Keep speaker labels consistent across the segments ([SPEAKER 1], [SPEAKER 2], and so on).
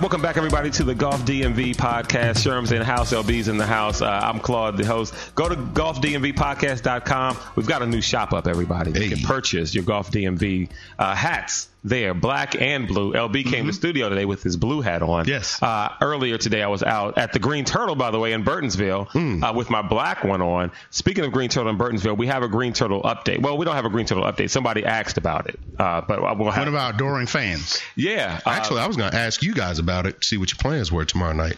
[SPEAKER 1] Welcome back, everybody, to the Golf DMV podcast. Sherm's in house, LB's in the house. Uh, I'm Claude, the host. Go to golfdmvpodcast.com. We've got a new shop up, everybody. You can purchase your Golf DMV uh, hats there, black and blue. LB came to the studio today with his blue hat on.
[SPEAKER 2] Mm-hmm. Yes.
[SPEAKER 1] Uh, earlier today, I was out at the Green Turtle, by the way, in Burtonsville
[SPEAKER 2] Mm.
[SPEAKER 1] uh, with my black one on. Speaking of Green Turtle in Burtonsville, we have a Green Turtle update. Well, we don't have a Green Turtle update. Somebody asked about it, uh, but I will have.
[SPEAKER 2] What about adoring fans?
[SPEAKER 1] yeah. uh,
[SPEAKER 2] Actually, I was going to ask you guys about it, see what your plans were tomorrow night.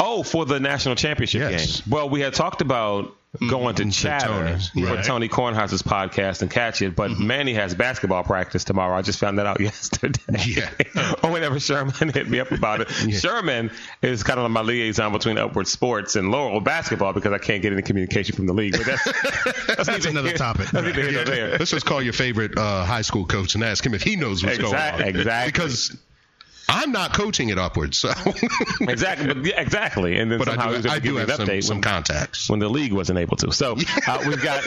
[SPEAKER 1] Oh, for the national championship
[SPEAKER 2] Yes.
[SPEAKER 1] game. Well, we had talked about going to Chatter
[SPEAKER 2] Tony's,
[SPEAKER 1] for
[SPEAKER 2] right. Mm-hmm.
[SPEAKER 1] Tony Kornheiser's podcast and catch it, but Manny has basketball practice tomorrow. I just found that out yesterday.
[SPEAKER 2] Yeah.
[SPEAKER 1] or whenever Sherman hit me up about it. Sherman is kind of like my liaison between Upward Sports and Laurel basketball because I can't get any communication from the league. But that's, that's,
[SPEAKER 2] That's
[SPEAKER 1] neither
[SPEAKER 2] another
[SPEAKER 1] here-
[SPEAKER 2] topic.
[SPEAKER 1] That's neither here nor there.
[SPEAKER 2] Let's just call your favorite uh, high school coach and ask him if he knows what's
[SPEAKER 1] Exact-
[SPEAKER 2] going on.
[SPEAKER 1] exactly.
[SPEAKER 2] Because I'm not coaching it upwards, so
[SPEAKER 1] Exactly, but, yeah, exactly. And then
[SPEAKER 2] but
[SPEAKER 1] somehow he
[SPEAKER 2] I
[SPEAKER 1] was
[SPEAKER 2] do,
[SPEAKER 1] able
[SPEAKER 2] I
[SPEAKER 1] to give
[SPEAKER 2] do
[SPEAKER 1] me an
[SPEAKER 2] have some,
[SPEAKER 1] update
[SPEAKER 2] some
[SPEAKER 1] when-
[SPEAKER 2] contacts.
[SPEAKER 1] when the league wasn't able to. So uh, we've got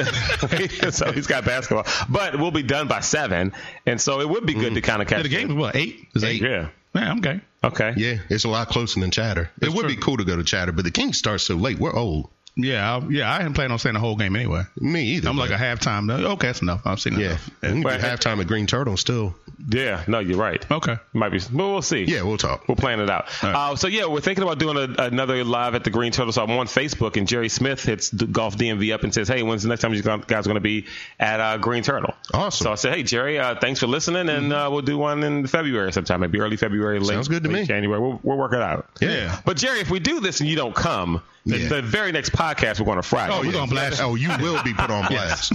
[SPEAKER 1] so he's got basketball, but we'll be done by seven, and so it would be good to kind of catch
[SPEAKER 3] Yeah, Mm. the game was what eight? Is
[SPEAKER 2] Eight.
[SPEAKER 1] Yeah.
[SPEAKER 3] Yeah, I'm okay.
[SPEAKER 1] Okay.
[SPEAKER 2] yeah, it's a lot closer than Chatter. It would be
[SPEAKER 3] true.
[SPEAKER 2] cool to go to Chatter, but the King starts so late. We're old.
[SPEAKER 3] Yeah, I, yeah. I hadn't planned on staying the whole game anyway.
[SPEAKER 2] Me either.
[SPEAKER 3] I'm like a
[SPEAKER 2] but-
[SPEAKER 3] halftime. Okay, that's enough. I've seen
[SPEAKER 2] yeah.
[SPEAKER 3] enough.
[SPEAKER 2] We can do
[SPEAKER 1] Well,
[SPEAKER 2] halftime at Green Turtle still.
[SPEAKER 1] Yeah. No, you're right.
[SPEAKER 3] Okay.
[SPEAKER 1] Might be. But we'll see.
[SPEAKER 2] Yeah, we'll talk.
[SPEAKER 1] We'll plan it out. Uh, so yeah, we're thinking about doing a, another live at the Green Turtle. So I'm on Facebook, and Jerry Smith hits the Golf DMV up and says, "Hey, when's the next time you guys are going to be at uh, Green Turtle?"
[SPEAKER 2] Awesome. Mm-hmm.
[SPEAKER 1] So I said, "Hey, Jerry, uh, thanks for listening, and uh, we'll do one in February sometime, maybe early February, late,
[SPEAKER 2] Sounds good to
[SPEAKER 1] late
[SPEAKER 2] me.
[SPEAKER 1] January. We'll, we'll work it out."
[SPEAKER 3] Yeah.
[SPEAKER 1] But Jerry, if we do this and you don't come, the,
[SPEAKER 2] Yeah.
[SPEAKER 1] the very next podcast we're going to Friday.
[SPEAKER 3] Oh, we're
[SPEAKER 2] yeah.
[SPEAKER 3] gonna blast
[SPEAKER 2] Oh, you will be put on blast.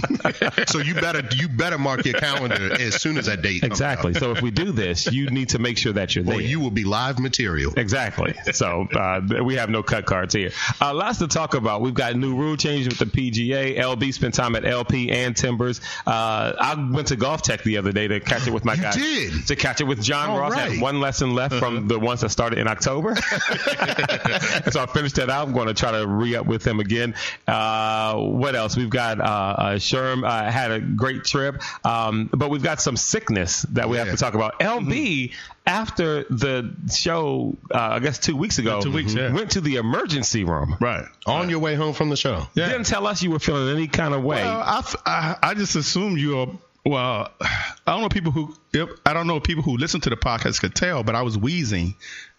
[SPEAKER 2] so you better you better mark your calendar as soon as that date. comes out,
[SPEAKER 1] exactly. so if we do this, you need to make sure that you're there.
[SPEAKER 2] Or you will be live material.
[SPEAKER 1] Exactly. So uh, we have no cut cards here. Uh, lots to talk about. We've got new rule changes with the PGA. LB spent time at LP and Timbers. Uh, I went to Golf Tech the other day to catch it with my
[SPEAKER 2] You
[SPEAKER 1] guy.
[SPEAKER 2] did?
[SPEAKER 1] To catch it with John
[SPEAKER 2] All
[SPEAKER 1] Ross. I had
[SPEAKER 2] right. Uh-huh.
[SPEAKER 1] one lesson left from the ones that started in October. so I finished that out. I'm going to try to re up with him again. Uh, what else? We've got uh, uh, Sherm uh, had a great trip, um, but we've got some sickness that we have
[SPEAKER 2] Yeah.
[SPEAKER 1] to talk about.
[SPEAKER 3] Mm-hmm.
[SPEAKER 1] LB after the show, uh, I guess two weeks ago,
[SPEAKER 3] two weeks, yeah.
[SPEAKER 1] went to the emergency room.
[SPEAKER 3] Right.
[SPEAKER 2] On your way home from the show.
[SPEAKER 3] Yeah.
[SPEAKER 1] Didn't tell us you were feeling any kind of way.
[SPEAKER 3] Well, Uh, I, f- I- I just assume you are. Well, I don't know people who. If, I don't know if people who listen to the podcast could tell, but I was wheezing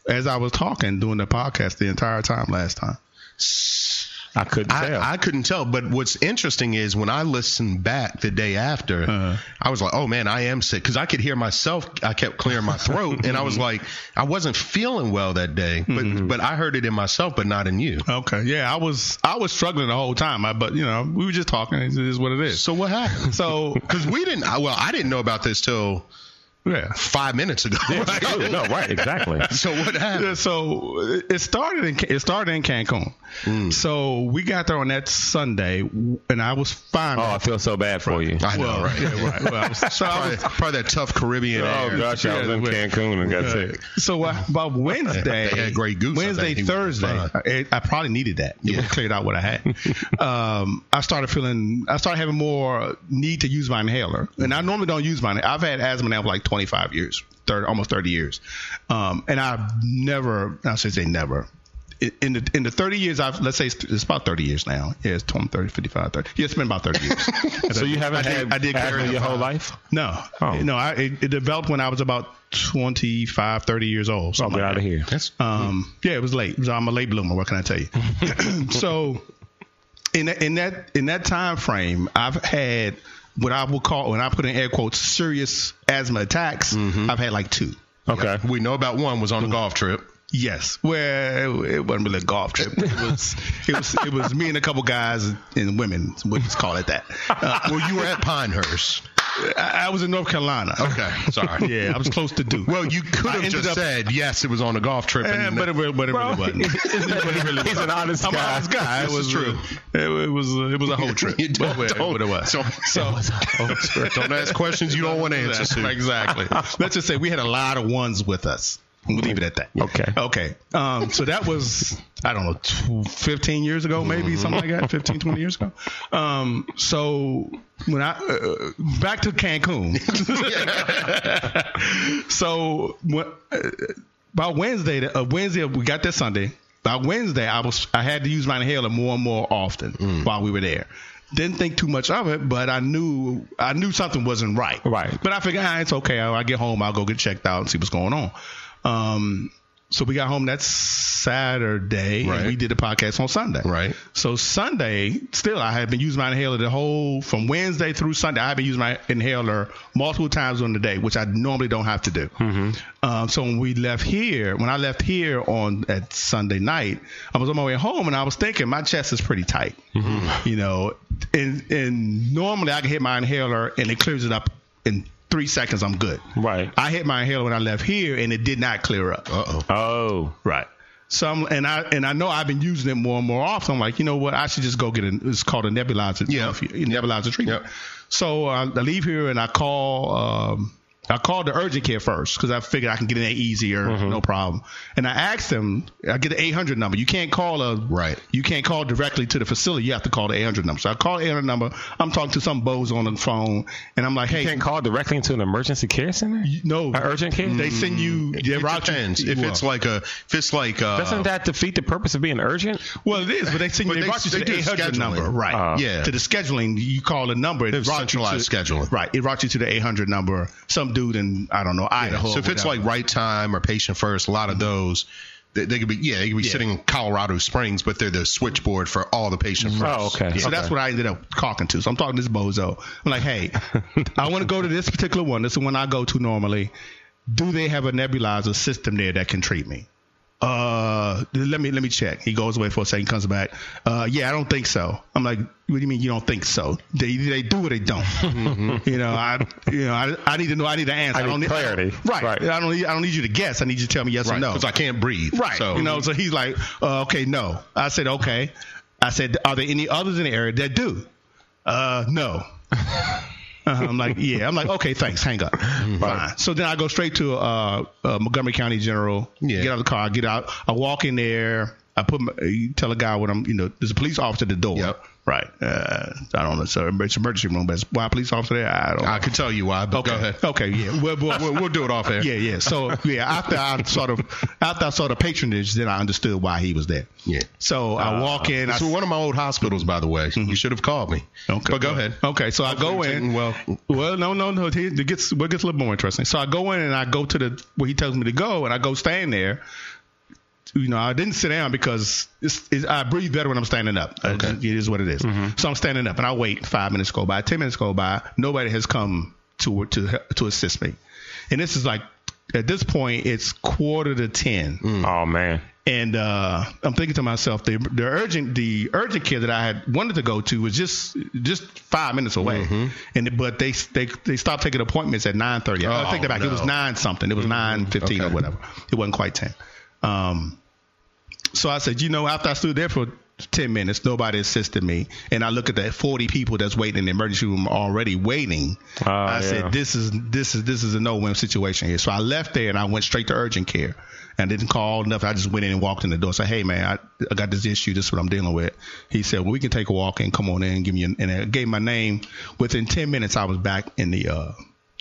[SPEAKER 3] as I was talking during the podcast the entire time last time.
[SPEAKER 1] I couldn't tell.
[SPEAKER 2] I, I couldn't tell, but what's interesting is when I listened back the day after,
[SPEAKER 3] Uh-huh.
[SPEAKER 2] I was like, "Oh man, I am sick," because I could hear myself. I kept clearing my throat, and I was like, "I wasn't feeling well that day," but
[SPEAKER 3] Mm-hmm.
[SPEAKER 2] but I heard it in myself, but not in you.
[SPEAKER 3] Okay. Yeah, I was. I was struggling the whole time. I, but you know, we were just talking. It is what it is.
[SPEAKER 2] So what happened?
[SPEAKER 3] So
[SPEAKER 2] Because we didn't. I- Well, I didn't know about this till
[SPEAKER 3] yeah.
[SPEAKER 2] five minutes ago.
[SPEAKER 1] Dude, Oh, no, right, exactly.
[SPEAKER 2] So what happened?
[SPEAKER 3] Yeah, so it- it started in it started in Cancun. So we got there on that Sunday, and I was fine.
[SPEAKER 1] Oh, I feel so bad for you.
[SPEAKER 2] I know,
[SPEAKER 3] well,
[SPEAKER 2] right?
[SPEAKER 3] yeah, right. Well, I was- so I
[SPEAKER 2] probably,
[SPEAKER 3] was,
[SPEAKER 2] probably that tough Caribbean
[SPEAKER 1] Oh
[SPEAKER 2] air.
[SPEAKER 1] gosh, I was in
[SPEAKER 3] Yeah,
[SPEAKER 1] Cancun and got sick.
[SPEAKER 3] so uh, by Wednesday,
[SPEAKER 2] They had Grey Goose, I
[SPEAKER 3] Wednesday,
[SPEAKER 2] think he was
[SPEAKER 3] Thursday,
[SPEAKER 2] fine.
[SPEAKER 3] I, I probably needed that. It would have cleared out what I had. um, I started feeling, I started having more need to use my inhaler, and I normally don't use mine. I've had asthma now for like 25 years, 30, almost 30 years, um, and I've never, I should say never. i- In the in the 30 years I've let's say it's it's about 30 years now. Yeah, it's 20, 30, 55, 30. Yeah, it's been about 30 years.
[SPEAKER 1] So you haven't
[SPEAKER 3] I did-
[SPEAKER 1] had
[SPEAKER 3] I did
[SPEAKER 1] asthma
[SPEAKER 3] carry the
[SPEAKER 1] your whole
[SPEAKER 3] vibe.
[SPEAKER 1] life?
[SPEAKER 3] No.
[SPEAKER 1] Oh.
[SPEAKER 3] No, I, it, it developed when I was about 25, 30 years old.
[SPEAKER 1] I'll
[SPEAKER 2] Oh,
[SPEAKER 3] something
[SPEAKER 1] get
[SPEAKER 3] like
[SPEAKER 1] out of
[SPEAKER 3] that.
[SPEAKER 1] here.
[SPEAKER 2] That's
[SPEAKER 3] Um, yeah, it was late. So I'm a late bloomer. What can I tell you? so in that, in that in that time frame, I've had what I would call, when I put in air quotes, serious asthma attacks.
[SPEAKER 2] Mm-hmm.
[SPEAKER 3] I've had like two.
[SPEAKER 1] Okay.
[SPEAKER 2] we know about one was on a golf trip.
[SPEAKER 3] Yes, well, it, it wasn't really a golf trip. It was, it was, it was me and a couple guys and women. We'll just call it that. Uh,
[SPEAKER 2] Well, you were at Pinehurst.
[SPEAKER 3] I, I was in North Carolina.
[SPEAKER 2] Okay, sorry.
[SPEAKER 3] Yeah, I was close to Duke.
[SPEAKER 2] Well, you could
[SPEAKER 3] I
[SPEAKER 2] have
[SPEAKER 3] ended
[SPEAKER 2] just
[SPEAKER 3] up-
[SPEAKER 2] said yes. It was on a golf trip,
[SPEAKER 3] Eh,
[SPEAKER 2] and
[SPEAKER 3] but it, re- but it really wasn't.
[SPEAKER 1] He's an honest
[SPEAKER 3] I'm an
[SPEAKER 1] guy.
[SPEAKER 3] honest guy.
[SPEAKER 2] This
[SPEAKER 3] it
[SPEAKER 2] is
[SPEAKER 3] was
[SPEAKER 2] true.
[SPEAKER 3] A, it, it was a, it was a whole trip.
[SPEAKER 2] You don't-
[SPEAKER 3] But it-
[SPEAKER 2] don't-
[SPEAKER 3] but it was.
[SPEAKER 2] So, so
[SPEAKER 1] Oh,
[SPEAKER 2] don't ask questions you don't want to answer. to.
[SPEAKER 3] exactly. Let's just say we had a lot of ones with us. We'll leave it at that.
[SPEAKER 1] Okay.
[SPEAKER 3] Okay. Um, so that was, I don't know, tw- 15 years ago,
[SPEAKER 1] Mm-hmm.
[SPEAKER 3] maybe something like that, 15, 20 years ago. Um, so when I, uh, back to Cancun. so when, uh, by Wednesday, uh, Wednesday we got there Sunday. By Wednesday, I was I had to use my inhaler more and more often
[SPEAKER 1] Mm.
[SPEAKER 3] while we were there. Didn't think too much of it, but I knew I knew something wasn't right.
[SPEAKER 1] Right.
[SPEAKER 3] But I figured, ah, it's okay. I'll, I'll get home. I'll go get checked out and see what's going on. Um, so we got home that Saturday,
[SPEAKER 2] Right.
[SPEAKER 3] and we did the podcast on Sunday.
[SPEAKER 2] Right.
[SPEAKER 3] So Sunday, still, I had been using my inhaler the whole from Wednesday through Sunday. I've been using my inhaler multiple times during the day, which I normally don't have to do. Um, so when we left here, when I left here on at Sunday night, I was on my way home and I was thinking my chest is pretty tight, you know, and and normally I can hit my inhaler and it clears it up in three seconds. I'm good.
[SPEAKER 1] Right.
[SPEAKER 3] I hit my inhaler when I left here and it did not clear up.
[SPEAKER 2] Uh oh.
[SPEAKER 1] Oh.
[SPEAKER 3] Right. So I'm, and I and I know I've been using it more and more often. I'm like, you know what? I should just go get a. It's called a nebulizer.
[SPEAKER 2] Yeah.
[SPEAKER 3] Nebulizer treatment.
[SPEAKER 2] Yep.
[SPEAKER 3] So uh, I, I leave here and I call. Um, I called the urgent care first because I figured I can get in there easier,
[SPEAKER 2] Mm-hmm.
[SPEAKER 3] no problem. And I asked them. I get the 800 number. You can't call a
[SPEAKER 2] Right.
[SPEAKER 3] You can't call directly to the facility. You have to call the 800 number. So I call the 800 number. I'm talking to some bows on the phone, and I'm like, hey,
[SPEAKER 1] Can't call directly into an emergency care center?
[SPEAKER 3] you- no,
[SPEAKER 1] Or urgent care?
[SPEAKER 3] They send you. They
[SPEAKER 2] It
[SPEAKER 3] route you-
[SPEAKER 2] depends. If it's like a, if it's like uh,
[SPEAKER 1] Doesn't that defeat the purpose of being urgent?
[SPEAKER 3] Well, it is, but they send
[SPEAKER 2] But
[SPEAKER 3] you they,
[SPEAKER 2] they-
[SPEAKER 3] route you
[SPEAKER 2] they
[SPEAKER 3] to the
[SPEAKER 2] do
[SPEAKER 3] 800
[SPEAKER 2] scheduling.
[SPEAKER 3] number, right?
[SPEAKER 2] Uh, Yeah.
[SPEAKER 3] to the scheduling, you call a number. It
[SPEAKER 2] There's
[SPEAKER 3] routes you
[SPEAKER 2] centralized
[SPEAKER 3] to-
[SPEAKER 2] scheduling.
[SPEAKER 3] right? It routes you to the 800 number. Some dude in I don't know Idaho.
[SPEAKER 2] So if
[SPEAKER 3] or
[SPEAKER 2] it's
[SPEAKER 3] whatever.
[SPEAKER 2] like right time or patient first, a lot of those. They, they could be, Mm-hmm. yeah, they could be sitting in Colorado Springs, but they're the switchboard for all the patient first.
[SPEAKER 1] Oh, okay.
[SPEAKER 3] So
[SPEAKER 1] Okay.
[SPEAKER 3] that's what I ended up talking to. So I'm talking to this bozo. I'm like, hey, I want to go to this particular one. This is the one I go to normally. Do they have a nebulizer system there that can treat me? Uh, let me let me check. He goes away for a second, comes back. Uh, yeah, I don't think so. I'm like, what do you mean you don't think so? They they do or they don't. you know, I you know I, I need to know. I need an answer. I,
[SPEAKER 1] Mm-hmm. need
[SPEAKER 3] don't
[SPEAKER 1] clarity.
[SPEAKER 3] Right.
[SPEAKER 1] Right.
[SPEAKER 3] I don't need I don't need you to guess. I need you to tell me yes or
[SPEAKER 2] Right.
[SPEAKER 3] no.
[SPEAKER 2] Because I can't breathe.
[SPEAKER 3] Right.
[SPEAKER 2] So,
[SPEAKER 3] you know, so he's like, uh, okay, no. I said, okay. I said, are there any others in the area that do? Uh, no. Uh-huh. I'm like, yeah. I'm like, okay, thanks. Hang up.
[SPEAKER 2] Mm-hmm.
[SPEAKER 3] Fine. So then I go straight to uh, uh, Montgomery County General.
[SPEAKER 2] Yeah.
[SPEAKER 3] Get out of the car. I get out. I walk in there. I put my, you tell a guy what I'm. You know, there's a police officer at the door.
[SPEAKER 2] Yep.
[SPEAKER 3] Right. Uh, I don't know. So it's emergency room, but it's- why a police officer there? I don't.
[SPEAKER 2] I could tell you why, but
[SPEAKER 3] okay.
[SPEAKER 2] go ahead.
[SPEAKER 3] Okay. Yeah. Well, well,
[SPEAKER 2] We'll, we'll do it off air.
[SPEAKER 3] yeah, yeah. So yeah, after I sort of after I saw the patronage, then I understood why he was there.
[SPEAKER 2] Yeah.
[SPEAKER 3] So I walk in. I,
[SPEAKER 2] It's one of my old hospitals, by the way. You should have called me.
[SPEAKER 3] Okay.
[SPEAKER 2] But go ahead.
[SPEAKER 3] Okay, so I go
[SPEAKER 2] you're
[SPEAKER 3] in.
[SPEAKER 2] taking-
[SPEAKER 3] Well,
[SPEAKER 2] well-
[SPEAKER 3] well, no, no, no. It gets well, it gets a little more interesting. So I go in and I go to the where he tells me to go, and I go stand there. You know, I didn't sit down because it's, it's, I breathe better when I'm standing up. Okay. It is what it is.
[SPEAKER 2] Mm-hmm.
[SPEAKER 3] So I'm standing up and I wait. Five minutes go by, ten minutes go by. Nobody has come to to he- to assist me, and this is like at this point it's quarter to ten
[SPEAKER 2] Mm-hmm.
[SPEAKER 1] Oh, man.
[SPEAKER 3] and uh, I'm thinking to myself, the the urgent the urgent care that I had wanted to go to was just just five minutes away,
[SPEAKER 2] Mm-hmm.
[SPEAKER 3] and but they they they stopped taking appointments at nine thirty. I
[SPEAKER 2] Oh,
[SPEAKER 3] take that back. It was
[SPEAKER 2] no. Mm-hmm.
[SPEAKER 3] nine something. It was nine fifteen or
[SPEAKER 2] Okay.
[SPEAKER 3] whatever. It wasn't quite ten. Um, so I said, you know, after I stood there for 10 minutes, nobody assisted me. And I look at the 40 people that's waiting in the emergency room already waiting.
[SPEAKER 1] Ah,
[SPEAKER 3] I
[SPEAKER 1] yeah.
[SPEAKER 3] said, this is, this is, this is a no win situation here. So I left there and I went straight to urgent care and didn't call nothing. I just went in and walked in the door. Said, Hey man, I, I got this issue. This is what I'm dealing with. He said, well, we can take a walk and come on in and give me an, and I gave my name. Within 10 minutes, I was back in the, uh,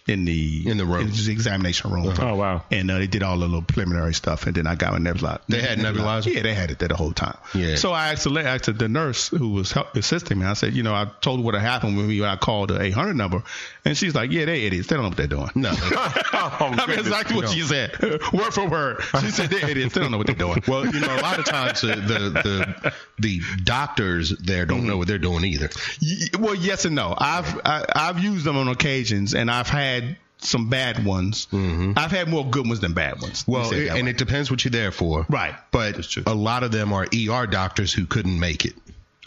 [SPEAKER 3] in the
[SPEAKER 2] In the room. Uh-huh.
[SPEAKER 3] the examination room.
[SPEAKER 1] Oh, wow.
[SPEAKER 3] And uh, they did all the little preliminary stuff, and then I got my nebulizer.
[SPEAKER 2] They had nebulizer?
[SPEAKER 3] Yeah, they had it there the whole time.
[SPEAKER 2] Yeah.
[SPEAKER 3] So I asked the, la- asked the nurse who was help, assisting me. I said, you know, I told her what had happened with me when I called the 800 number, and she's like, yeah, they idiots. They don't know what they're doing.
[SPEAKER 2] No.
[SPEAKER 1] Oh,
[SPEAKER 3] I mean,
[SPEAKER 1] goodness.
[SPEAKER 3] exactly what she said, word for word. She said they idiots. They don't know what they're doing.
[SPEAKER 2] Well, you know, a lot of times uh, the the the doctors there don't know what they're doing either.
[SPEAKER 3] Y- well, yes and no. I've I, I've used them on occasions, and I've had some bad ones. I've had more good ones than bad ones. Let me
[SPEAKER 2] Mm-hmm. Well,
[SPEAKER 3] say it
[SPEAKER 2] it,
[SPEAKER 3] that
[SPEAKER 2] and
[SPEAKER 3] way.
[SPEAKER 2] it depends what you're there for.
[SPEAKER 3] Right.
[SPEAKER 2] E But a lot of them are ER doctors who couldn't make it.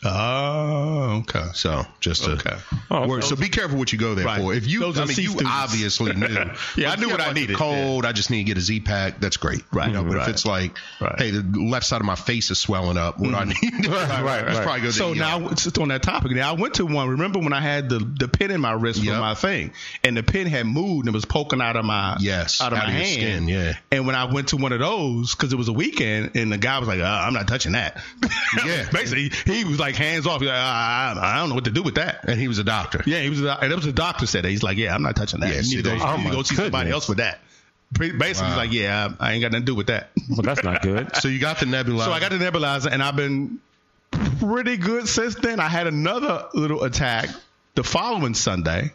[SPEAKER 3] Oh, okay.
[SPEAKER 2] So just to
[SPEAKER 3] Okay.
[SPEAKER 1] Oh,
[SPEAKER 2] word. So be careful what you go there
[SPEAKER 3] Right.
[SPEAKER 2] for. If you,
[SPEAKER 3] Those
[SPEAKER 2] I
[SPEAKER 3] are
[SPEAKER 2] mean,
[SPEAKER 3] C
[SPEAKER 2] you
[SPEAKER 3] students.
[SPEAKER 2] obviously knew.
[SPEAKER 3] Yeah, I
[SPEAKER 2] If
[SPEAKER 3] knew
[SPEAKER 2] you
[SPEAKER 3] what
[SPEAKER 2] got,
[SPEAKER 3] I
[SPEAKER 2] like, a
[SPEAKER 3] needed,
[SPEAKER 2] Cold. I just need to get a Z pack. That's great.
[SPEAKER 3] Right.
[SPEAKER 2] You know, but
[SPEAKER 3] Right.
[SPEAKER 2] if it's like,
[SPEAKER 3] Right. Mm-hmm.
[SPEAKER 2] hey, the left side of my face is swelling up. What do I need? right.
[SPEAKER 3] right,
[SPEAKER 2] That's
[SPEAKER 3] right.
[SPEAKER 2] probably go to
[SPEAKER 3] So
[SPEAKER 2] the ER.
[SPEAKER 3] now, just on that topic, now I went to one. Remember when I had the, the pin in my wrist
[SPEAKER 2] Yep.
[SPEAKER 3] for my thing, and the pin had moved and was poking out of my
[SPEAKER 2] Yes,
[SPEAKER 3] out of
[SPEAKER 2] out
[SPEAKER 3] my
[SPEAKER 2] of your
[SPEAKER 3] hand.
[SPEAKER 2] skin, yeah.
[SPEAKER 3] And when I went to one of those, because it was a weekend, and the guy was like, uh, "I'm not touching that."
[SPEAKER 2] Yeah.
[SPEAKER 3] basically, he was like hands off. He's like, "Uh, I, I, I don't know what to do with that.
[SPEAKER 2] and he was a doctor.
[SPEAKER 3] Yeah, he was, uh, and it was the doctor said that. He's like, "Yeah, I'm not touching that.
[SPEAKER 2] Yeah,
[SPEAKER 3] you
[SPEAKER 2] see,
[SPEAKER 3] need to go,
[SPEAKER 2] they-
[SPEAKER 3] you
[SPEAKER 2] oh
[SPEAKER 3] need to
[SPEAKER 2] my
[SPEAKER 3] go see somebody
[SPEAKER 2] goodness.
[SPEAKER 3] else with that." Ba- Basically, he's
[SPEAKER 2] Wow.
[SPEAKER 3] like, "Yeah, I, I ain't got nothing to do with that."
[SPEAKER 1] Well, that's not good.
[SPEAKER 2] So you got the nebulizer.
[SPEAKER 3] So I got the nebulizer, and I've been pretty good since then. I had another little attack the following Sunday.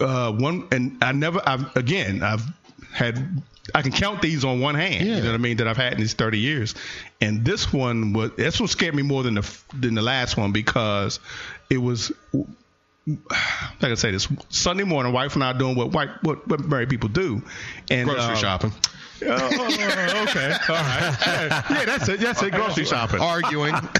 [SPEAKER 3] Uh, one, and I never. I've again. I've had. I can count these on one hand. You
[SPEAKER 2] Yeah.
[SPEAKER 3] know what I mean? That I've had in these thirty years, and this one was. This one scared me more than the than the last one because it was. Like I say, this Sunday morning, wife and I doing what white what, what married people do, and
[SPEAKER 2] grocery
[SPEAKER 3] uh,
[SPEAKER 2] shopping,
[SPEAKER 3] Oh, okay, all right, yeah, yeah, that's it, that's it, grocery shopping.
[SPEAKER 2] arguing,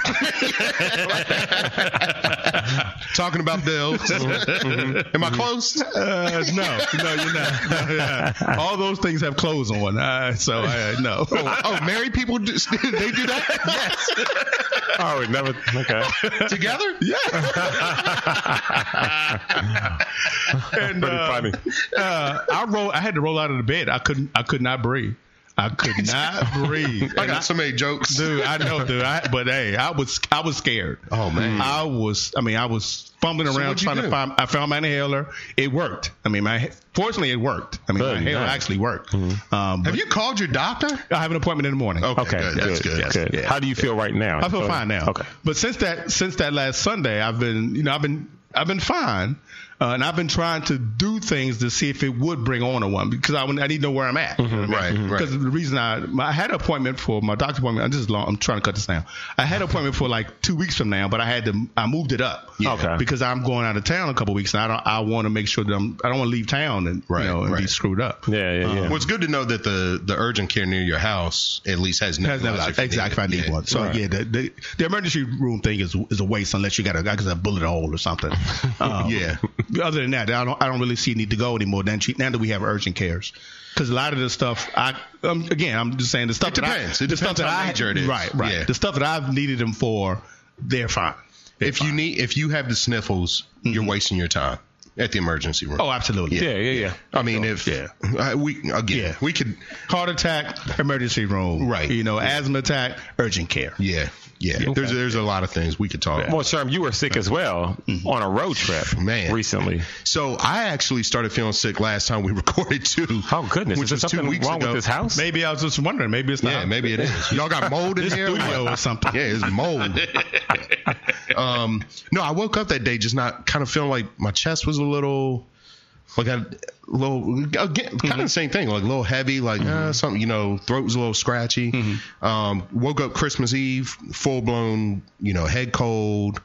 [SPEAKER 2] talking about bills.
[SPEAKER 3] Mm-hmm.
[SPEAKER 2] Am I close?
[SPEAKER 3] Uh, no, no, you're not. No, yeah. All those things have clothes on, uh, so uh, no.
[SPEAKER 2] Oh, oh, married people do, they do that? Yes.
[SPEAKER 1] oh, it never. Okay.
[SPEAKER 2] Together? Yeah.
[SPEAKER 3] And,
[SPEAKER 1] Pretty funny.
[SPEAKER 3] uh, I roll. I had to roll out of the bed. I couldn't. I could not breathe. I could not breathe.
[SPEAKER 2] I got so many jokes.
[SPEAKER 3] dude. I know, dude. I, but hey, I was I was scared.
[SPEAKER 2] Oh, man.
[SPEAKER 3] I was. I mean, I was fumbling around
[SPEAKER 2] what'd you
[SPEAKER 3] trying to
[SPEAKER 2] do?
[SPEAKER 3] find. I found my inhaler. It worked. I mean, my fortunately it worked. I mean,
[SPEAKER 1] Good,
[SPEAKER 3] my inhaler
[SPEAKER 1] nice.
[SPEAKER 3] actually worked. Um,
[SPEAKER 2] Mm-hmm. Have you called your doctor?
[SPEAKER 3] I have an appointment in the morning.
[SPEAKER 1] Okay.
[SPEAKER 2] good. That's good.
[SPEAKER 1] Yes,
[SPEAKER 2] Yeah.
[SPEAKER 1] How do you feel right now?
[SPEAKER 3] I feel fine now.
[SPEAKER 1] Okay.
[SPEAKER 3] But since that since that last Sunday, I've been you know I've been I've been fine, uh, and I've been trying to do things to see if it would bring on a one because I, would- I need to know where I'm at.
[SPEAKER 2] Mm-hmm. Right, right.
[SPEAKER 3] Because the reason I I had an appointment for my doctor appointment. I'm just long. I'm trying to cut this down. I had an appointment for like two weeks from now, but I had to I moved it up.
[SPEAKER 1] Okay.
[SPEAKER 3] Because I'm going out of town in a couple weeks, and I don't I want to make sure that I'm I don't want to leave town and
[SPEAKER 2] Right,
[SPEAKER 3] you know and be
[SPEAKER 2] right.
[SPEAKER 3] screwed up.
[SPEAKER 1] Yeah, yeah, yeah.
[SPEAKER 2] Well, it's good to know that the, the urgent care near your house at least has nebulizer.
[SPEAKER 3] That's not allowed.
[SPEAKER 2] if you need
[SPEAKER 3] Exactly, if I
[SPEAKER 2] it.
[SPEAKER 3] need
[SPEAKER 2] Yeah.
[SPEAKER 3] one. So yeah, the, the the emergency room thing is is a waste unless you got a got a bullet hole or something. Um,
[SPEAKER 2] Yeah.
[SPEAKER 3] Other than that, I don't I don't really see a need to go anymore. Then she- now that we have urgent cares, because a lot of the stuff I um, again I'm just saying the stuff that I-
[SPEAKER 2] depends. It
[SPEAKER 3] the stuff
[SPEAKER 2] depends
[SPEAKER 3] that
[SPEAKER 2] how
[SPEAKER 3] I-
[SPEAKER 2] major it is.
[SPEAKER 3] Right, right.
[SPEAKER 2] Yeah.
[SPEAKER 3] The stuff that I've needed them for, they're fine.
[SPEAKER 2] If you need, if you have the sniffles, you're
[SPEAKER 1] Mm-hmm.
[SPEAKER 2] wasting your time at the emergency room.
[SPEAKER 3] Oh, absolutely.
[SPEAKER 1] yeah, yeah, yeah.
[SPEAKER 2] I mean, if
[SPEAKER 3] Yeah.
[SPEAKER 2] uh, we again,
[SPEAKER 3] Yeah.
[SPEAKER 2] we could,
[SPEAKER 3] Heart attack, emergency room.
[SPEAKER 2] Right.
[SPEAKER 3] You know, asthma attack, urgent care.
[SPEAKER 2] yeah, yeah. There's there's a lot of things we could talk. about.
[SPEAKER 1] Well, Sherm, you were sick as well on a road trip
[SPEAKER 2] Man.
[SPEAKER 1] recently.
[SPEAKER 2] So I actually started feeling sick last time we recorded too.
[SPEAKER 1] Oh goodness, is
[SPEAKER 2] which
[SPEAKER 1] there
[SPEAKER 2] was
[SPEAKER 1] something
[SPEAKER 2] two weeks
[SPEAKER 1] wrong
[SPEAKER 2] ago.
[SPEAKER 1] with this house?
[SPEAKER 3] Maybe I was just wondering. Maybe it's not.
[SPEAKER 2] Yeah, maybe it is. Y'all got mold in here
[SPEAKER 3] studio or something.
[SPEAKER 2] Yeah, it's mold. um, no, I woke up that day just not kind of feeling like my chest was a little, like a little, again, kind
[SPEAKER 3] Mm-hmm.
[SPEAKER 2] of the same thing, like a little heavy, like uh, something, you know, throat was a little scratchy.
[SPEAKER 3] Mm-hmm.
[SPEAKER 2] Um, woke up Christmas Eve, full blown, you know, head cold.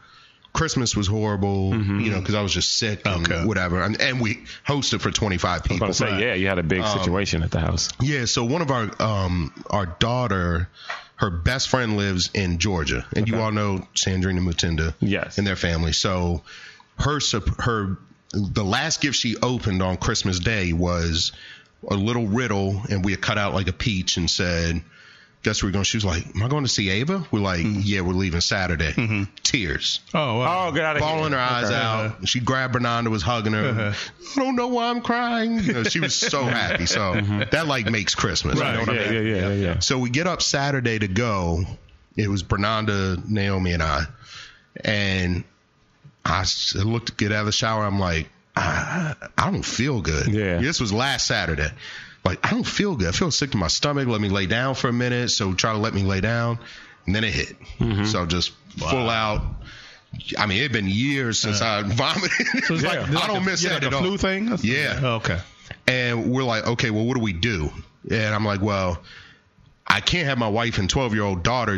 [SPEAKER 2] Christmas was horrible, you know, because I was just sick and
[SPEAKER 3] Mm-hmm. Okay.
[SPEAKER 2] whatever. And, and we hosted for 25 people.
[SPEAKER 1] I'm gonna say, yeah, you had a big situation at the house.
[SPEAKER 2] Yeah, so one of our um our daughter, her best friend lives in Georgia, and you all know Sandrina Mutinda,
[SPEAKER 1] Yes.
[SPEAKER 2] and their family. So her sup- her the last gift she opened on Christmas Day was a little riddle, and we had cut out like a peach and said. Guess where we're going. She was like, "Am I going to see Ava?" We're like, "Yeah, we're leaving Saturday." Tears
[SPEAKER 3] Oh, wow.
[SPEAKER 1] Oh, get out of Uh-huh.
[SPEAKER 2] bawling her eyes out. She grabbed Bernanda, was hugging her. I don't know why I'm crying. You know, she was so happy. So that like makes Christmas. You know what I
[SPEAKER 1] Mm-hmm. Yeah,
[SPEAKER 2] mean?
[SPEAKER 1] yeah, yeah, yeah, yeah.
[SPEAKER 2] So we get up Saturday to go. It was Bernanda, Naomi, and I. And I s- looked to get out of the shower. I'm like, I, I don't feel good.
[SPEAKER 1] Yeah.
[SPEAKER 2] This was last Saturday. Like, I don't feel good. I feel sick to my stomach. Let me lay down for a minute. So try to let me lay down. And then it hit.
[SPEAKER 3] Mm-hmm.
[SPEAKER 2] So just full out. I mean, it had been years since I vomited.
[SPEAKER 3] So it's
[SPEAKER 1] Yeah.
[SPEAKER 3] like, it's
[SPEAKER 2] I don't
[SPEAKER 3] like a-
[SPEAKER 2] miss
[SPEAKER 3] yeah,
[SPEAKER 2] that
[SPEAKER 3] like
[SPEAKER 2] at
[SPEAKER 3] a
[SPEAKER 2] all.
[SPEAKER 3] flu thing.
[SPEAKER 2] Yeah.
[SPEAKER 1] Oh,
[SPEAKER 3] Okay.
[SPEAKER 2] And we're like, okay, well, what do we do? And I'm like, well, I can't have my wife and 12 year old daughter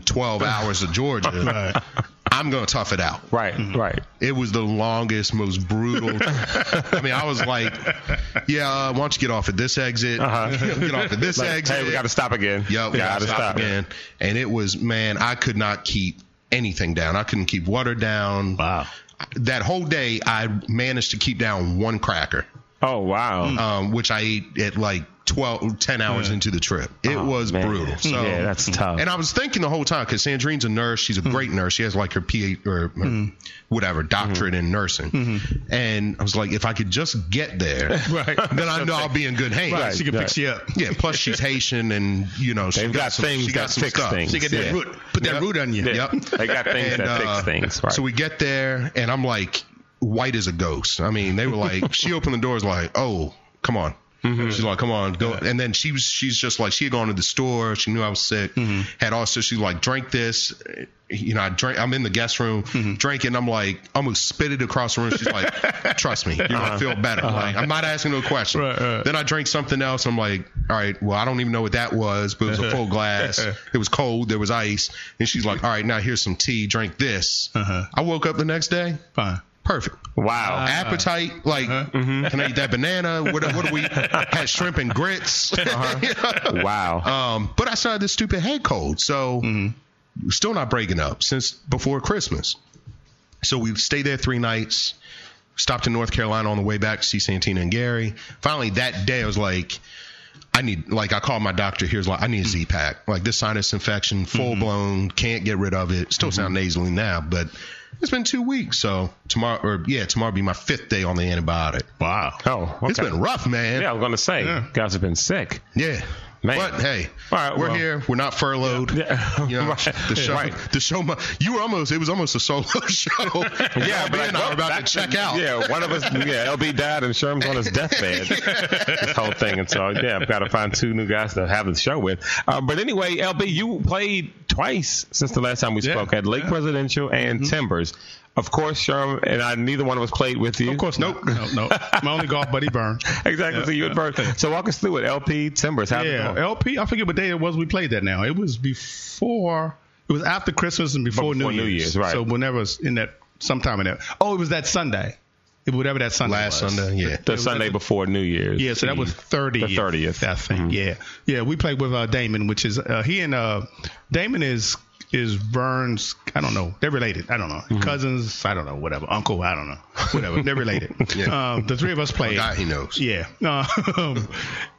[SPEAKER 2] 12 hours to Georgia. I'm going to tough it out.
[SPEAKER 1] Right, right.
[SPEAKER 2] It was the longest, most brutal. I mean, I was like, yeah, uh, why don't you get off at this exit? get off at this
[SPEAKER 1] Uh-huh. Like,
[SPEAKER 2] exit.
[SPEAKER 1] hey, we got to stop again.
[SPEAKER 2] Yep, we
[SPEAKER 1] gotta
[SPEAKER 2] gotta stop again. And it was, man, I could not keep anything down. I couldn't keep water down.
[SPEAKER 4] Wow.
[SPEAKER 2] That whole day, I managed to keep down one cracker,
[SPEAKER 1] Oh wow.
[SPEAKER 2] um, which I ate at like 12, 10 hours into the trip. It was
[SPEAKER 1] Oh, man.
[SPEAKER 2] brutal. So, mm-hmm.
[SPEAKER 1] yeah, that's Hmm. tough.
[SPEAKER 2] and I was thinking the whole time because Sandrine's a nurse. She's a great nurse. She has like her PhD or, or
[SPEAKER 1] Hmm.
[SPEAKER 2] whatever doctorate in nursing. And I was like, if I could just get there,
[SPEAKER 3] Right.
[SPEAKER 2] then I know I'll be in good hands.
[SPEAKER 3] She can fix you up.
[SPEAKER 2] Yeah. Plus, she's Haitian, and you know she
[SPEAKER 1] They've got
[SPEAKER 2] some,
[SPEAKER 1] things
[SPEAKER 2] she
[SPEAKER 1] that
[SPEAKER 2] got some
[SPEAKER 1] fix
[SPEAKER 2] stuff.
[SPEAKER 1] things.
[SPEAKER 3] She get that
[SPEAKER 1] Yeah.
[SPEAKER 3] root, put that
[SPEAKER 2] Yep.
[SPEAKER 3] root on you.
[SPEAKER 1] Yeah.
[SPEAKER 2] Yep.
[SPEAKER 1] They got things
[SPEAKER 2] And,
[SPEAKER 1] that
[SPEAKER 2] uh,
[SPEAKER 1] fix things, right?
[SPEAKER 2] So we get there, and I'm like white as a ghost. I mean, they were like, she opened the doors like, oh, come on.
[SPEAKER 1] Mm-hmm.
[SPEAKER 2] She's like, come on, go. And then she was, she's just like, she had gone to the store. She knew I was sick.
[SPEAKER 1] Mm-hmm.
[SPEAKER 2] Had also, she like drank this. eh, You know, I drank. I'm in the guest room,
[SPEAKER 1] Mm-hmm.
[SPEAKER 2] drinking. I'm like, almost spit it across the room. She's like, trust me, you're gonna feel better. Like, I'm not asking no question.
[SPEAKER 3] Uh-huh. Right, right.
[SPEAKER 2] Then I drank something else. I'm like, all right, well, I don't even know what that was, but it was a full glass. it was cold. There was ice. And she's like, all right, now here's some tea. Drink this.
[SPEAKER 3] Uh-huh.
[SPEAKER 2] I woke up the next day.
[SPEAKER 3] Fine. Uh-huh.
[SPEAKER 2] Perfect.
[SPEAKER 1] wow.
[SPEAKER 2] Appetite, like, can I eat that banana? What, what do we had shrimp and grits?
[SPEAKER 3] Uh-huh.
[SPEAKER 2] Uh,
[SPEAKER 1] wow.
[SPEAKER 2] um, but I still had this stupid head cold, so still not breaking up since before Christmas. So we stayed there three nights. Stopped in North Carolina on the way back to see Santina and Gary. Finally, that day I was like, I need like I called my doctor. Here's like I need a Z pack. Like this sinus infection, full blown, can't get rid of it. Still sound nasally now, but it's been two weeks. So tomorrow, or yeah, tomorrow will be my fifth day on the antibiotic.
[SPEAKER 3] Wow.
[SPEAKER 1] oh, okay.
[SPEAKER 2] It's been rough, man.
[SPEAKER 1] yeah, I was gonna say, guys have been sick.
[SPEAKER 2] Yeah.
[SPEAKER 1] Man.
[SPEAKER 2] But hey,
[SPEAKER 1] All right,
[SPEAKER 2] we're
[SPEAKER 1] well-
[SPEAKER 2] here. We're not furloughed.
[SPEAKER 1] Yeah.
[SPEAKER 2] You know,
[SPEAKER 1] Right.
[SPEAKER 2] The show,
[SPEAKER 1] Right.
[SPEAKER 2] the show. mu- You were almost. It was almost a solo show.
[SPEAKER 1] Yeah,
[SPEAKER 2] but and I were about to check out.
[SPEAKER 1] Yeah, one of us. Yeah, LB died and Sherman's on his deathbed. This whole thing, and so yeah, I've got to find two new guys to have the show with. Uh, but anyway, LB, you played twice since the last time we
[SPEAKER 3] Yeah,
[SPEAKER 1] spoke at Lake
[SPEAKER 3] yeah. Mm-hmm.
[SPEAKER 1] Presidential and Timbers. Of course, Sherman and I. Neither one of us played with you.
[SPEAKER 3] Of course, nope. No, no. My only golf buddy burned.
[SPEAKER 1] exactly. So you at first. So walk us through it. LP Timbers. How
[SPEAKER 3] Yeah,
[SPEAKER 1] It
[SPEAKER 3] LP. I forget what day it was we played that. Now it was before. It was after Christmas and before,
[SPEAKER 1] Before New Years, right.
[SPEAKER 3] So whenever it's in that sometime in that. Oh, it was that Sunday. It whatever that Sunday.
[SPEAKER 2] Last
[SPEAKER 3] was.
[SPEAKER 2] Sunday. Yeah.
[SPEAKER 1] the Sunday before New Year's.
[SPEAKER 3] Yeah, so that was
[SPEAKER 1] Eve.
[SPEAKER 3] thirty.
[SPEAKER 1] The Mm-hmm. 30th.
[SPEAKER 3] I think. Yeah, yeah. We played with uh, Damon, which is uh, he and uh, Damon is is Vern's. I don't know. They're related. I don't know.
[SPEAKER 1] Mm-hmm.
[SPEAKER 3] Cousins. I don't know. Whatever. Uncle. I don't know. Whatever. they're related.
[SPEAKER 2] Yeah.
[SPEAKER 3] Um, the three of us played.
[SPEAKER 2] God, he knows.
[SPEAKER 3] Yeah. Um,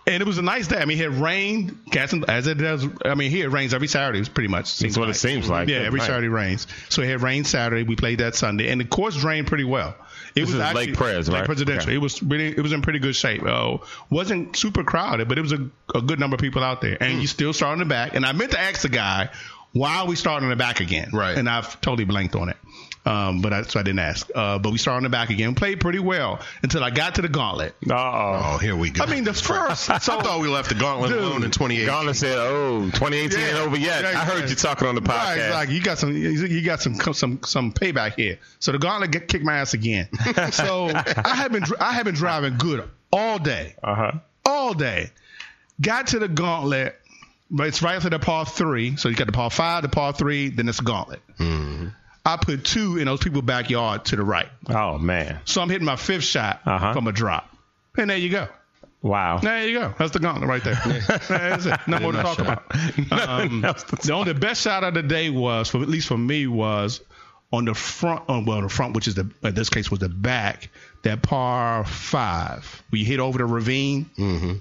[SPEAKER 3] and it was a nice day. I mean, it rained, Gaston, as it does. I mean, here it rains every Saturday, It's pretty much.
[SPEAKER 1] That's what it seems like.
[SPEAKER 3] Yeah, every
[SPEAKER 1] Right.
[SPEAKER 3] Saturday rains. So it had rained Saturday. We played that Sunday, and the course drained pretty well. It
[SPEAKER 1] This
[SPEAKER 3] was
[SPEAKER 1] is
[SPEAKER 3] actually,
[SPEAKER 1] Lake Prez, right?
[SPEAKER 3] Lake Presidential.
[SPEAKER 1] Okay.
[SPEAKER 3] It was really, it was in pretty good shape. Uh, wasn't super crowded, but it was a, a good number of people out there.
[SPEAKER 1] Mm.
[SPEAKER 3] And you still start in the back. And I meant to ask the guy, why are we starting in the back again?
[SPEAKER 2] Right.
[SPEAKER 3] And I've totally blanked on it. Um, but I, so I didn't ask. Uh, but we started in the back again. Played pretty well until I got to the gauntlet.
[SPEAKER 1] Uh-oh.
[SPEAKER 2] Oh, here we go.
[SPEAKER 3] I mean, the first.
[SPEAKER 2] I
[SPEAKER 1] oh,
[SPEAKER 2] thought we left the gauntlet
[SPEAKER 3] Dude,
[SPEAKER 2] alone in 28.
[SPEAKER 1] Garner said, "Oh, 2018 ain't
[SPEAKER 3] Yeah.
[SPEAKER 1] over yet."
[SPEAKER 3] Yeah,
[SPEAKER 1] I heard
[SPEAKER 3] yeah.
[SPEAKER 1] you talking on the podcast.
[SPEAKER 3] Right, exactly. You got some. You got some some some payback here. So the gauntlet get, kicked my ass again. so I have been dr- I have been driving good all day,
[SPEAKER 1] Uh huh.
[SPEAKER 3] all day. Got to the gauntlet. But it's right after the par three. So you got the par five, the par three, then it's gauntlet. I put two in those people's backyard to the right.
[SPEAKER 1] Oh man.
[SPEAKER 3] So I'm hitting my fifth shot
[SPEAKER 1] Uh-huh.
[SPEAKER 3] from a drop. And there you go.
[SPEAKER 1] Wow.
[SPEAKER 3] There you go. That's the gauntlet right there. That's it. No more to talk about. Um, the only the best shot of the day was, for, at least for me, was on the front. On, well, the front, which is the in this case was the back. That par five, we hit over the ravine. Mm-hmm.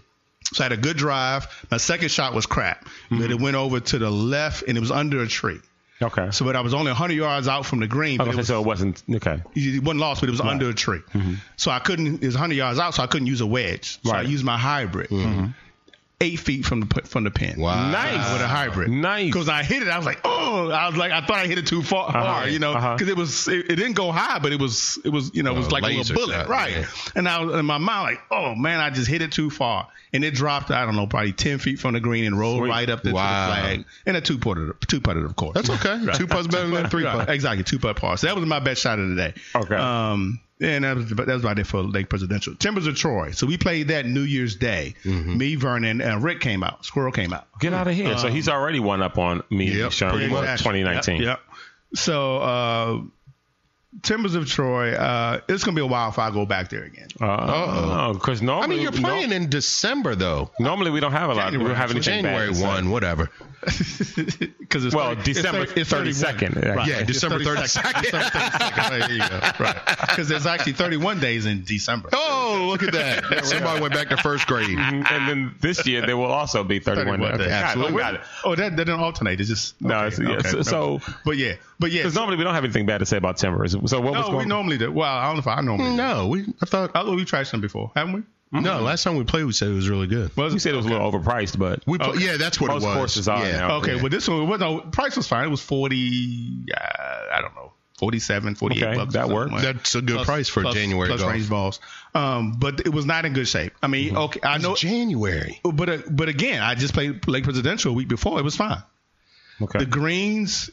[SPEAKER 3] So I had a good drive. My second shot was crap, but it went over to the left and it was under a tree.
[SPEAKER 1] Okay.
[SPEAKER 3] So, but I was only 100 yards out from the green. But
[SPEAKER 1] okay,
[SPEAKER 3] it was
[SPEAKER 1] so it wasn't okay.
[SPEAKER 3] it wasn't lost, but it was under a tree. So I couldn't. It was 100 yards out, so I couldn't use a wedge. So I
[SPEAKER 1] Right.
[SPEAKER 3] used my hybrid, eight feet from the p- from the pin.
[SPEAKER 2] Wow.
[SPEAKER 1] Nice.
[SPEAKER 3] With a hybrid,
[SPEAKER 1] Nice.
[SPEAKER 3] Because I hit it, I was like, oh, I was like, I thought I hit it too far, hard, you know,
[SPEAKER 1] Uh-huh.
[SPEAKER 3] because it was, it, it didn't go high, but it was, it was, you know, it was
[SPEAKER 2] Oh,
[SPEAKER 3] like a
[SPEAKER 2] laser
[SPEAKER 3] little bullet,
[SPEAKER 2] shot,
[SPEAKER 3] right?
[SPEAKER 2] yeah.
[SPEAKER 3] And I was in my mind like, oh man, I just hit it too far, and it dropped, I don't know, probably 10 feet from the green and rolled right up into
[SPEAKER 2] Wow.
[SPEAKER 3] the flag, and a two putter, two putter, of course.
[SPEAKER 2] That's okay. Two putts better than three
[SPEAKER 3] Right,
[SPEAKER 2] putts.
[SPEAKER 3] Exactly, two putt par. So that was my best shot of the day.
[SPEAKER 1] Okay.
[SPEAKER 3] Um, and that was, that was about it for Lake Presidential. Timbers of Troy. So we played that New Year's Day.
[SPEAKER 2] Mm-hmm.
[SPEAKER 3] Me, Vernon, and Rick came out. Squirrel came out.
[SPEAKER 1] Get out of here. so he's already one up on me,
[SPEAKER 2] Um, Yep,
[SPEAKER 1] Sherman,
[SPEAKER 2] pretty much.
[SPEAKER 1] for 2019.
[SPEAKER 3] Yep. yep. So uh, Timbers of Troy. Uh, it's gonna be a while if I go back there again.
[SPEAKER 1] Uh, because normally,
[SPEAKER 2] I mean, you're
[SPEAKER 1] no-
[SPEAKER 2] playing in December though.
[SPEAKER 1] normally we don't have a lot. we don't have anything
[SPEAKER 2] January
[SPEAKER 1] bad to say.
[SPEAKER 2] one, whatever.
[SPEAKER 3] Because it's
[SPEAKER 1] Well,
[SPEAKER 3] thirty-
[SPEAKER 1] December
[SPEAKER 3] it's thirty- it's
[SPEAKER 1] 32nd,
[SPEAKER 3] 31.
[SPEAKER 1] actually.
[SPEAKER 2] Yeah, December thirty second.
[SPEAKER 3] Right, there you go. Right. Because there's actually 31 days in December.
[SPEAKER 2] Oh, look at that! Somebody went back to first grade.
[SPEAKER 1] and then this year there will also be 31 days.
[SPEAKER 3] 31 days.
[SPEAKER 1] Okay, got it,
[SPEAKER 2] Absolutely.
[SPEAKER 1] we got it.
[SPEAKER 3] Oh, that, that didn't alternate. It's just
[SPEAKER 1] No, it's- yeah, so- so-
[SPEAKER 3] but yeah, but yeah.
[SPEAKER 1] Because normally we don't have anything bad to say about Timbers. So what was
[SPEAKER 3] No,
[SPEAKER 1] going
[SPEAKER 3] we normally do. Well, I don't know if I normally. do.
[SPEAKER 2] No, we. I thought.
[SPEAKER 3] I thought we tried some before, haven't we?
[SPEAKER 2] No, last time we played, we said it was really good.
[SPEAKER 1] You said it was a little overpriced, but
[SPEAKER 2] We. pl- Yeah, that's what
[SPEAKER 1] Oh, Most
[SPEAKER 2] it was.
[SPEAKER 1] courses are
[SPEAKER 2] yeah.
[SPEAKER 1] now.
[SPEAKER 3] Okay,
[SPEAKER 2] Yeah.
[SPEAKER 3] well this one was no price was fine. It was 40. Uh, I don't know. 47, 48
[SPEAKER 1] Okay,
[SPEAKER 3] bucks.
[SPEAKER 1] that
[SPEAKER 3] or something
[SPEAKER 1] works.
[SPEAKER 3] like
[SPEAKER 2] That's a good price for
[SPEAKER 3] plus-
[SPEAKER 2] January
[SPEAKER 3] plus
[SPEAKER 2] golf.
[SPEAKER 3] range balls. Um, but it was not in good shape. I
[SPEAKER 1] Mm-hmm.
[SPEAKER 3] mean, okay, I know.
[SPEAKER 2] Oh, January.
[SPEAKER 3] But uh, but again, I just played Lake Presidential a week before. It was fine.
[SPEAKER 1] oh, okay.
[SPEAKER 3] the greens,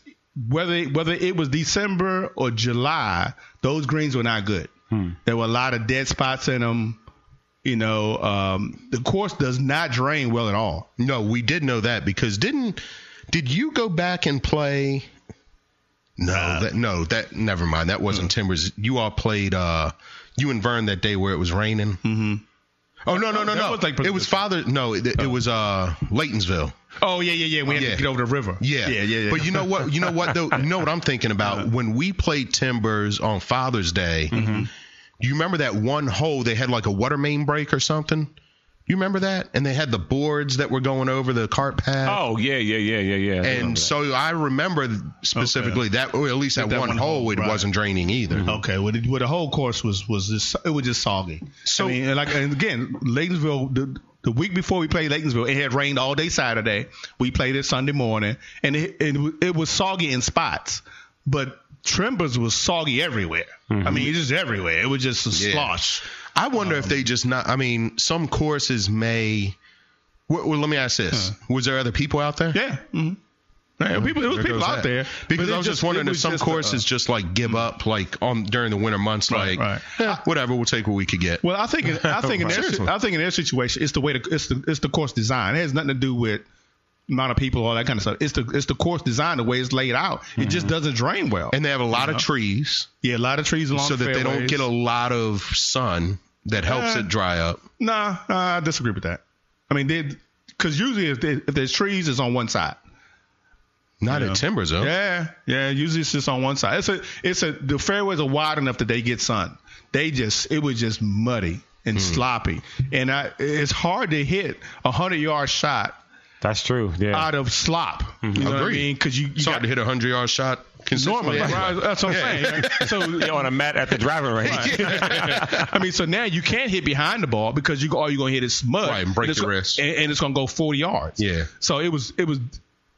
[SPEAKER 3] whether whether it was December or July, those greens were not good.
[SPEAKER 1] Hmm.
[SPEAKER 3] There were a lot of dead spots in them. You know, um, the course does not drain well at all.
[SPEAKER 2] No, we did know that because didn't did you go back and play? No, that no, that never mind. That wasn't Timbers. You all played uh you and Vern that day where it was raining. Mm-hmm. Oh no no no
[SPEAKER 3] that
[SPEAKER 2] no!
[SPEAKER 3] was like
[SPEAKER 2] it was Father. No, it, it was uh Laytonsville.
[SPEAKER 3] Oh yeah, yeah, yeah. We had
[SPEAKER 2] Yeah.
[SPEAKER 3] to get over the river.
[SPEAKER 2] Yeah.
[SPEAKER 3] yeah, yeah. Uh-huh. yeah.
[SPEAKER 2] But you know what? You know what though? You know what I'm thinking about when we played Timbers on Father's Day.
[SPEAKER 3] Mm-hmm.
[SPEAKER 2] You remember that one hole they had like a water main break or something? You remember that? And they had the boards that were going over the cart path.
[SPEAKER 1] oh yeah, yeah, yeah, yeah, yeah.
[SPEAKER 2] And so I remember specifically that, or at least that,
[SPEAKER 3] that
[SPEAKER 2] one,
[SPEAKER 3] one
[SPEAKER 2] hole,
[SPEAKER 3] hole,
[SPEAKER 2] it
[SPEAKER 3] right. Mm-hmm.
[SPEAKER 2] wasn't draining either.
[SPEAKER 3] Okay, well, the, well, the whole course was was just it was just soggy. So
[SPEAKER 2] So-
[SPEAKER 3] I mean, and like and again, Laytonsville. The, the week before we played Laytonsville, it had rained all day Saturday. We played it Sunday morning, and it it, wa- it was soggy in spots, but Trembers was soggy everywhere. I mean, it's just everywhere. It was just a
[SPEAKER 2] Mm-hmm. Yeah.
[SPEAKER 3] slosh.
[SPEAKER 2] I wonder
[SPEAKER 3] Um,
[SPEAKER 2] if they just not. I mean, some courses may. Well, well, let me ask this: Was there other people out there?
[SPEAKER 3] Yeah. hmm Yeah, people, it was
[SPEAKER 2] Mm-hmm. There
[SPEAKER 3] people
[SPEAKER 2] goes
[SPEAKER 3] out
[SPEAKER 2] that.
[SPEAKER 3] there
[SPEAKER 2] Because
[SPEAKER 3] but
[SPEAKER 2] I
[SPEAKER 3] it
[SPEAKER 2] was just
[SPEAKER 3] it
[SPEAKER 2] wondering if
[SPEAKER 3] was
[SPEAKER 2] some
[SPEAKER 3] just, uh,
[SPEAKER 2] courses just like give up, like on during the winter months,
[SPEAKER 3] Right,
[SPEAKER 2] like
[SPEAKER 3] right.
[SPEAKER 2] "Eh, whatever, we'll take what we could get.
[SPEAKER 3] Well, I think in, I think in their
[SPEAKER 2] Seriously.
[SPEAKER 3] I think in their situation, it's the way the, it's the it's the course design. It has nothing to do with amount of people, all that kind of stuff. It's the it's the course design, the way it's laid out. It just doesn't drain well.
[SPEAKER 2] and they have a lot of trees,
[SPEAKER 3] Mm-hmm. yeah, a lot of trees along
[SPEAKER 2] so
[SPEAKER 3] the
[SPEAKER 2] that they don't
[SPEAKER 3] fairways.
[SPEAKER 2] get a lot of sun that helps
[SPEAKER 3] Uh,
[SPEAKER 2] it dry up.
[SPEAKER 3] Nah, nah, I disagree with that. I mean, they because usually if, they, if there's trees, it's on one side.
[SPEAKER 2] Not at Timbers, though.
[SPEAKER 3] Yeah, yeah. Usually it's just on one side. It's a, it's a. The fairways are wide enough that they get sun. They just, it was just muddy and sloppy, and I, it's hard to hit a hundred yard shot
[SPEAKER 1] That's true. Yeah.
[SPEAKER 2] Uh,
[SPEAKER 3] out of slop.
[SPEAKER 2] Mm-hmm.
[SPEAKER 3] You know what I
[SPEAKER 2] Agreed.
[SPEAKER 3] mean? Because you, you
[SPEAKER 2] It's hard
[SPEAKER 3] got
[SPEAKER 2] to hit a hundred yard shot consistently.
[SPEAKER 3] normally.
[SPEAKER 2] anyway.
[SPEAKER 3] Right, That's what I'm saying. So
[SPEAKER 1] Yeah, on a mat at the driving range.
[SPEAKER 3] I mean, so now you can't hit behind the ball because you all you're gonna hit is mud,
[SPEAKER 2] Right, and break
[SPEAKER 3] it's
[SPEAKER 2] your
[SPEAKER 3] go-
[SPEAKER 2] wrist.
[SPEAKER 3] and, and it's gonna go 40 yards.
[SPEAKER 2] Yeah.
[SPEAKER 3] So it was it was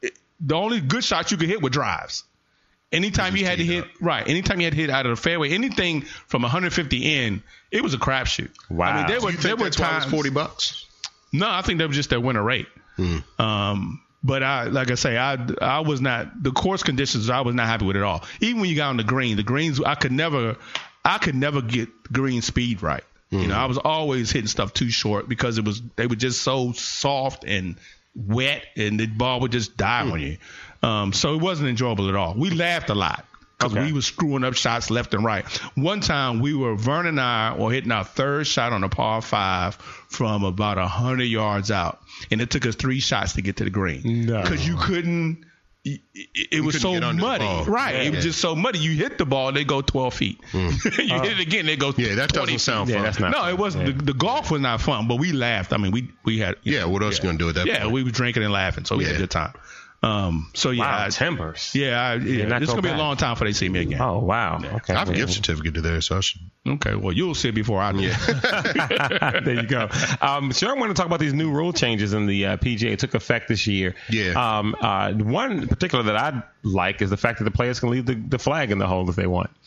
[SPEAKER 3] it, the only good shots you could hit were drives. Anytime you had to
[SPEAKER 2] teed
[SPEAKER 3] hit right, anytime you had to hit out of the fairway, anything from 150 in, it was a crapshoot. I
[SPEAKER 1] Wow.
[SPEAKER 3] mean, there were
[SPEAKER 2] You
[SPEAKER 3] there
[SPEAKER 2] think
[SPEAKER 3] were
[SPEAKER 2] that's why it's
[SPEAKER 3] times.
[SPEAKER 2] forty bucks?
[SPEAKER 3] No, I think that was just their winter rate. Um, but I, like I say, I, I was not the course conditions. I was not happy with at all. Even when you got on the green, the greens, I could never, I could never get green speed right. You know, I was always hitting stuff too short because it was they were just so soft and wet, and the ball would just die on you. Um, so it wasn't enjoyable at all. We laughed a lot because
[SPEAKER 1] Okay.
[SPEAKER 3] we were screwing up shots left and right. One time we were Vernon and I were hitting our third shot on a par five from about hundred yards out, and it took us three shots to get to the green
[SPEAKER 1] No.
[SPEAKER 3] because you couldn't. It, it- it was
[SPEAKER 2] couldn't
[SPEAKER 3] so
[SPEAKER 2] get under the
[SPEAKER 3] muddy,
[SPEAKER 2] ball.
[SPEAKER 3] right? It was
[SPEAKER 2] Yeah. Hmm.
[SPEAKER 3] just so muddy. You hit the ball, they go twelve feet. you hit it again, they go.
[SPEAKER 2] Yeah, that
[SPEAKER 3] 20
[SPEAKER 2] doesn't
[SPEAKER 3] feet.
[SPEAKER 2] sound
[SPEAKER 1] Yeah,
[SPEAKER 2] fun.
[SPEAKER 1] that's not.
[SPEAKER 3] No, it wasn't. The, the golf was not fun, but we laughed. I mean, we we had.
[SPEAKER 2] yeah, what else you gonna do with that?
[SPEAKER 3] yeah, we were drinking and laughing, so we had a
[SPEAKER 2] Yeah.
[SPEAKER 3] good time. Um, so yeah,
[SPEAKER 1] Wow,
[SPEAKER 3] I-
[SPEAKER 1] Timbers.
[SPEAKER 3] yeah, I, yeah.
[SPEAKER 1] not
[SPEAKER 3] It's
[SPEAKER 1] so
[SPEAKER 3] gonna be a
[SPEAKER 1] bad.
[SPEAKER 3] long time before they see me again.
[SPEAKER 1] Oh wow. Okay.
[SPEAKER 2] I have a gift certificate to there, so I should.
[SPEAKER 3] Okay, well, you'll see it before I do.
[SPEAKER 1] there you go. Um, sure, I want to talk about these new rule changes in the uh, PGA. It took effect this year.
[SPEAKER 2] Yeah.
[SPEAKER 1] Um, uh, one in particular that I like is the fact that the players can leave the, the flag in the hole if they want.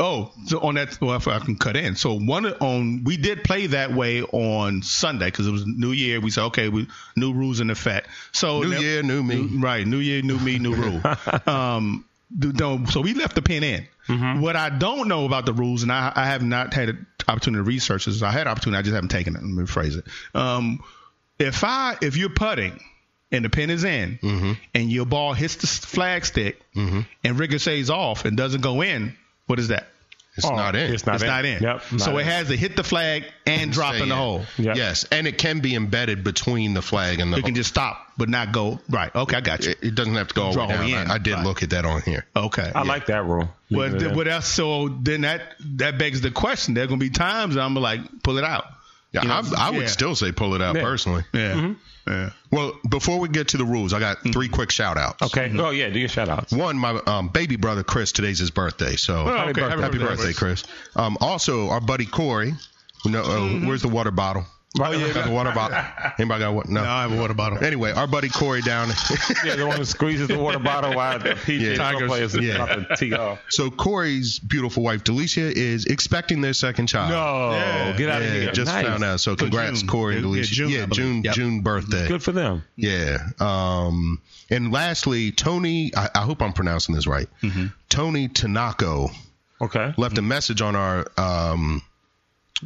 [SPEAKER 3] Oh, so on that, well, if I can cut in. So one on, we did play that way on Sunday because it was New Year. We said, okay, we new rules in effect. So
[SPEAKER 2] New
[SPEAKER 3] that-
[SPEAKER 2] year, new me.
[SPEAKER 3] right? New Year, new me, new rule. um, do- don't- so we left the pin in.
[SPEAKER 1] Mm-hmm.
[SPEAKER 3] What I don't know about the rules, and I, I have not had an opportunity to research this. I had opportunity, I just haven't taken it. Let me rephrase it. Um, if I, if you're putting and the pin is in,
[SPEAKER 1] Mm-hmm.
[SPEAKER 3] and your ball hits the s- flag stick and ricochets off and doesn't go in, what is that?
[SPEAKER 2] It's not in.
[SPEAKER 1] It's not
[SPEAKER 3] Oh, it's
[SPEAKER 1] in.
[SPEAKER 3] not in.
[SPEAKER 1] Yep.
[SPEAKER 3] so
[SPEAKER 1] not
[SPEAKER 3] it
[SPEAKER 1] in.
[SPEAKER 3] has to hit the flag and drop
[SPEAKER 2] Stay
[SPEAKER 3] in the hole.
[SPEAKER 1] Yeah.
[SPEAKER 2] Yes, and it can be embedded between the flag and the.
[SPEAKER 3] It can just stop, but not go right. Okay, I got you.
[SPEAKER 2] It, it doesn't have to go all the way
[SPEAKER 3] Draw
[SPEAKER 2] down.
[SPEAKER 3] in.
[SPEAKER 2] I, I did
[SPEAKER 3] Right. Oh,
[SPEAKER 2] look at that on here.
[SPEAKER 3] Okay.
[SPEAKER 1] I like that rule.
[SPEAKER 3] But
[SPEAKER 1] Leave it
[SPEAKER 3] th-
[SPEAKER 1] in.
[SPEAKER 3] what else? So then that that begs the question. There are gonna be times I'm like pull it out.
[SPEAKER 2] Yeah,
[SPEAKER 3] You know,
[SPEAKER 2] I, I would
[SPEAKER 3] yeah.
[SPEAKER 2] still say pull it out
[SPEAKER 1] Yeah.
[SPEAKER 2] personally.
[SPEAKER 3] Yeah.
[SPEAKER 1] Mm-hmm.
[SPEAKER 3] Mm-hmm. Yeah.
[SPEAKER 2] Well, before we get to the rules, I got three quick shout outs.
[SPEAKER 1] okay. Oh yeah, do your shout outs.
[SPEAKER 2] One, my um, baby brother Chris. Today's his birthday, so
[SPEAKER 3] Well, Oh, okay.
[SPEAKER 1] birthday.
[SPEAKER 2] happy birthday, Chris. Um, also, our buddy Corey. Who know, uh,
[SPEAKER 3] Mm-hmm.
[SPEAKER 2] Where's the water bottle? Oh yeah, got the water bottle. Anybody got what? No.
[SPEAKER 3] I have a water bottle.
[SPEAKER 2] Anyway, our buddy Corey down.
[SPEAKER 1] Yeah, the one who squeezes the water bottle while the PGA
[SPEAKER 2] Yeah.
[SPEAKER 1] Tour players
[SPEAKER 2] Yeah.
[SPEAKER 1] drop the tee off.
[SPEAKER 2] so Corey's beautiful wife Delicia is expecting their second child.
[SPEAKER 1] No, get out
[SPEAKER 2] Yeah,
[SPEAKER 1] of here.
[SPEAKER 2] just
[SPEAKER 1] Nice.
[SPEAKER 2] found out. So congrats,
[SPEAKER 3] June.
[SPEAKER 2] Corey and
[SPEAKER 3] Yeah,
[SPEAKER 2] Delicia.
[SPEAKER 3] June, I
[SPEAKER 2] yeah,
[SPEAKER 3] believe.
[SPEAKER 2] June,
[SPEAKER 3] Yep.
[SPEAKER 2] June birthday.
[SPEAKER 1] Good for them.
[SPEAKER 2] Yeah. Um, and lastly, Tony, I, I hope I'm pronouncing this right.
[SPEAKER 3] Mm-hmm.
[SPEAKER 2] Tony Tanako
[SPEAKER 1] Okay.
[SPEAKER 2] left a message on our um,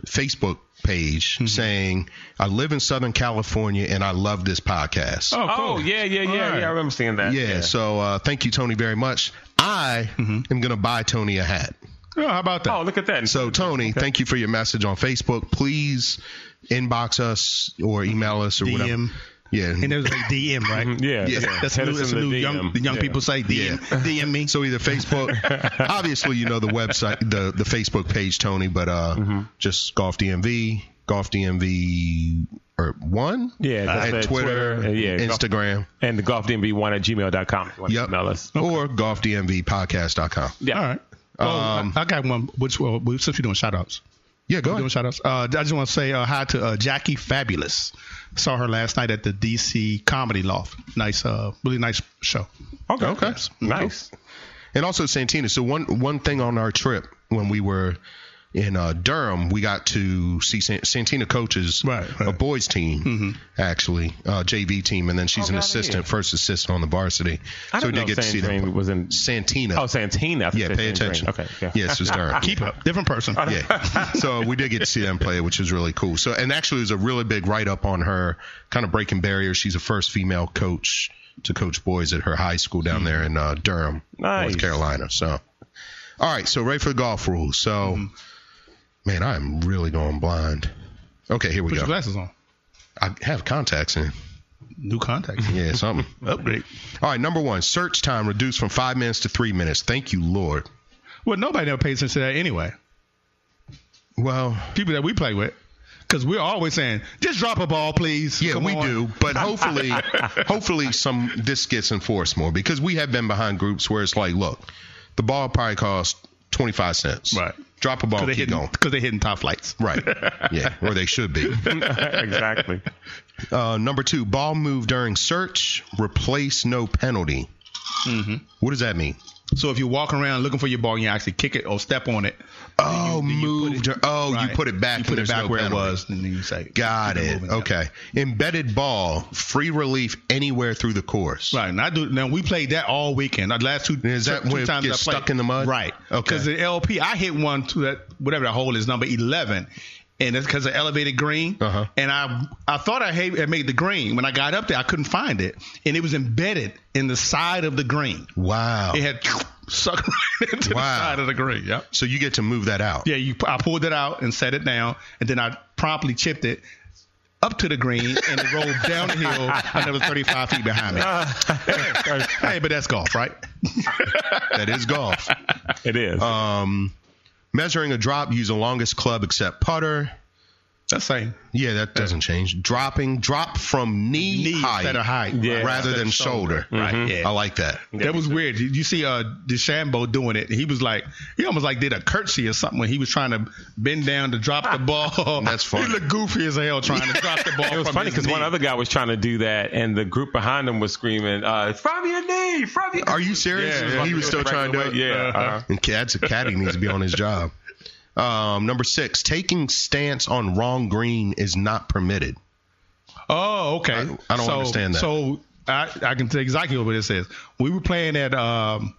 [SPEAKER 2] Facebook page saying, I live in Southern California and I love this podcast.
[SPEAKER 1] Oh, yeah, yeah, yeah,
[SPEAKER 3] right.
[SPEAKER 1] yeah. I remember seeing that.
[SPEAKER 2] yeah, So uh, thank you, Tony, very much. I am going to buy Tony a hat.
[SPEAKER 3] Oh, how about that?
[SPEAKER 1] Oh, look at that.
[SPEAKER 2] So, Tony, thank you for your message on Facebook. Please inbox us or email us or whatever.
[SPEAKER 3] DM.
[SPEAKER 2] Yeah.
[SPEAKER 3] And there's like DM, right?
[SPEAKER 1] Mm-hmm. yeah, yeah.
[SPEAKER 3] That's, that's
[SPEAKER 1] Hit
[SPEAKER 3] new,
[SPEAKER 1] us
[SPEAKER 3] that's
[SPEAKER 1] in
[SPEAKER 3] new
[SPEAKER 1] the
[SPEAKER 3] young,
[SPEAKER 1] DM.
[SPEAKER 3] the young
[SPEAKER 1] Yeah.
[SPEAKER 3] people say DM,
[SPEAKER 2] Yeah.
[SPEAKER 3] DM me.
[SPEAKER 2] So either Facebook, obviously you know the website, the the Facebook page, Tony, but uh,
[SPEAKER 1] Mm-hmm.
[SPEAKER 2] just golf DMV, golf DMV or one,
[SPEAKER 1] Yeah, that's
[SPEAKER 2] and
[SPEAKER 1] it,
[SPEAKER 2] Twitter,
[SPEAKER 1] Twitter, uh, yeah, golf-
[SPEAKER 2] Instagram,
[SPEAKER 1] and the golfdmb1 at gmail.com if you want
[SPEAKER 2] yep,
[SPEAKER 1] to email us.
[SPEAKER 2] or golf DMV podcast.com.
[SPEAKER 1] Yeah.
[SPEAKER 3] All right. Well,
[SPEAKER 2] Um,
[SPEAKER 3] I, I got one. Which well, we- since you're doing shout outs,
[SPEAKER 2] Yeah, go
[SPEAKER 3] doing
[SPEAKER 2] ahead.
[SPEAKER 3] shout outs. Uh, I just want to say uh, hi to uh, Jackie Fabulous. Saw her last night at the DC Comedy Loft. Nice, uh, really nice show.
[SPEAKER 1] Okay.
[SPEAKER 2] Okay.
[SPEAKER 1] Nice.
[SPEAKER 2] And also Santina. So one one thing on our trip when we were in uh, Durham, we got to see San- Santina coaches
[SPEAKER 3] Right, right.
[SPEAKER 2] a boys team actually, uh, JV team, and then she's an
[SPEAKER 1] God,
[SPEAKER 2] assistant,
[SPEAKER 1] Mm-hmm. Oh, yeah.
[SPEAKER 2] first assistant on the varsity.
[SPEAKER 1] I
[SPEAKER 2] so
[SPEAKER 1] don't
[SPEAKER 2] we
[SPEAKER 1] know
[SPEAKER 2] did
[SPEAKER 1] if
[SPEAKER 2] get to see
[SPEAKER 1] Sandrine
[SPEAKER 2] them.
[SPEAKER 1] was in.
[SPEAKER 2] Santina.
[SPEAKER 1] Oh, Santina. I thought
[SPEAKER 2] Yeah,
[SPEAKER 1] you said
[SPEAKER 2] pay
[SPEAKER 1] Sandrine.
[SPEAKER 2] attention.
[SPEAKER 1] Okay. Yeah.
[SPEAKER 2] Yes, it's Durham.
[SPEAKER 3] Keep up, different person.
[SPEAKER 1] Oh,
[SPEAKER 2] Yeah. So we did get to see them play, which was really cool. So and actually it was a really big write up on her, kind of breaking barriers. She's the first female coach to coach boys at her high school down there in uh, Durham,
[SPEAKER 1] Nice.
[SPEAKER 2] North Carolina. So, all right. So ready for the golf rules. So,
[SPEAKER 1] Mm-hmm.
[SPEAKER 2] man, I'm really going blind. Okay, here we
[SPEAKER 3] Put your
[SPEAKER 2] go.
[SPEAKER 3] glasses on.
[SPEAKER 2] I have contacts in.
[SPEAKER 3] New contact.
[SPEAKER 2] Yeah, something.
[SPEAKER 3] Upgrade.
[SPEAKER 2] All right, number one, search time reduced from five minutes to three minutes. Thank you, Lord.
[SPEAKER 3] Well, nobody ever pays attention to that anyway.
[SPEAKER 2] Well,
[SPEAKER 3] People that we play with, because we're always saying, just drop a ball, please.
[SPEAKER 2] Yeah,
[SPEAKER 3] Come
[SPEAKER 2] we
[SPEAKER 3] on." Oh,
[SPEAKER 2] do, but hopefully, hopefully, some this gets enforced more because we have been behind groups where it's like, look, the ball probably costs twenty five cents.
[SPEAKER 3] Right.
[SPEAKER 2] Drop a ball,
[SPEAKER 3] Because they're
[SPEAKER 2] keep
[SPEAKER 3] hitting,
[SPEAKER 2] going.
[SPEAKER 3] 'cause they're hitting top flights.
[SPEAKER 2] Right. Yeah, or they should be.
[SPEAKER 1] exactly.
[SPEAKER 2] Uh, number two, ball move during search, replace no penalty.
[SPEAKER 3] Mm-hmm.
[SPEAKER 2] What does that mean?
[SPEAKER 3] So if you're walking around looking for your ball and you actually kick it or step on it,
[SPEAKER 2] Oh, move. dur- oh, you
[SPEAKER 3] right,
[SPEAKER 2] put it back.
[SPEAKER 3] you
[SPEAKER 2] and
[SPEAKER 3] put it
[SPEAKER 2] there's
[SPEAKER 3] back
[SPEAKER 2] no
[SPEAKER 3] where
[SPEAKER 2] penalty.
[SPEAKER 3] it was, and then you say,
[SPEAKER 2] Got
[SPEAKER 3] keep
[SPEAKER 2] it.
[SPEAKER 3] moving.
[SPEAKER 2] Okay. Embedded ball, free relief anywhere through the course.
[SPEAKER 3] Right. And I do. Now we played that all weekend. The last two,
[SPEAKER 2] Is that
[SPEAKER 3] two
[SPEAKER 2] when it
[SPEAKER 3] times
[SPEAKER 2] gets
[SPEAKER 3] I played.
[SPEAKER 2] stuck in the mud?
[SPEAKER 3] Right.
[SPEAKER 2] Okay.
[SPEAKER 3] Because the LP, I hit one to that whatever that hole is number eleven, and that's because of elevated green.
[SPEAKER 2] Uh-huh.
[SPEAKER 3] And I I thought I had, had made the green. When I got up there, I couldn't find it, and it was embedded in the side of the green.
[SPEAKER 2] Wow.
[SPEAKER 3] It had sucked right into
[SPEAKER 2] Wow.
[SPEAKER 3] the side of the green. Yep.
[SPEAKER 2] so you get to move that out.
[SPEAKER 3] Yeah, you. I pulled it out and set it down, and then I promptly chipped it up to the green, and it rolled down the hill another 35 feet behind me. hey, but that's golf, right?
[SPEAKER 2] That is golf.
[SPEAKER 1] It is.
[SPEAKER 2] Um, measuring a drop, use the longest club except putter.
[SPEAKER 3] That's same.
[SPEAKER 2] Yeah, that doesn't change. Dropping, drop from knee,
[SPEAKER 3] Knees
[SPEAKER 2] height,
[SPEAKER 3] that are high,
[SPEAKER 1] Yeah.
[SPEAKER 2] rather than shoulder. Mm-hmm.
[SPEAKER 3] Right.
[SPEAKER 2] I
[SPEAKER 3] Yeah.
[SPEAKER 2] like that.
[SPEAKER 3] That was weird. You you see uh DeChambeau doing it. He was like, he almost like did a curtsy or something when he was trying to bend down to drop the ball.
[SPEAKER 2] That's funny.
[SPEAKER 3] He looked goofy as hell trying to drop the ball.
[SPEAKER 1] it was
[SPEAKER 3] from
[SPEAKER 1] funny
[SPEAKER 3] his
[SPEAKER 1] because one
[SPEAKER 3] knee.
[SPEAKER 1] other guy was trying to do that, and the group behind him was screaming, uh, "From your knee, from your."
[SPEAKER 2] Are you serious?
[SPEAKER 1] Yeah, yeah.
[SPEAKER 2] he was still trying to do it.
[SPEAKER 1] Yeah. uh-huh.
[SPEAKER 2] And Cad's a caddy needs to be on his job. Um, number six, taking stance on wrong green is not permitted.
[SPEAKER 3] Oh, okay.
[SPEAKER 2] I- I don't
[SPEAKER 3] so,
[SPEAKER 2] understand that.
[SPEAKER 3] So I, I can tell exactly what it says. We were playing at um,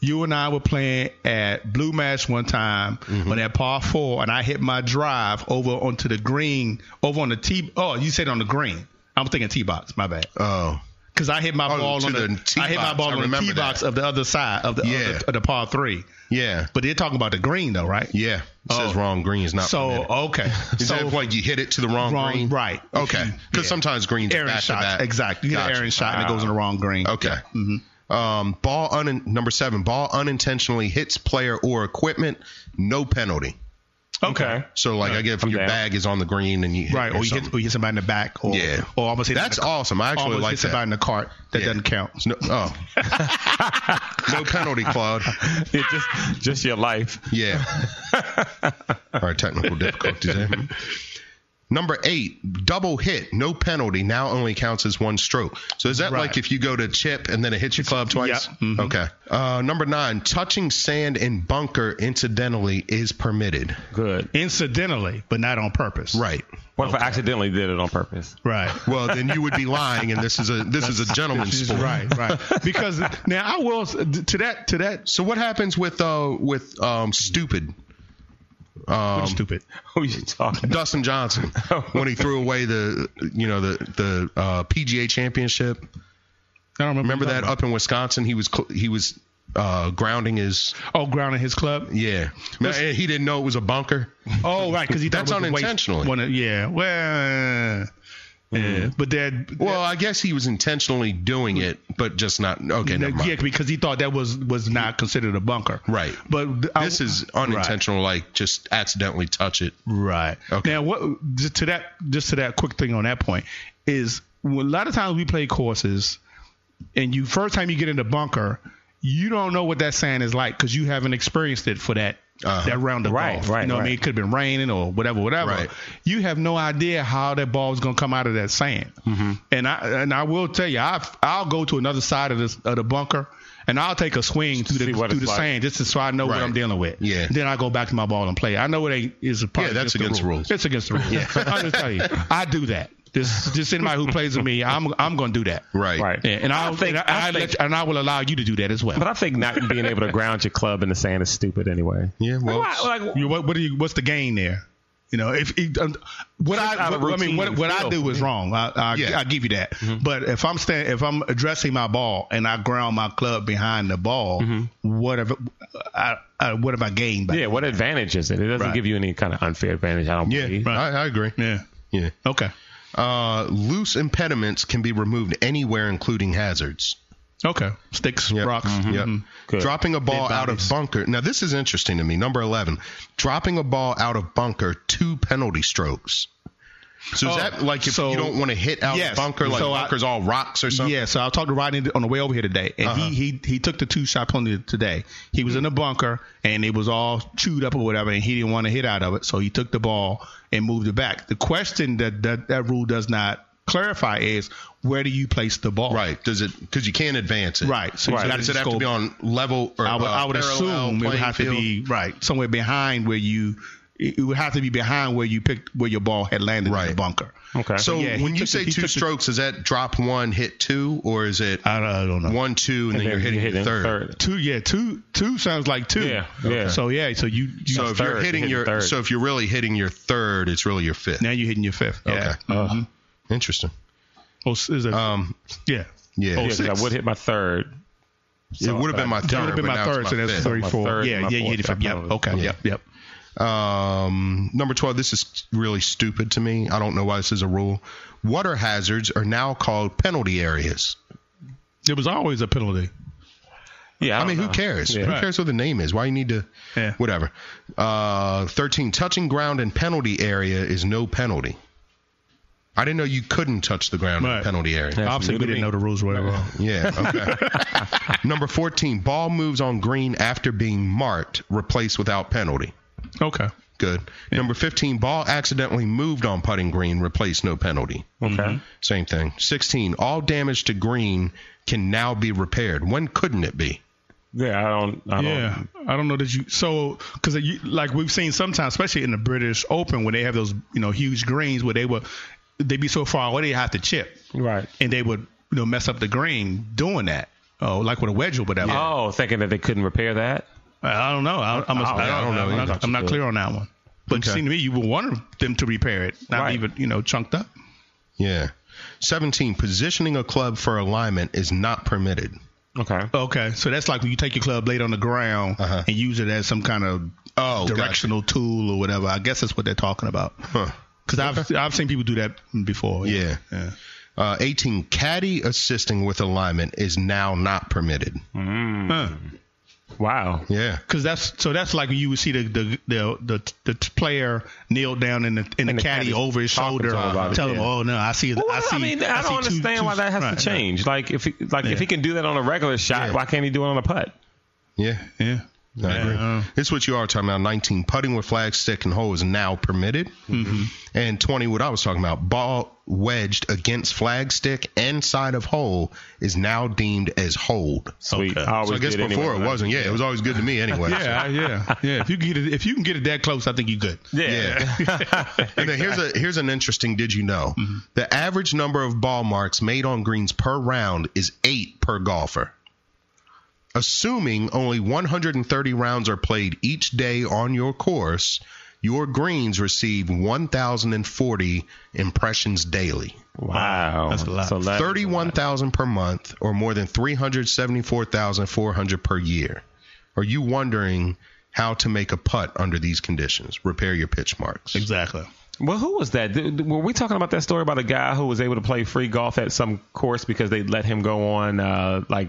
[SPEAKER 3] you and I were playing at Blue Match one time
[SPEAKER 2] Mm-hmm.
[SPEAKER 3] on that par four, and I hit my drive over onto the green, over on the tee. Oh, you said on the green. I'm thinking tee box. My bad.
[SPEAKER 2] Oh,
[SPEAKER 3] because I hit my
[SPEAKER 2] Oh,
[SPEAKER 3] ball
[SPEAKER 2] to
[SPEAKER 3] on
[SPEAKER 2] the
[SPEAKER 3] the, I hit my
[SPEAKER 2] tee box.
[SPEAKER 3] ball
[SPEAKER 2] I
[SPEAKER 3] on the
[SPEAKER 2] remember
[SPEAKER 3] tee box
[SPEAKER 2] that.
[SPEAKER 3] of the other side of the
[SPEAKER 2] Yeah.
[SPEAKER 3] of the, of the par three.
[SPEAKER 2] Yeah.
[SPEAKER 3] But they're talking about the green though, right?
[SPEAKER 2] Yeah. It says wrong green is not
[SPEAKER 3] Oh. So oh,
[SPEAKER 2] permitted.
[SPEAKER 3] okay,
[SPEAKER 2] Is
[SPEAKER 3] so
[SPEAKER 2] that like you hit it to the wrong,
[SPEAKER 3] Wrong-
[SPEAKER 2] green?
[SPEAKER 3] right.
[SPEAKER 2] Okay. Because
[SPEAKER 3] Yeah.
[SPEAKER 2] sometimes greens
[SPEAKER 3] Aaron
[SPEAKER 2] back to
[SPEAKER 3] shot
[SPEAKER 2] back.
[SPEAKER 3] exactly. You get an
[SPEAKER 2] Gotcha.
[SPEAKER 3] Aaron shot and it goes in Mm-hmm. the wrong green.
[SPEAKER 2] Okay. Um, ball un- number seven. Ball unintentionally hits player or equipment. No penalty.
[SPEAKER 1] Okay.
[SPEAKER 2] So like I get if
[SPEAKER 1] I'm
[SPEAKER 2] your
[SPEAKER 1] down.
[SPEAKER 2] bag is on the green and you hit
[SPEAKER 3] Right,
[SPEAKER 2] it
[SPEAKER 3] or you, hit, or
[SPEAKER 2] something.
[SPEAKER 3] you hit somebody in the back, or
[SPEAKER 2] Yeah.
[SPEAKER 3] or almost hit
[SPEAKER 2] That's
[SPEAKER 3] in the,
[SPEAKER 2] awesome. I actually
[SPEAKER 3] almost
[SPEAKER 2] like
[SPEAKER 3] hit
[SPEAKER 2] that.
[SPEAKER 3] somebody in the cart. That
[SPEAKER 2] Yeah.
[SPEAKER 3] doesn't count.
[SPEAKER 2] No, oh. no penalty, Claude.
[SPEAKER 1] It just just your life.
[SPEAKER 2] Yeah. All right, technical difficulties. eh? Number eight, double hit, no penalty. Now only counts as one stroke. So is that
[SPEAKER 3] Right.
[SPEAKER 2] like if you go to chip and then it hits your club twice?
[SPEAKER 3] Yep. Mhm.
[SPEAKER 2] Okay. Uh, number nine, touching sand and bunker incidentally is permitted.
[SPEAKER 1] Good.
[SPEAKER 3] Incidentally, but not on purpose.
[SPEAKER 2] Right.
[SPEAKER 1] What if I accidentally did it on purpose?
[SPEAKER 3] Right.
[SPEAKER 2] Well, then you would be lying, and this is a this is a gentleman's
[SPEAKER 3] She's
[SPEAKER 2] sport.
[SPEAKER 3] right, right. Because now I will s- to that to that
[SPEAKER 2] So what happens with uh with um stupid Um,
[SPEAKER 3] stupid.
[SPEAKER 1] Who you talking? about?
[SPEAKER 2] Dustin Johnson when he threw away the you know the the uh, PGA Championship?
[SPEAKER 3] I don't
[SPEAKER 2] Remember
[SPEAKER 3] remember,
[SPEAKER 2] that
[SPEAKER 3] Uh,
[SPEAKER 2] up in Wisconsin, he was cl- he was uh, grounding his
[SPEAKER 3] oh, grounding his club.
[SPEAKER 2] yeah. Man, he didn't know it was a bunker.
[SPEAKER 3] Oh, right, because he thought
[SPEAKER 2] That's
[SPEAKER 3] it was a waste-
[SPEAKER 2] unintentionally. Mm.
[SPEAKER 3] one of- yeah. Well. Yeah, but that
[SPEAKER 2] Well, I guess he was intentionally doing it, but just not okay. Never
[SPEAKER 3] yeah,
[SPEAKER 2] mind.
[SPEAKER 3] because he thought that was was not considered a bunker.
[SPEAKER 2] Right.
[SPEAKER 3] But th- I-
[SPEAKER 2] This is unintentional, like just accidentally touch it.
[SPEAKER 3] Right.
[SPEAKER 2] Okay.
[SPEAKER 3] Now, what just to that just to that quick thing on that point is well, a lot of times we play courses, and you first time you get in the bunker, you don't know what that sand is like because you haven't experienced it for that.
[SPEAKER 2] Uh-huh.
[SPEAKER 3] That round of
[SPEAKER 1] Right,
[SPEAKER 3] golf,
[SPEAKER 1] right,
[SPEAKER 3] you know what
[SPEAKER 1] right.
[SPEAKER 3] I mean. It could have been raining or whatever, whatever.
[SPEAKER 2] Right.
[SPEAKER 3] You have no idea how that ball is going to come out of that sand.
[SPEAKER 1] Mm-hmm.
[SPEAKER 3] And I and I will tell you, I I'll go to another side of this of the bunker and I'll take a swing through
[SPEAKER 1] See
[SPEAKER 3] the
[SPEAKER 1] what
[SPEAKER 3] through
[SPEAKER 1] it's
[SPEAKER 3] the
[SPEAKER 1] like.
[SPEAKER 3] sand just to, so I know
[SPEAKER 2] Right.
[SPEAKER 3] what I'm dealing with.
[SPEAKER 2] Yeah.
[SPEAKER 3] Then I go back to my ball and play. I know it ain't is a part.
[SPEAKER 2] Yeah, that's against the rules.
[SPEAKER 3] It's against the rules. I'm just telling you, I do that. Just just anybody who plays with me, I'm I'm gonna do that.
[SPEAKER 2] Right.
[SPEAKER 1] Right.
[SPEAKER 3] Yeah, and I'll,
[SPEAKER 1] think-
[SPEAKER 3] and I,
[SPEAKER 1] I
[SPEAKER 3] I
[SPEAKER 1] think-
[SPEAKER 3] let, and I will allow you to do that as well.
[SPEAKER 1] But I think not being able to ground your club in the sand is stupid anyway.
[SPEAKER 2] Yeah. Well,
[SPEAKER 1] Why- like,
[SPEAKER 3] You- what what are you? What's the gain there? You know, if it, um, what I
[SPEAKER 1] out of
[SPEAKER 3] what, I mean, what,
[SPEAKER 1] routine
[SPEAKER 3] what I
[SPEAKER 1] feel
[SPEAKER 3] do is wrong. I I,
[SPEAKER 2] Yeah.
[SPEAKER 3] I give you that. But if I'm stand, if I'm addressing my ball and I ground my club behind the ball, what have I, I what have I gained by?
[SPEAKER 1] yeah, what advantage is it? It doesn't
[SPEAKER 3] Right.
[SPEAKER 1] give you any kind of unfair advantage. I don't
[SPEAKER 2] yeah.
[SPEAKER 1] believe.
[SPEAKER 2] I, I agree.
[SPEAKER 3] Yeah.
[SPEAKER 2] Yeah.
[SPEAKER 3] Okay.
[SPEAKER 2] Uh, loose impediments can be removed anywhere, including hazards.
[SPEAKER 3] Okay. Sticks,
[SPEAKER 2] Yep.
[SPEAKER 3] rocks. Mm-hmm.
[SPEAKER 2] Yep.
[SPEAKER 1] Good.
[SPEAKER 2] Dropping a ball out of bunker. Now this is interesting to me. Number eleven, dropping a ball out of bunker, two penalty strokes. So is
[SPEAKER 3] Oh,
[SPEAKER 2] that like if
[SPEAKER 3] so-
[SPEAKER 2] you don't want to hit out
[SPEAKER 3] Yes.
[SPEAKER 2] of bunker, like
[SPEAKER 3] So I-
[SPEAKER 2] bunker's all rocks or something?
[SPEAKER 3] Yeah, so I talked to Rodney on the way over here today, and
[SPEAKER 2] Uh-huh.
[SPEAKER 3] he, he he took the two shot penalty today. He was in a bunker, and it was all chewed up or whatever, and he didn't want to hit out of it, so he took the ball and moved it back. The question that that, that rule does not clarify is where do you place the ball?
[SPEAKER 2] Right. Does it? Because you can't advance it.
[SPEAKER 3] Right.
[SPEAKER 2] So
[SPEAKER 3] So you gotta
[SPEAKER 2] does it
[SPEAKER 3] just
[SPEAKER 2] have
[SPEAKER 3] go-
[SPEAKER 2] to be on level or
[SPEAKER 3] I would,
[SPEAKER 2] uh,
[SPEAKER 3] I would
[SPEAKER 2] parallel
[SPEAKER 3] assume it would
[SPEAKER 2] playing
[SPEAKER 3] have to
[SPEAKER 2] field?
[SPEAKER 3] be right somewhere behind where you it it would have to be behind where you picked where your ball had landed in the
[SPEAKER 2] Right.
[SPEAKER 3] bunker.
[SPEAKER 1] Okay.
[SPEAKER 2] So
[SPEAKER 3] Yeah, he
[SPEAKER 2] when you
[SPEAKER 3] took the-
[SPEAKER 2] say
[SPEAKER 3] he
[SPEAKER 2] two
[SPEAKER 3] took the-
[SPEAKER 2] strokes, is that drop one, hit two, or is it
[SPEAKER 3] I don't, I don't know.
[SPEAKER 2] one, two, and, then, you're hitting, the third?
[SPEAKER 3] Two, yeah, two, two sounds like two.
[SPEAKER 1] Yeah, yeah.
[SPEAKER 3] So yeah, so you, you
[SPEAKER 2] So if you
[SPEAKER 1] third,
[SPEAKER 2] you're
[SPEAKER 1] you're
[SPEAKER 2] hitting
[SPEAKER 1] hitting
[SPEAKER 2] your,
[SPEAKER 1] third.
[SPEAKER 2] so if you're really hitting your third, it's really your fifth.
[SPEAKER 3] now you're hitting your fifth. Yeah.
[SPEAKER 2] Okay.
[SPEAKER 1] Uh-huh.
[SPEAKER 2] Interesting.
[SPEAKER 3] Oh, s- is it?
[SPEAKER 2] Um,
[SPEAKER 3] yeah.
[SPEAKER 2] yeah.
[SPEAKER 3] Oh,
[SPEAKER 1] Yeah, 'cause
[SPEAKER 3] six.
[SPEAKER 1] I would hit my third.
[SPEAKER 2] it would have been my
[SPEAKER 3] That
[SPEAKER 2] third.
[SPEAKER 3] would have been
[SPEAKER 2] but
[SPEAKER 3] my
[SPEAKER 2] now it's
[SPEAKER 3] third, so that's
[SPEAKER 2] fifth.
[SPEAKER 3] three,
[SPEAKER 1] My
[SPEAKER 3] four.
[SPEAKER 1] third,
[SPEAKER 3] yeah,
[SPEAKER 1] my
[SPEAKER 3] yeah, you hit it
[SPEAKER 1] fourth,
[SPEAKER 3] from.
[SPEAKER 1] I
[SPEAKER 3] Yep.
[SPEAKER 1] probably-
[SPEAKER 3] Okay.
[SPEAKER 2] Yeah.
[SPEAKER 3] Yep. Yep.
[SPEAKER 2] Um, number 12, this is really stupid to me. I don't know why this is a rule. Water hazards are now called penalty areas.
[SPEAKER 3] It was always a penalty.
[SPEAKER 1] Yeah.
[SPEAKER 2] I,
[SPEAKER 1] don't
[SPEAKER 2] mean, who
[SPEAKER 1] know.
[SPEAKER 2] cares?
[SPEAKER 1] Yeah.
[SPEAKER 2] Who cares what the name is? Why you need to,
[SPEAKER 3] Uh-huh. Yeah.
[SPEAKER 2] whatever. Uh, 13, touching ground in penalty area is no penalty. I didn't know you couldn't touch the ground in
[SPEAKER 3] Right.
[SPEAKER 2] the penalty area.
[SPEAKER 3] Obviously,
[SPEAKER 1] new to
[SPEAKER 3] we didn't
[SPEAKER 1] me.
[SPEAKER 3] know the rules were wrong.
[SPEAKER 2] Yeah. Okay. Number 14, ball moves on green after being marked, replaced without penalty.
[SPEAKER 3] Okay.
[SPEAKER 1] Um,
[SPEAKER 2] Good. Number 15, ball accidentally moved on putting green, replaced no penalty.
[SPEAKER 1] Okay.
[SPEAKER 2] Same thing. 16, all damage to green can now be repaired. When couldn't it be?
[SPEAKER 1] Yeah, I don't. I don't.
[SPEAKER 3] Yeah, I don't know that you so because like we've seen sometimes, especially in the British Open, when they have those you know huge greens where they were they be so far away they have to chip,
[SPEAKER 1] Right.
[SPEAKER 3] and they would you know mess up the green doing that. Oh, like with a wedge or whatever.
[SPEAKER 1] Oh, thinking that they couldn't repair that.
[SPEAKER 3] I I don't know. I, I'm, a, I,
[SPEAKER 2] Oh, I don't know
[SPEAKER 3] don't know. I'm
[SPEAKER 2] either.
[SPEAKER 3] not, I'm not clear on that one. But it
[SPEAKER 2] Okay.
[SPEAKER 3] seemed to me you would want them to repair it, not
[SPEAKER 1] Right.
[SPEAKER 3] leave it you know chunked up.
[SPEAKER 2] Yeah. 17. Positioning a club for alignment is not permitted.
[SPEAKER 1] Okay.
[SPEAKER 3] Okay, so that's like when you take your club laid on the ground
[SPEAKER 2] Uh-huh.
[SPEAKER 3] and use it as some kind of uh,
[SPEAKER 2] Oh, gotcha.
[SPEAKER 3] directional tool or whatever. I guess that's what they're talking about.
[SPEAKER 2] Huh.
[SPEAKER 3] Because I've I've seen people do that before.
[SPEAKER 2] Yeah.
[SPEAKER 3] yeah.
[SPEAKER 2] Uh, 18. Caddy assisting with alignment is now not permitted.
[SPEAKER 1] Wow.
[SPEAKER 2] Yeah.
[SPEAKER 3] Because that's so that's like you would see the the the the, the t- player kneel down in the in,
[SPEAKER 1] the
[SPEAKER 3] the caddy,
[SPEAKER 1] caddy
[SPEAKER 3] over his
[SPEAKER 1] talking to
[SPEAKER 3] shoulder,
[SPEAKER 1] him about it,
[SPEAKER 3] tell him,
[SPEAKER 1] yeah.
[SPEAKER 3] "Oh no, I see,
[SPEAKER 1] Well,
[SPEAKER 3] I see."
[SPEAKER 1] I mean, I,
[SPEAKER 3] see
[SPEAKER 1] don't
[SPEAKER 3] two-
[SPEAKER 1] understand why
[SPEAKER 3] two-
[SPEAKER 1] that has
[SPEAKER 3] right,
[SPEAKER 1] to change. Like if he, like if
[SPEAKER 3] Yeah.
[SPEAKER 1] he can do that on a regular shot,
[SPEAKER 2] Yeah.
[SPEAKER 1] why can't he do it on a putt?
[SPEAKER 2] Yeah.
[SPEAKER 3] Yeah.
[SPEAKER 2] I agree.
[SPEAKER 3] Yeah. uh,
[SPEAKER 2] This is what you are talking about. 19. Putting with flag, stick, and hole is now permitted. Mm-hmm. And 20, what I was talking about, ball wedged against flag, stick, and side of hole is now deemed as hold.
[SPEAKER 1] Sweet.
[SPEAKER 3] Okay.
[SPEAKER 1] I always
[SPEAKER 2] So I guess
[SPEAKER 1] did
[SPEAKER 2] before
[SPEAKER 1] anyway.
[SPEAKER 2] it wasn't. Yeah, it was always good to me anyway.
[SPEAKER 3] Yeah, yeah, yeah. If you can get it, if you can get it that close, I think you're good.
[SPEAKER 1] Yeah.
[SPEAKER 2] Yeah. and then here's a here's an interesting did you know? The average number of ball marks made on greens per round is 8 per golfer. Assuming only 130 rounds are played each day on your course, your greens receive 1040 impressions daily.
[SPEAKER 1] Wow.
[SPEAKER 3] That's a lot.
[SPEAKER 1] So that-
[SPEAKER 2] 31,000 per month or more than 374,400 per year. Are you wondering how to make a putt under these conditions? Repair your pitch marks.
[SPEAKER 3] Exactly.
[SPEAKER 1] Well, who was that? Th- th- Were we talking about that story about a guy who was able to play free golf at some course because they let him go on uh, like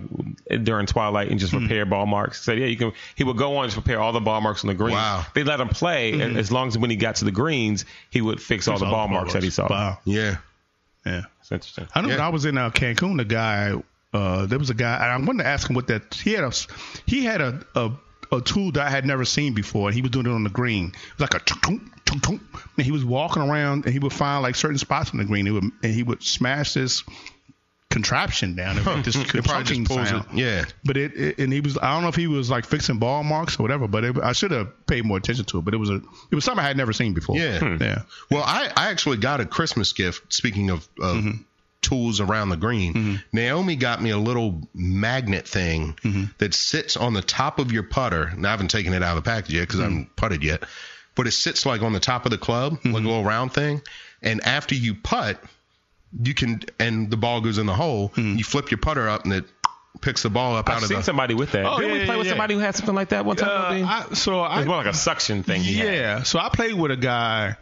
[SPEAKER 1] during twilight and just repair ball marks? So yeah, you can. He would go on and just repair all the ball marks on the greens.
[SPEAKER 2] Wow.
[SPEAKER 1] They let him play a- as long as when he got to the greens, he would fix all the ball marks that he saw.
[SPEAKER 3] Wow.
[SPEAKER 2] Yeah.
[SPEAKER 3] Yeah.
[SPEAKER 1] It's interesting.
[SPEAKER 3] I know
[SPEAKER 2] Yeah.
[SPEAKER 3] when I was in uh, Cancun, the guy, uh, there was a guy, and I wanted to ask him what that he had a he had a a, a tool that I had never seen before, and he was doing it on the green. It was like a chunk, chunk, chunk, chunk. and he was walking around, and he would find like certain spots on the green, he would, and he would smash this contraption down. It would this
[SPEAKER 2] It probably just
[SPEAKER 3] chunking
[SPEAKER 2] pulls
[SPEAKER 3] sound.
[SPEAKER 2] it. Yeah.
[SPEAKER 3] But it, it and he was I don't know if he was like fixing ball marks or whatever, but it, I should have paid more attention to it. But it was a it was something I had never seen before.
[SPEAKER 2] Yeah. Hmm.
[SPEAKER 3] yeah.
[SPEAKER 2] Well, I, I actually got a Christmas gift. Speaking of uh, tools around the green, Naomi got me a little magnet thing that sits on the top of your putter. And I haven't taken it out of the package yet because I haven't putted yet. But it sits like on the top of the club, like a little round thing. And after you putt, you can, and the ball goes in the hole. You flip your putter up, and it picks the ball up out
[SPEAKER 1] I've
[SPEAKER 2] of
[SPEAKER 1] seen
[SPEAKER 2] the.
[SPEAKER 1] somebody with that.
[SPEAKER 3] Oh,
[SPEAKER 1] Didn't
[SPEAKER 3] yeah,
[SPEAKER 1] we
[SPEAKER 3] yeah,
[SPEAKER 1] play with
[SPEAKER 3] yeah.
[SPEAKER 1] somebody who had something like that one time? Nadine?
[SPEAKER 3] Uh, I, so I
[SPEAKER 1] it's more like a suction thing. he
[SPEAKER 3] Yeah.
[SPEAKER 1] had.
[SPEAKER 3] So I played with a guy.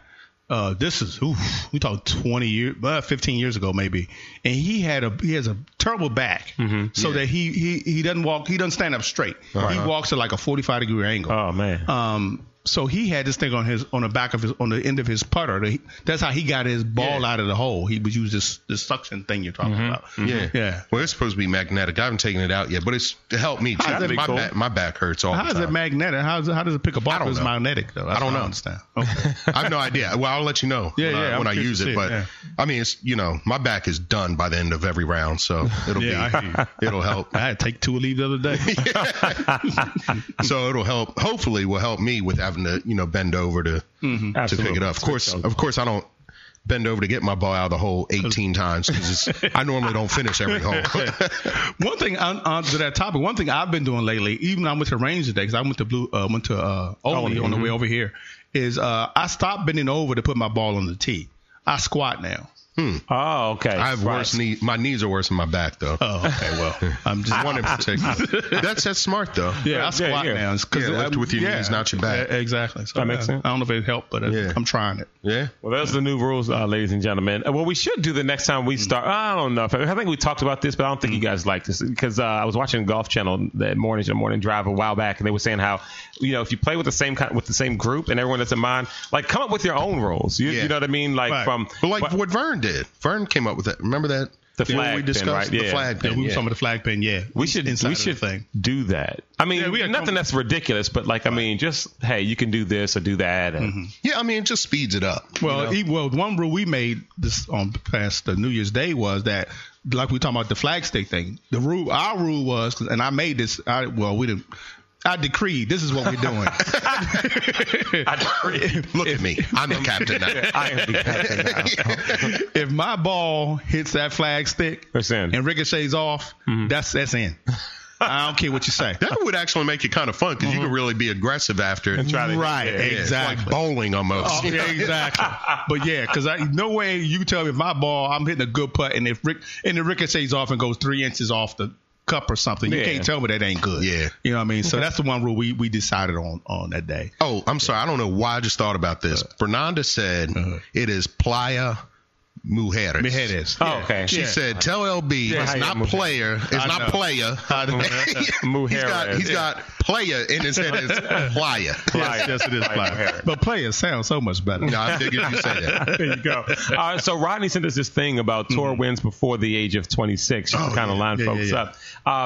[SPEAKER 3] Uh, this is oof, we talked 20 years, uh, 15 years ago maybe, and he had a he has a terrible back,
[SPEAKER 2] Mm-hmm.
[SPEAKER 3] so that he he he doesn't walk, he doesn't stand up straight.
[SPEAKER 2] Uh-huh.
[SPEAKER 3] He walks at like a 45 degree angle.
[SPEAKER 1] Oh man.
[SPEAKER 3] Um, so he had this thing on his on the back of his on the end of his putter. That he- That's how he got his ball out of the hole. He would use this this suction thing you're talking about.
[SPEAKER 2] Mm-hmm. Yeah.
[SPEAKER 3] Yeah.
[SPEAKER 2] Well, it's supposed to be magnetic. I haven't taken it out yet, but it's to help me. Too.
[SPEAKER 3] That'd be
[SPEAKER 2] My,
[SPEAKER 3] cool.
[SPEAKER 2] back, my back hurts all
[SPEAKER 3] How
[SPEAKER 2] the
[SPEAKER 3] is
[SPEAKER 2] time.
[SPEAKER 3] it magnetic? How, is it, how does it pick a ball?
[SPEAKER 2] I don't
[SPEAKER 3] It's
[SPEAKER 2] know.
[SPEAKER 3] magnetic though.
[SPEAKER 2] I
[SPEAKER 3] That's
[SPEAKER 2] don't
[SPEAKER 3] what
[SPEAKER 2] know.
[SPEAKER 3] understand. Okay.
[SPEAKER 2] I have no idea. Well, I'll let you know
[SPEAKER 3] Yeah,
[SPEAKER 2] when, I,
[SPEAKER 3] yeah,
[SPEAKER 2] when
[SPEAKER 3] I'm
[SPEAKER 2] I use
[SPEAKER 3] curious to
[SPEAKER 2] it.
[SPEAKER 3] see it,
[SPEAKER 2] But
[SPEAKER 3] yeah.
[SPEAKER 2] I mean, it's you know, my back is done by the end of every round, so it'll
[SPEAKER 3] Yeah, I hear
[SPEAKER 2] be it'll help.
[SPEAKER 3] I had to take two leave the other day.
[SPEAKER 2] so it'll help. Hopefully, will help me with having to you know bend over to
[SPEAKER 3] Mm-hmm.
[SPEAKER 2] to
[SPEAKER 1] Absolutely.
[SPEAKER 2] pick it up. Of course, of course, I don't bend over to get my ball out of the hole 18 times because I normally don't finish every hole.
[SPEAKER 3] One thing on, on to that topic. One thing I've been doing lately, even I went to the range today because I went to blue, uh, went to uh, Olney on the
[SPEAKER 2] mm-hmm.
[SPEAKER 3] way over here. Is uh, I stopped bending over to put my ball on the tee. I squat now.
[SPEAKER 1] Oh, okay.
[SPEAKER 2] I have
[SPEAKER 1] Right.
[SPEAKER 2] worse knee. My knees are worse than my back though.
[SPEAKER 3] Oh, okay. Well, I'm just
[SPEAKER 2] One in particular. That's that's smart though.
[SPEAKER 3] Yeah, I squat
[SPEAKER 1] yeah.
[SPEAKER 3] now. It's 'cause
[SPEAKER 2] Yeah, lift
[SPEAKER 3] I'm-
[SPEAKER 2] with your knees, not your back.
[SPEAKER 3] Yeah, exactly. So
[SPEAKER 1] That makes
[SPEAKER 3] I,
[SPEAKER 1] sense.
[SPEAKER 3] I don't know if it helped, but
[SPEAKER 2] Yeah.
[SPEAKER 3] I, I'm trying it.
[SPEAKER 2] Yeah.
[SPEAKER 1] Well, those are the new rules, uh, ladies and gentlemen. Uh, Well, we should do the next time we start. I don't know. If, I think we talked about this, but I don't think you guys like this because uh, I was watching Golf Channel that morning, the morning drive a while back, and they were saying how you know if you play with the same kind, with the same group and everyone that's in mind, like come up with your own rules. You,
[SPEAKER 2] Yeah.
[SPEAKER 1] you know what I mean? Like
[SPEAKER 3] Right.
[SPEAKER 1] from
[SPEAKER 2] But like what Vern did. Vern came up with that. Remember that?
[SPEAKER 1] The
[SPEAKER 2] thing
[SPEAKER 1] flag
[SPEAKER 2] we
[SPEAKER 1] pin,
[SPEAKER 2] discussed
[SPEAKER 1] right?
[SPEAKER 2] the
[SPEAKER 1] Yeah.
[SPEAKER 2] flag
[SPEAKER 3] Yeah,
[SPEAKER 2] pin.
[SPEAKER 3] we were
[SPEAKER 2] yeah.
[SPEAKER 3] talking about the flag pin. Yeah,
[SPEAKER 1] we should
[SPEAKER 3] inside
[SPEAKER 1] we
[SPEAKER 3] of the
[SPEAKER 1] should
[SPEAKER 3] thing.
[SPEAKER 1] do that. I mean,
[SPEAKER 3] Yeah, we had
[SPEAKER 1] nothing
[SPEAKER 3] come-
[SPEAKER 1] that's ridiculous, but like I mean, just hey, you can do this or do that. And,
[SPEAKER 3] Mm-hmm.
[SPEAKER 2] Yeah, I mean, it just speeds it up.
[SPEAKER 3] Well, e- well, one rule we made this on past the New Year's Day was that, like we talking about the flag stick thing. The rule, our rule was, and I made this. I well, we didn't. I decreed this is what we're doing.
[SPEAKER 2] Look at me. I'm the captain now.
[SPEAKER 1] I am the captain now.
[SPEAKER 3] if my ball hits that flag stick
[SPEAKER 1] It's in. Mm-hmm.
[SPEAKER 3] and ricochets off, that's that's in. I don't care what you say.
[SPEAKER 2] That would actually make it kind of fun because you could really be aggressive after it.
[SPEAKER 1] try to-
[SPEAKER 3] right,
[SPEAKER 1] yeah, yeah.
[SPEAKER 2] Yeah, it's
[SPEAKER 3] exactly. Oh,
[SPEAKER 2] like bowling almost.
[SPEAKER 3] Yeah, exactly. but yeah, because no way you can tell me if my ball, I'm hitting a good putt, and if Rick and the ricochets off and goes three inches off the cup or something, you
[SPEAKER 1] Yeah.
[SPEAKER 3] can't tell me that ain't good.
[SPEAKER 2] Yeah.
[SPEAKER 3] you know what I mean. So that's the one rule we we decided on on that day.
[SPEAKER 2] Oh, I'm sorry. I don't know why I just thought about
[SPEAKER 3] Uh,
[SPEAKER 2] this. Fernanda said it is Playa Mujeres.
[SPEAKER 3] uh-huh. Mujeres.
[SPEAKER 1] Oh, okay.
[SPEAKER 2] She
[SPEAKER 1] Yeah.
[SPEAKER 2] said, "Tell LB
[SPEAKER 1] yeah,
[SPEAKER 2] it's not
[SPEAKER 1] Mujeres.
[SPEAKER 2] player. It's
[SPEAKER 3] I
[SPEAKER 2] not
[SPEAKER 3] know.
[SPEAKER 2] player. he's got
[SPEAKER 1] Mujeres,
[SPEAKER 2] he's
[SPEAKER 1] yeah.
[SPEAKER 2] got player in his head. It's Playa.
[SPEAKER 1] Playa.
[SPEAKER 3] yes, it is
[SPEAKER 1] Playa Mujeres.
[SPEAKER 3] But players sound so much better.
[SPEAKER 2] No, I figured you said that.
[SPEAKER 1] there you go. Uh, so Rodney sent us this thing about tour wins before the age of 26. Just
[SPEAKER 3] Mm-hmm. Oh,
[SPEAKER 1] to kind of
[SPEAKER 3] yeah.
[SPEAKER 1] line
[SPEAKER 3] Yeah,
[SPEAKER 1] folks
[SPEAKER 3] yeah, yeah.
[SPEAKER 1] up.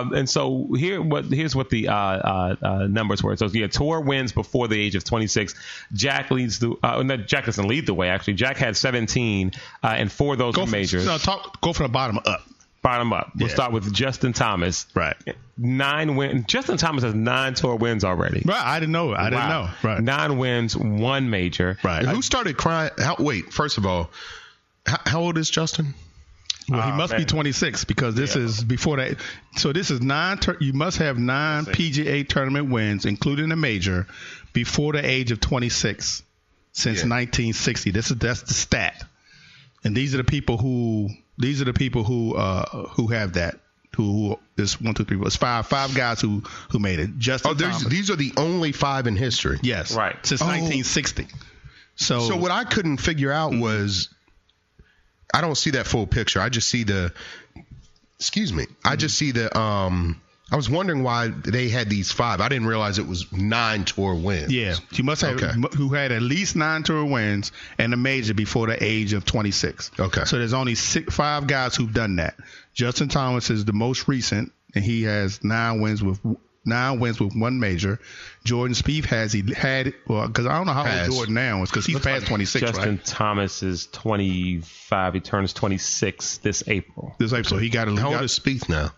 [SPEAKER 1] Um, and so here, what here's what the uh, uh, uh, numbers were. So yeah, tour wins before the age of 26. Jack leads the. Uh, no, Jack doesn't lead the way actually. Jack had 17, uh, and four of those
[SPEAKER 3] Go
[SPEAKER 1] were
[SPEAKER 3] from,
[SPEAKER 1] majors.
[SPEAKER 3] no, talk, go from the bottom up.
[SPEAKER 1] Bottom up. We'll
[SPEAKER 3] Yeah.
[SPEAKER 1] start with Justin Thomas.
[SPEAKER 3] Right.
[SPEAKER 1] Nine win. Justin Thomas has nine tour wins already.
[SPEAKER 3] Right. I didn't know. I didn't know. Right.
[SPEAKER 1] Nine wins, one major.
[SPEAKER 3] right.
[SPEAKER 2] And who started crying? How, wait, first of all, how, how old is Justin?
[SPEAKER 3] Well,
[SPEAKER 2] Ah,
[SPEAKER 3] he must be
[SPEAKER 1] man.
[SPEAKER 3] 26 because this is before that. So this is nine. Tur- you must have nine PGA tournament wins, including a major, before the age of 26 since
[SPEAKER 2] Yeah.
[SPEAKER 3] 1960. This is that's the stat, and these are the people who these are the people who uh, who have that. Who, who is one, two, three, four, it's five five guys who who made it. Justin
[SPEAKER 2] Oh, there's,
[SPEAKER 3] Thomas.
[SPEAKER 2] these are the only five in history.
[SPEAKER 3] yes,
[SPEAKER 1] Right.
[SPEAKER 3] since 1960. So,
[SPEAKER 2] So what I couldn't figure out
[SPEAKER 3] Mm-hmm.
[SPEAKER 2] was I don't see that full picture. I just see the excuse me.
[SPEAKER 3] Mm-hmm.
[SPEAKER 2] I just see the um I was wondering why they had these five. I didn't realize it was nine tour wins.
[SPEAKER 3] Yeah, you must have
[SPEAKER 2] Okay.
[SPEAKER 3] m- who had at least nine tour wins and a major before the age of 26.
[SPEAKER 2] Okay.
[SPEAKER 3] So there's only six, five guys who've done that. Justin Thomas is the most recent, and he has nine wins with nine wins with one major. Jordan Spieth has he had well because I don't know how
[SPEAKER 2] Has.
[SPEAKER 3] old Jordan now is because he's past 26,
[SPEAKER 1] Justin
[SPEAKER 3] right?
[SPEAKER 1] Thomas is 25. He turns 26 this April.
[SPEAKER 3] This April he got a
[SPEAKER 2] How
[SPEAKER 3] got-
[SPEAKER 2] old is Spieth now?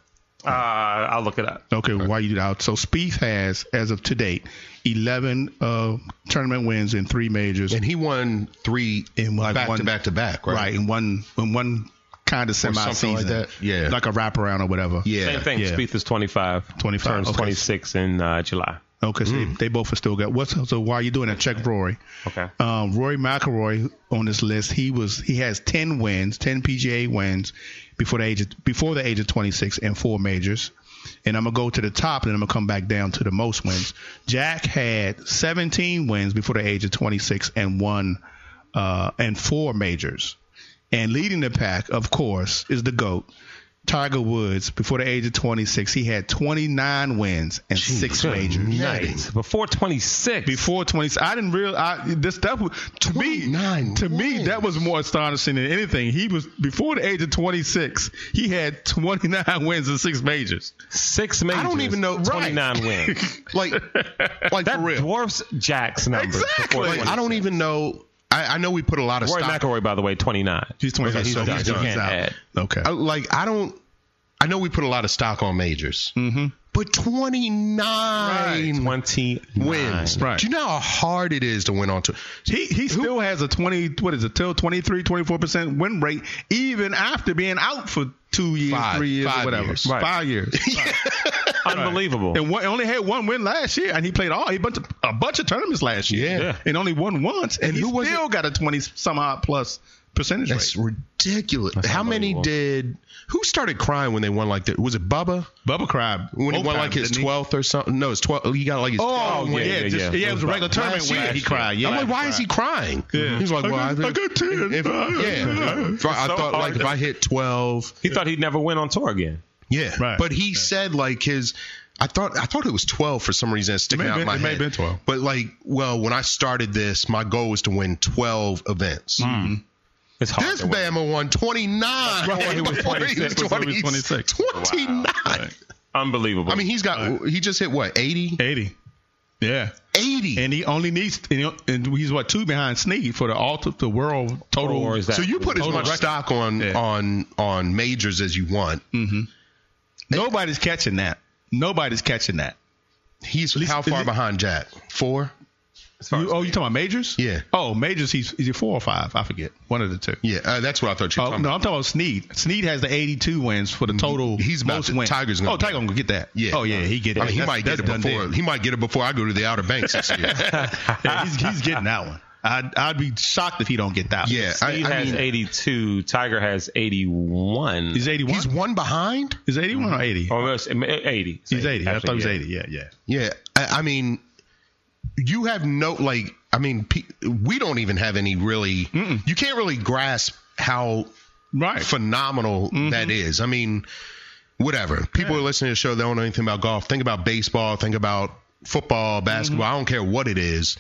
[SPEAKER 3] Oh.
[SPEAKER 1] Uh, I'll look it up.
[SPEAKER 3] Okay, why you do that? So Spieth has, as of to date, 11 uh, tournament wins in three majors.
[SPEAKER 2] And he won three
[SPEAKER 3] In like
[SPEAKER 2] back
[SPEAKER 3] one-
[SPEAKER 2] to back to back, right?
[SPEAKER 3] right in one in one kind of semi
[SPEAKER 2] something
[SPEAKER 3] season,
[SPEAKER 2] like that. Yeah.
[SPEAKER 3] like a wraparound or whatever.
[SPEAKER 2] Yeah.
[SPEAKER 1] Same thing.
[SPEAKER 3] yeah.
[SPEAKER 1] Spieth is 25.
[SPEAKER 3] 25,
[SPEAKER 1] Turns
[SPEAKER 3] okay.
[SPEAKER 1] 26 in uh, July.
[SPEAKER 3] Okay, so Oh, they, they both are still got. What's so? Why are you doing that? Check Rory.
[SPEAKER 1] Okay.
[SPEAKER 3] Um, Rory McIlroy on this list. He was he has ten wins, ten PGA wins before the age of, before the age of twenty six and four majors. And I'm gonna go to the top, and then I'm gonna come back down to the most wins. Jack had 17 wins before the age of 26 and one uh, and four majors. And leading the pack, of course, is the goat. Tiger Woods, before the age of 26, he had 29 wins and six majors
[SPEAKER 1] Nice. Before 26.
[SPEAKER 3] before 20 I didn't real I this stuff was- to me
[SPEAKER 2] 29
[SPEAKER 3] to me that was more astonishing than anything. He was before the age of 26, he had 29 wins and six majors.
[SPEAKER 1] six majors.
[SPEAKER 2] don't even know- right.
[SPEAKER 1] 29 wins.
[SPEAKER 2] Like like
[SPEAKER 1] That
[SPEAKER 2] for real.
[SPEAKER 1] dwarfs Jack's numbers. before
[SPEAKER 2] Like, I
[SPEAKER 1] 26.
[SPEAKER 2] don't even know I, I know we put a lot of
[SPEAKER 1] Roy
[SPEAKER 2] stock
[SPEAKER 1] McElroy, by the way, 29.
[SPEAKER 3] He's 29.
[SPEAKER 1] he's
[SPEAKER 3] so
[SPEAKER 1] done.
[SPEAKER 3] he's
[SPEAKER 1] You
[SPEAKER 3] done.
[SPEAKER 1] can't add.
[SPEAKER 3] Okay.
[SPEAKER 2] I- like I don't. I know we put a lot of stock on majors, mm-hmm. but 29
[SPEAKER 1] 29.
[SPEAKER 2] wins.
[SPEAKER 3] Right.
[SPEAKER 2] Do you know how hard it is to win on tour?
[SPEAKER 3] He he still has a 20 what is it? Till 23 24% win rate even after being out for 2 years,
[SPEAKER 2] Five.
[SPEAKER 3] 3 years
[SPEAKER 2] Five
[SPEAKER 3] or whatever.
[SPEAKER 2] years.
[SPEAKER 1] Right.
[SPEAKER 3] 5 years.
[SPEAKER 1] Unbelievable.
[SPEAKER 3] And one, only had one win last year, and he played all a bunch of, a bunch of tournaments last year,
[SPEAKER 2] Yeah. Yeah.
[SPEAKER 3] and only won once, and, he
[SPEAKER 2] who was
[SPEAKER 3] still got a twenty somehow plus percentage
[SPEAKER 2] That's
[SPEAKER 3] rate.
[SPEAKER 2] ridiculous. how many
[SPEAKER 1] unbelievable.
[SPEAKER 2] did? Who started crying when they won like that? Was it Bubba
[SPEAKER 3] Bubba Crab
[SPEAKER 2] when he won like his 12th or something? No, his 12. He got like his.
[SPEAKER 3] Oh yeah,
[SPEAKER 1] yeah,
[SPEAKER 3] yeah,
[SPEAKER 1] yeah,
[SPEAKER 3] just-
[SPEAKER 1] yeah.
[SPEAKER 3] yeah, It was a regular tournament
[SPEAKER 2] Last
[SPEAKER 3] win.
[SPEAKER 2] year.
[SPEAKER 3] He cried. Yeah,
[SPEAKER 2] I'm like, why is he crying? He was like,
[SPEAKER 3] I
[SPEAKER 2] well,
[SPEAKER 3] got- I got 10.
[SPEAKER 2] If, yeah,
[SPEAKER 3] It's
[SPEAKER 2] I thought like
[SPEAKER 1] hard.
[SPEAKER 2] if I hit 12,
[SPEAKER 1] he thought he'd never win on tour again.
[SPEAKER 2] Yeah.
[SPEAKER 3] Right.
[SPEAKER 2] But he said like his I thought I thought it was twelve for some reason it's sticking
[SPEAKER 3] may
[SPEAKER 2] out
[SPEAKER 3] have been-
[SPEAKER 2] my
[SPEAKER 3] it may
[SPEAKER 2] head.
[SPEAKER 3] have been 12.
[SPEAKER 2] But like, well, when I started this, my goal was to win twelve events.
[SPEAKER 3] Mm-hmm.
[SPEAKER 1] It's hard.
[SPEAKER 2] This
[SPEAKER 1] to win.
[SPEAKER 2] Bama won twenty nine.
[SPEAKER 1] Before he was 26,
[SPEAKER 3] before he was 26.
[SPEAKER 2] Twenty nine.
[SPEAKER 1] Unbelievable.
[SPEAKER 2] I mean, he's got he just hit what 80?
[SPEAKER 3] eighty. Yeah,
[SPEAKER 2] 80.
[SPEAKER 3] and he only needs and, he- and he's what two behind Snead for the all to- the world total.
[SPEAKER 1] Or is that-
[SPEAKER 2] so you put as
[SPEAKER 3] Hold on.
[SPEAKER 2] much stock on
[SPEAKER 3] Yeah. Mm.
[SPEAKER 2] on on majors as you want.
[SPEAKER 3] Nobody's catching that. Nobody's catching that.
[SPEAKER 2] He's
[SPEAKER 3] least-
[SPEAKER 2] how
[SPEAKER 3] is
[SPEAKER 2] far
[SPEAKER 3] it-
[SPEAKER 2] behind Jack? Four.
[SPEAKER 1] As far
[SPEAKER 3] You-
[SPEAKER 1] as
[SPEAKER 3] oh, you talking about majors?
[SPEAKER 2] Yeah.
[SPEAKER 3] Oh, majors. He's is he four or five? I forget. One of the two.
[SPEAKER 2] Yeah, uh, that's what I thought you were
[SPEAKER 3] Oh
[SPEAKER 2] talking
[SPEAKER 3] no,
[SPEAKER 2] about.
[SPEAKER 3] I'm talking about Snead. Snead has the 82 wins for the total.
[SPEAKER 2] He's about
[SPEAKER 3] most
[SPEAKER 2] to-
[SPEAKER 3] wins.
[SPEAKER 2] Tiger's gonna
[SPEAKER 3] oh, Tiger gonna get that.
[SPEAKER 2] Yeah.
[SPEAKER 3] Oh yeah, he get it.
[SPEAKER 2] I mean, he
[SPEAKER 3] That's-
[SPEAKER 2] might get
[SPEAKER 3] that's
[SPEAKER 2] it
[SPEAKER 3] done
[SPEAKER 2] before
[SPEAKER 3] deal.
[SPEAKER 2] he might get it before I go to the Outer Banks this year.
[SPEAKER 3] Yeah, he's, he's getting that one. I'd, I'd be shocked if he don't get that.
[SPEAKER 2] Yeah,
[SPEAKER 1] Steve
[SPEAKER 2] I, I
[SPEAKER 1] has
[SPEAKER 2] mean,
[SPEAKER 1] 82. Tiger has 81.
[SPEAKER 3] He's 81.
[SPEAKER 2] he's one behind.
[SPEAKER 3] Is 81 or 80?
[SPEAKER 1] Or uh, it's 80.
[SPEAKER 3] He's 80. I thought he was
[SPEAKER 1] yeah.
[SPEAKER 3] 80. Yeah, yeah.
[SPEAKER 2] Yeah, I, I mean, you have no like. I mean, pe- we don't even have any really. You can't really grasp how
[SPEAKER 3] Right.
[SPEAKER 2] phenomenal that is. I mean, whatever. People are listening to the show. They don't know anything about golf. Think about baseball. Think about football, basketball. I don't care what it is.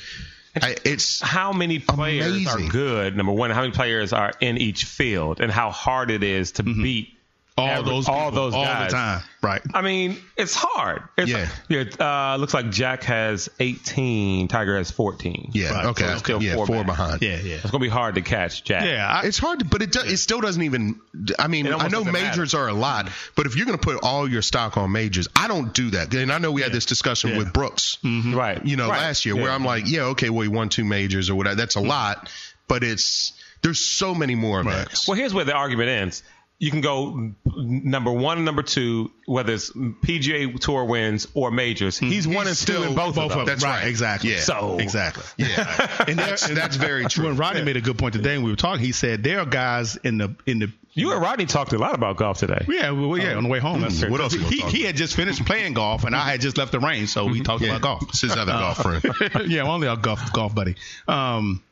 [SPEAKER 2] I, it's
[SPEAKER 1] How many players
[SPEAKER 2] Amazing.
[SPEAKER 1] are good? Number one, how many players are in each field, and how hard it is to
[SPEAKER 2] Mm-hmm.
[SPEAKER 1] beat
[SPEAKER 3] all
[SPEAKER 1] every-
[SPEAKER 3] those
[SPEAKER 1] all
[SPEAKER 3] people,
[SPEAKER 1] those
[SPEAKER 3] all
[SPEAKER 1] guys.
[SPEAKER 3] the time. Right.
[SPEAKER 1] I mean, it's hard. It's
[SPEAKER 2] Yeah.
[SPEAKER 1] yeah, uh, looks like Jack has 18. Tiger has 14.
[SPEAKER 2] yeah
[SPEAKER 3] Right,
[SPEAKER 2] okay.
[SPEAKER 3] so
[SPEAKER 1] it's still
[SPEAKER 2] yeah,
[SPEAKER 1] four
[SPEAKER 2] four,
[SPEAKER 1] back.
[SPEAKER 2] behind.
[SPEAKER 3] Yeah, yeah.
[SPEAKER 1] It's gonna be hard to catch Jack.
[SPEAKER 3] Yeah, I,
[SPEAKER 2] It's hard, to, but it do, it still doesn't even. I mean,
[SPEAKER 1] It
[SPEAKER 2] I
[SPEAKER 1] almost
[SPEAKER 2] know
[SPEAKER 1] doesn't matter.
[SPEAKER 2] majors are a lot, but if you're going to put all your stock on majors, I don't do that. And I know we had this discussion with Brooks,
[SPEAKER 1] Right.
[SPEAKER 2] you know,
[SPEAKER 1] Mm-hmm. Right.
[SPEAKER 2] last year,
[SPEAKER 1] Yeah. Mm-hmm.
[SPEAKER 2] where I'm like, yeah, okay, well, he won two majors or whatever. That's a lot, but it's there's so many more events.
[SPEAKER 1] Well, here's where the argument ends. You can go n- number one and number two, whether it's PGA Tour wins or majors.
[SPEAKER 3] Hmm.
[SPEAKER 1] He's one and two in both, of them.
[SPEAKER 2] That's
[SPEAKER 3] right, exactly.
[SPEAKER 2] Yeah.
[SPEAKER 1] So-
[SPEAKER 3] exactly.
[SPEAKER 2] yeah, and that's that's very true.
[SPEAKER 3] When Rodney made a good point today when we were talking, he said there are guys in the in the
[SPEAKER 1] You and Rodney talked a lot about golf today.
[SPEAKER 3] yeah well, yeah on the way home.
[SPEAKER 2] true. What else you
[SPEAKER 3] He,
[SPEAKER 2] gonna
[SPEAKER 3] Oh. he,
[SPEAKER 2] talk about?
[SPEAKER 3] had just finished playing golf and I had just left the range, so we talked
[SPEAKER 2] yeah,
[SPEAKER 3] about golf.
[SPEAKER 2] it's his other golf friend.
[SPEAKER 3] Mm-hmm. yeah, I'm only a golf golf buddy. Um,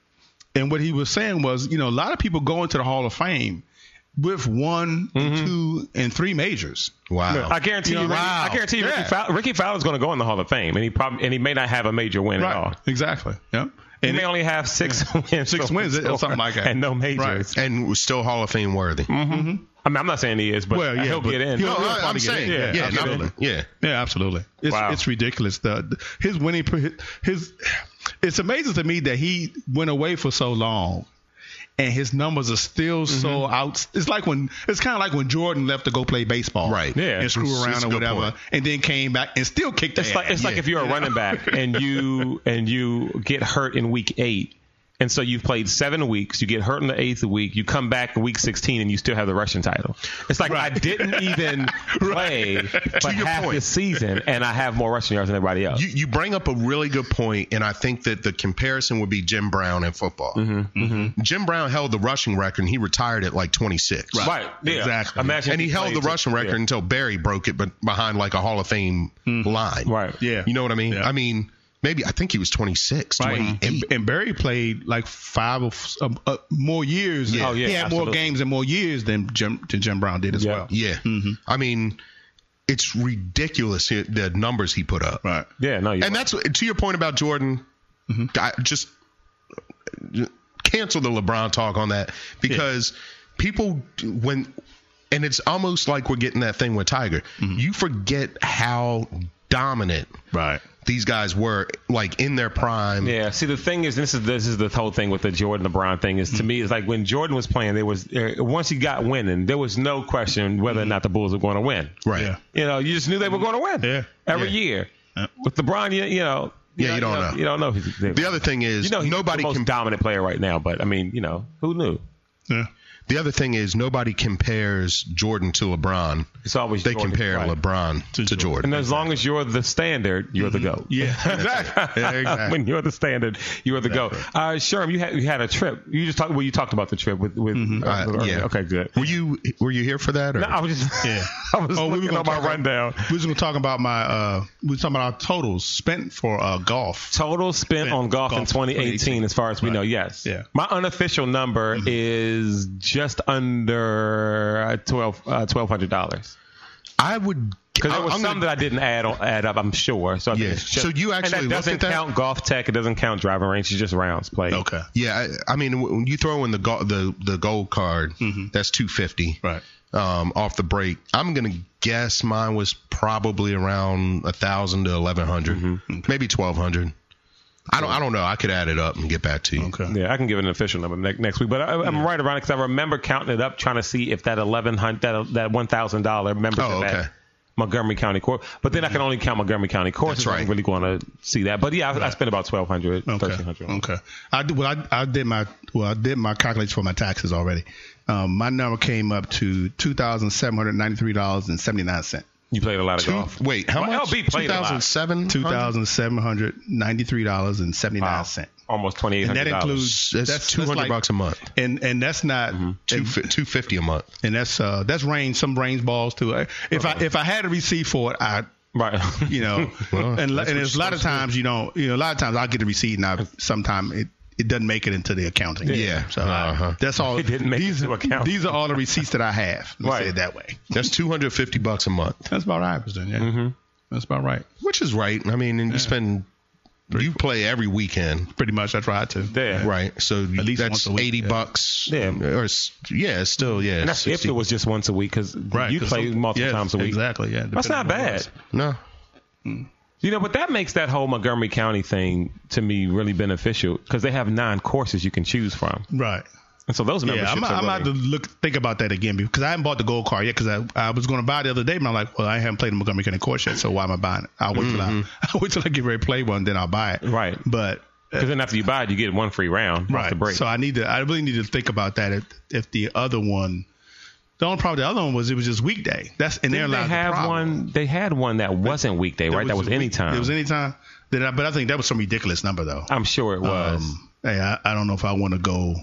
[SPEAKER 3] and what he was saying was, you know, a lot of people go into the Hall of Fame with one, two, and three majors.
[SPEAKER 2] Wow.
[SPEAKER 1] I guarantee you. Ricky-
[SPEAKER 3] wow.
[SPEAKER 1] I guarantee you,
[SPEAKER 3] Yeah.
[SPEAKER 1] Ricky, Fow- Ricky Fowler's going to go in the Hall of Fame, and he probably and he may not have a major win at all.
[SPEAKER 3] Exactly. Yeah.
[SPEAKER 1] He
[SPEAKER 3] And
[SPEAKER 1] may only have six wins,
[SPEAKER 3] Six
[SPEAKER 1] from
[SPEAKER 3] wins
[SPEAKER 1] the
[SPEAKER 3] or something
[SPEAKER 1] tour
[SPEAKER 3] like that.
[SPEAKER 1] and no majors.
[SPEAKER 3] Right.
[SPEAKER 2] and was still Hall of Fame worthy.
[SPEAKER 1] Mm-hmm. I mean, I'm not saying he is, but
[SPEAKER 3] Well, yeah,
[SPEAKER 1] he'll
[SPEAKER 3] but
[SPEAKER 1] get in.
[SPEAKER 3] he'll-
[SPEAKER 2] No,
[SPEAKER 3] he'll
[SPEAKER 2] I, am
[SPEAKER 3] probably get
[SPEAKER 2] saying,
[SPEAKER 3] in.
[SPEAKER 2] yeah,
[SPEAKER 1] Yeah,
[SPEAKER 2] yeah,
[SPEAKER 1] absolutely.
[SPEAKER 2] yeah.
[SPEAKER 3] Yeah, absolutely. It's,
[SPEAKER 1] Wow.
[SPEAKER 3] it's ridiculous. The, the- his winning, per- his, it's amazing to me that he went away for so long, and his numbers are still so out. It's like when it's kind of like when Jordan left to go play baseball,
[SPEAKER 2] Right.
[SPEAKER 1] Yeah.
[SPEAKER 3] and screw
[SPEAKER 2] It's- it's
[SPEAKER 3] around
[SPEAKER 2] a
[SPEAKER 3] or
[SPEAKER 2] good
[SPEAKER 3] whatever,
[SPEAKER 2] point.
[SPEAKER 3] and then came back and still kicked
[SPEAKER 1] It's
[SPEAKER 3] ass.
[SPEAKER 1] like it's like
[SPEAKER 2] yeah.
[SPEAKER 1] if you're a running back and you and you get hurt in week eight, and so you've played seven weeks, you get hurt in the eighth week, you come back in week sixteen, and you still have the rushing title. It's like I didn't even play but
[SPEAKER 2] your
[SPEAKER 1] half
[SPEAKER 2] point.
[SPEAKER 1] this season, and I have more rushing yards than everybody else.
[SPEAKER 2] You, you bring up a really good point, and I think that the comparison would be Jim Brown in football.
[SPEAKER 1] Mm-hmm.
[SPEAKER 2] Jim Brown held the rushing record, and he retired at like 26.
[SPEAKER 1] right? Yeah.
[SPEAKER 3] Exactly.
[SPEAKER 1] Imagine
[SPEAKER 2] And
[SPEAKER 1] if
[SPEAKER 2] he held the
[SPEAKER 1] played to-
[SPEAKER 2] rushing record
[SPEAKER 1] yeah.
[SPEAKER 2] until Barry broke it, but behind like a Hall of Fame line.
[SPEAKER 1] Right.
[SPEAKER 3] yeah,
[SPEAKER 2] You know what I mean?
[SPEAKER 3] Yeah.
[SPEAKER 2] I mean, maybe I think he was 26,
[SPEAKER 3] Right.
[SPEAKER 2] 28.
[SPEAKER 3] And,
[SPEAKER 1] Mm-hmm.
[SPEAKER 3] and Barry played like five or f- um, uh, more years.
[SPEAKER 2] Yeah. Oh,
[SPEAKER 1] yeah,
[SPEAKER 3] he had more
[SPEAKER 1] absolutely.
[SPEAKER 3] games and more years than Jim, than Jim Brown did as
[SPEAKER 1] Yeah.
[SPEAKER 3] well.
[SPEAKER 2] Yeah. I mean, it's ridiculous i- the numbers he put up.
[SPEAKER 3] Right.
[SPEAKER 1] Yeah. No. You're
[SPEAKER 2] And
[SPEAKER 1] right.
[SPEAKER 2] that's to your point about Jordan.
[SPEAKER 1] Mm-hmm.
[SPEAKER 2] I just cancel the LeBron talk on that because people d- when and it's almost like we're getting that thing with Tiger.
[SPEAKER 1] Mm-hmm.
[SPEAKER 2] You forget how dominant
[SPEAKER 3] Right.
[SPEAKER 2] these guys were like in their prime.
[SPEAKER 1] Yeah. See, the thing is, this is this is the whole thing with the Jordan LeBron thing. Is to
[SPEAKER 2] Hmm.
[SPEAKER 1] me, it's like when Jordan was playing, there was uh, once he got winning, there was no question whether or
[SPEAKER 2] Hmm.
[SPEAKER 1] not the Bulls were going to win.
[SPEAKER 2] Right.
[SPEAKER 3] Yeah.
[SPEAKER 1] You know, you just knew they were going to win.
[SPEAKER 3] Yeah.
[SPEAKER 1] Every
[SPEAKER 2] Yeah.
[SPEAKER 1] year.
[SPEAKER 3] Yeah.
[SPEAKER 1] With LeBron, you, you know.
[SPEAKER 2] Yeah, you don't
[SPEAKER 1] know.
[SPEAKER 2] know.
[SPEAKER 1] You don't know. If he's,
[SPEAKER 2] The other thing is
[SPEAKER 1] you know, he's
[SPEAKER 2] nobody
[SPEAKER 1] the most
[SPEAKER 2] can
[SPEAKER 1] dominant player right now. But I mean, you know, who knew?
[SPEAKER 3] Yeah.
[SPEAKER 2] the other thing is nobody compares Jordan to LeBron.
[SPEAKER 1] It's always
[SPEAKER 2] They
[SPEAKER 1] Jordan,
[SPEAKER 2] compare
[SPEAKER 1] right.
[SPEAKER 2] LeBron to,
[SPEAKER 3] Jordan.
[SPEAKER 2] Jordan.
[SPEAKER 1] And as long as you're the standard, you're the goat.
[SPEAKER 3] Yeah. Exactly. Yeah, exactly.
[SPEAKER 1] when you're the standard, you're the goat. Uh, Sherm, you had you had a trip. You just talked. Well, you talked about the trip with with. uh,
[SPEAKER 2] Uh, yeah.
[SPEAKER 1] Okay. Good.
[SPEAKER 2] Were you were you here for that or
[SPEAKER 1] I was just.
[SPEAKER 3] Yeah.
[SPEAKER 1] I was
[SPEAKER 3] Oh, we were
[SPEAKER 1] looking
[SPEAKER 3] gonna
[SPEAKER 1] on my
[SPEAKER 3] talk about-
[SPEAKER 1] rundown.
[SPEAKER 3] We was gonna talk about my uh we was talking about our totals spent for uh golf.
[SPEAKER 1] Total spent on golf, in
[SPEAKER 3] golf
[SPEAKER 1] 2018,
[SPEAKER 3] 2018,
[SPEAKER 1] as far as we know, yes.
[SPEAKER 3] Yeah.
[SPEAKER 1] My unofficial number
[SPEAKER 2] Mm-hmm.
[SPEAKER 1] is just under uh, twelve uh, twelve hundred dollars.
[SPEAKER 2] I would
[SPEAKER 1] Because there
[SPEAKER 2] I-
[SPEAKER 1] was
[SPEAKER 2] I'm
[SPEAKER 1] some
[SPEAKER 2] gonna-
[SPEAKER 1] that I didn't add on, add up. I'm sure. So I think
[SPEAKER 2] Yeah.
[SPEAKER 1] it's just-
[SPEAKER 2] So you actually
[SPEAKER 1] and
[SPEAKER 2] looked
[SPEAKER 1] that doesn't
[SPEAKER 2] at that?
[SPEAKER 1] count golf tech. It doesn't count driving range. It's just rounds played.
[SPEAKER 3] Okay.
[SPEAKER 2] Yeah, I, I mean, when you throw in the go- the the gold card,
[SPEAKER 1] Mm-hmm.
[SPEAKER 2] that's two fifty.
[SPEAKER 3] Right.
[SPEAKER 2] Um, off the break, I'm gonna guess mine was probably around a thousand to eleven
[SPEAKER 1] Mm-hmm.
[SPEAKER 2] maybe twelve hundred. I don't I don't know. I could add it up and get back to you.
[SPEAKER 3] Okay.
[SPEAKER 1] Yeah, I can give it an official number ne- next week, but I, I'm right around it because I remember counting it up, trying to see if that eleven hundred, that that one thousand dollar membership
[SPEAKER 2] Oh, okay.
[SPEAKER 1] ad Montgomery County Court. But then I
[SPEAKER 3] Mm-hmm.
[SPEAKER 1] can only count Montgomery County Court.
[SPEAKER 2] That's
[SPEAKER 1] so I don't
[SPEAKER 2] right.
[SPEAKER 1] really going to see that. But yeah, I, I spent about 1200
[SPEAKER 3] Okay.
[SPEAKER 1] 1300
[SPEAKER 3] Okay. I did, well, I, I did my well, I did my calculations for my taxes already. Um, my number came up to two thousand seven hundred ninety-three dollars and seventy-nine cents.
[SPEAKER 1] You played a lot of
[SPEAKER 2] Two-
[SPEAKER 1] golf.
[SPEAKER 2] wait, how
[SPEAKER 1] Well,
[SPEAKER 2] much?
[SPEAKER 1] LB played a lot.
[SPEAKER 2] 2007?
[SPEAKER 3] Two thousand seven hundred ninety-three dollars and seventy-nine cents.
[SPEAKER 1] Almost twenty eight
[SPEAKER 3] And that
[SPEAKER 1] hundred dollars.
[SPEAKER 3] includes
[SPEAKER 2] That's 200
[SPEAKER 3] like-
[SPEAKER 2] bucks a month. Mm-hmm.
[SPEAKER 3] and and that's not
[SPEAKER 2] Two
[SPEAKER 3] and,
[SPEAKER 2] fi- 250 a month.
[SPEAKER 3] and that's uh that's range some range balls too. Uh, If I if I had a receipt for it, I
[SPEAKER 1] Right.
[SPEAKER 3] you know,
[SPEAKER 2] Well,
[SPEAKER 3] and,
[SPEAKER 2] that's what
[SPEAKER 3] and there's a
[SPEAKER 2] you're
[SPEAKER 3] lot of times you don't, you know, a lot of times I get a receipt and I sometime it it doesn't make it into the accounting.
[SPEAKER 2] Yeah.
[SPEAKER 3] so
[SPEAKER 2] Uh-huh.
[SPEAKER 3] that's all.
[SPEAKER 1] It didn't make it
[SPEAKER 3] these,
[SPEAKER 1] to accounting.
[SPEAKER 3] These are all the receipts that I have. Let's
[SPEAKER 1] Right.
[SPEAKER 3] say it that way.
[SPEAKER 2] That's 250 bucks a month,
[SPEAKER 3] That's about right, then. Yeah,
[SPEAKER 1] Mm-hmm.
[SPEAKER 3] that's about right.
[SPEAKER 2] which is right. I mean, and you spend, you play every weekend.
[SPEAKER 3] Pretty much, I tried to.
[SPEAKER 1] There.
[SPEAKER 2] Right, so at
[SPEAKER 3] least
[SPEAKER 2] that's
[SPEAKER 3] once a week,
[SPEAKER 2] 80
[SPEAKER 3] yeah.
[SPEAKER 2] bucks.
[SPEAKER 1] Yeah.
[SPEAKER 2] or it's- yeah, it's still yeah.
[SPEAKER 1] And that's if
[SPEAKER 2] 60.
[SPEAKER 1] it was just once a week because
[SPEAKER 3] Right,
[SPEAKER 1] you
[SPEAKER 3] 'cause
[SPEAKER 1] play
[SPEAKER 3] some-
[SPEAKER 1] multiple
[SPEAKER 3] yes,
[SPEAKER 1] times a week.
[SPEAKER 3] Exactly. Yeah,
[SPEAKER 1] That's not
[SPEAKER 3] depending on what it
[SPEAKER 1] bad.
[SPEAKER 3] was.
[SPEAKER 2] no,
[SPEAKER 1] You know, but that makes that whole Montgomery County thing to me really beneficial because they have nine courses you can choose from,
[SPEAKER 3] Right.
[SPEAKER 1] and so those
[SPEAKER 3] Yeah,
[SPEAKER 1] memberships
[SPEAKER 3] I'm, I'm
[SPEAKER 1] are
[SPEAKER 3] about to
[SPEAKER 1] really,
[SPEAKER 3] look think about that again because I haven't bought the gold card yet because I, I was going to buy it the other day, but I'm like, well, I haven't played the Montgomery County Court yet, so why am I buying it? I'll wait till I I'll wait till I get ready to play one, then I'll buy it.
[SPEAKER 1] Mm-hmm. Right.
[SPEAKER 3] But
[SPEAKER 1] because then after you buy it, you get one free round off
[SPEAKER 3] right.
[SPEAKER 1] the break.
[SPEAKER 3] So I need to. I really need to think about that. If, if the other one, the only problem with the other one was it was just weekday. That's and there
[SPEAKER 1] Didn't they
[SPEAKER 3] lies the
[SPEAKER 1] have
[SPEAKER 3] problem.
[SPEAKER 1] one. They had one that wasn't weekday, right?
[SPEAKER 3] It
[SPEAKER 1] that was
[SPEAKER 3] a week-
[SPEAKER 1] any time.
[SPEAKER 3] It was any time. Then I, but I think that was some ridiculous number though.
[SPEAKER 1] I'm sure it was.
[SPEAKER 3] Um, hey, I, I don't know if I want to go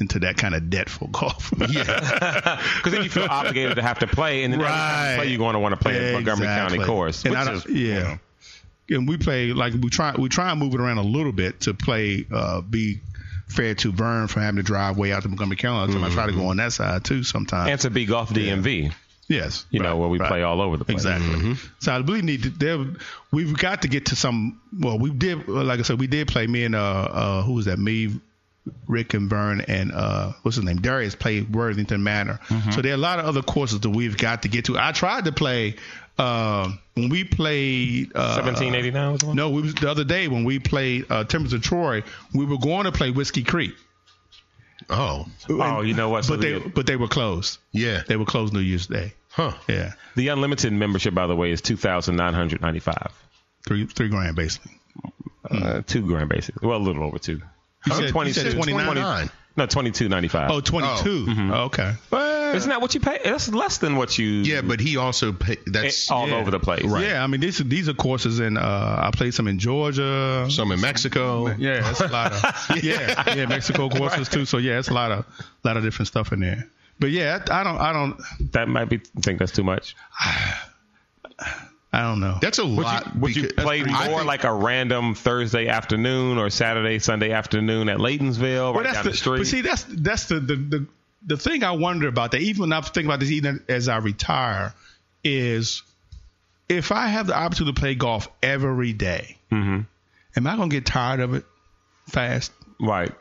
[SPEAKER 3] into that kind of debt for golf. yeah.
[SPEAKER 1] Because then you feel obligated to have to play, and then every time you
[SPEAKER 3] Right.
[SPEAKER 1] play, you're going to want to play at Montgomery County
[SPEAKER 3] Exactly.
[SPEAKER 1] course.
[SPEAKER 3] And
[SPEAKER 1] which
[SPEAKER 3] I don't-
[SPEAKER 1] is-
[SPEAKER 3] yeah. And we play like we try we try and move it around a little bit to play uh, be fair to Vern for having to drive way out to Montgomery County. I try to go on that side too sometimes.
[SPEAKER 1] Mm-hmm. and to be golf DMV,
[SPEAKER 3] yes,
[SPEAKER 1] you know, where we
[SPEAKER 3] right.
[SPEAKER 1] play all over the place.
[SPEAKER 3] Exactly. So I really need to. There, we've got to get to some. Well, we did. Like I said, we did play me and uh, uh who was that? Me, Rick, and Vern, and uh, what's his name? Darius played Worthington Manor.
[SPEAKER 1] Mm-hmm.
[SPEAKER 3] So there are a lot of other courses that we've got to get to. I tried to play uh, when we played uh,
[SPEAKER 1] 1789 was the one.
[SPEAKER 3] No, we was, the other day when we played uh, Timbers of Troy, we were going to play Whiskey Creek,
[SPEAKER 2] oh
[SPEAKER 1] oh, you know what? So
[SPEAKER 3] but they
[SPEAKER 1] the,
[SPEAKER 3] but they were closed.
[SPEAKER 2] yeah,
[SPEAKER 3] They were closed New Year's Day.
[SPEAKER 2] huh?
[SPEAKER 3] Yeah,
[SPEAKER 1] the unlimited membership, by the way, is two thousand nine hundred ninety-five.
[SPEAKER 3] three three grand basically.
[SPEAKER 1] Uh, two grand, basically. Well, a little over two.
[SPEAKER 3] said- you said 29.
[SPEAKER 2] 29.
[SPEAKER 1] No, twenty-two ninety-five.
[SPEAKER 3] Oh, 22. Okay. Well,
[SPEAKER 1] Isn't that what you pay? That's less than what you.
[SPEAKER 2] Yeah, but he also pay, that's
[SPEAKER 1] Eh, all
[SPEAKER 3] yeah.
[SPEAKER 1] over the place.
[SPEAKER 3] Yeah, I mean these these are courses in uh, I played some in Georgia.
[SPEAKER 2] some in Mexico.
[SPEAKER 3] yeah, that's a lot of yeah yeah Mexico courses too. So yeah, it's a lot of lot of different stuff in there. But yeah, I I don't I don't
[SPEAKER 1] That might be. I think that's too much.
[SPEAKER 3] I don't know.
[SPEAKER 2] That's a
[SPEAKER 1] Would
[SPEAKER 2] lot.
[SPEAKER 1] you, would you
[SPEAKER 2] because-
[SPEAKER 1] play
[SPEAKER 2] I
[SPEAKER 1] more
[SPEAKER 2] think-
[SPEAKER 1] like a random Thursday afternoon or Saturday, Sunday afternoon at Laytonsville, right
[SPEAKER 3] Well, that's
[SPEAKER 1] down the, street?
[SPEAKER 3] But see, that's that's the the, the the thing I wonder about that. Even when I think about this, even as I retire, is if I have the opportunity to play golf every day, am I gonna get tired of it fast?
[SPEAKER 1] right.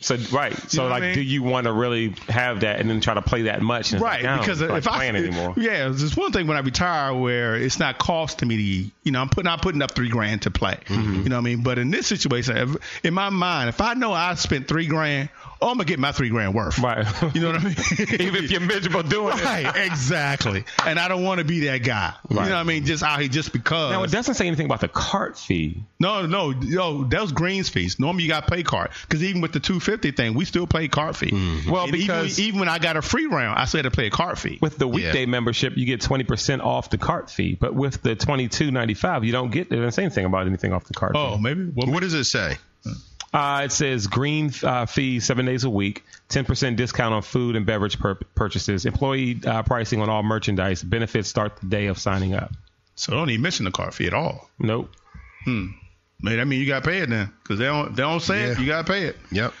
[SPEAKER 1] So right. So
[SPEAKER 3] know what
[SPEAKER 1] like,
[SPEAKER 3] I mean?
[SPEAKER 1] do you want to really have that and then try to play that much? And it's
[SPEAKER 3] right
[SPEAKER 1] like, I don't
[SPEAKER 3] because
[SPEAKER 1] feel like
[SPEAKER 3] if I
[SPEAKER 1] playing anymore,
[SPEAKER 3] yeah there's one thing when I retire where it's not costing me to you know I'm putting I'm putting up three grand to play
[SPEAKER 1] Mm-hmm.
[SPEAKER 3] you know what I mean but in this situation if, in my mind if I know I spent three grand oh, I'm gonna get my three grand worth
[SPEAKER 1] right.
[SPEAKER 3] you know what I mean
[SPEAKER 1] Even if you're miserable doing it.
[SPEAKER 3] right exactly and I don't want to be that guy you know what I mean just out here just because
[SPEAKER 1] Now it doesn't say anything about the cart fee.
[SPEAKER 3] no no yo that was greens fees normally you got pay card because even with the 250 thing we still play card fee
[SPEAKER 1] Mm-hmm. Well,
[SPEAKER 3] And
[SPEAKER 1] because-
[SPEAKER 3] even, even when I got a free round I still had to play a card fee
[SPEAKER 1] With the weekday membership, you get twenty percent off the cart fee, but with the twenty two ninety five, you don't get. It doesn't say anything about anything off the cart. fee.
[SPEAKER 3] oh maybe well,
[SPEAKER 2] What does it say?
[SPEAKER 1] Uh, it says green uh, fee seven days a week, 10% discount on food and beverage pur- purchases, employee uh, pricing on all merchandise. Benefits start the day of signing up.
[SPEAKER 3] So don't even mention the card fee at all.
[SPEAKER 1] Nope.
[SPEAKER 3] Man, I mean, you got to pay it then, because they don't they don't say it.
[SPEAKER 2] Yeah.
[SPEAKER 3] You got to pay it.
[SPEAKER 2] Yep.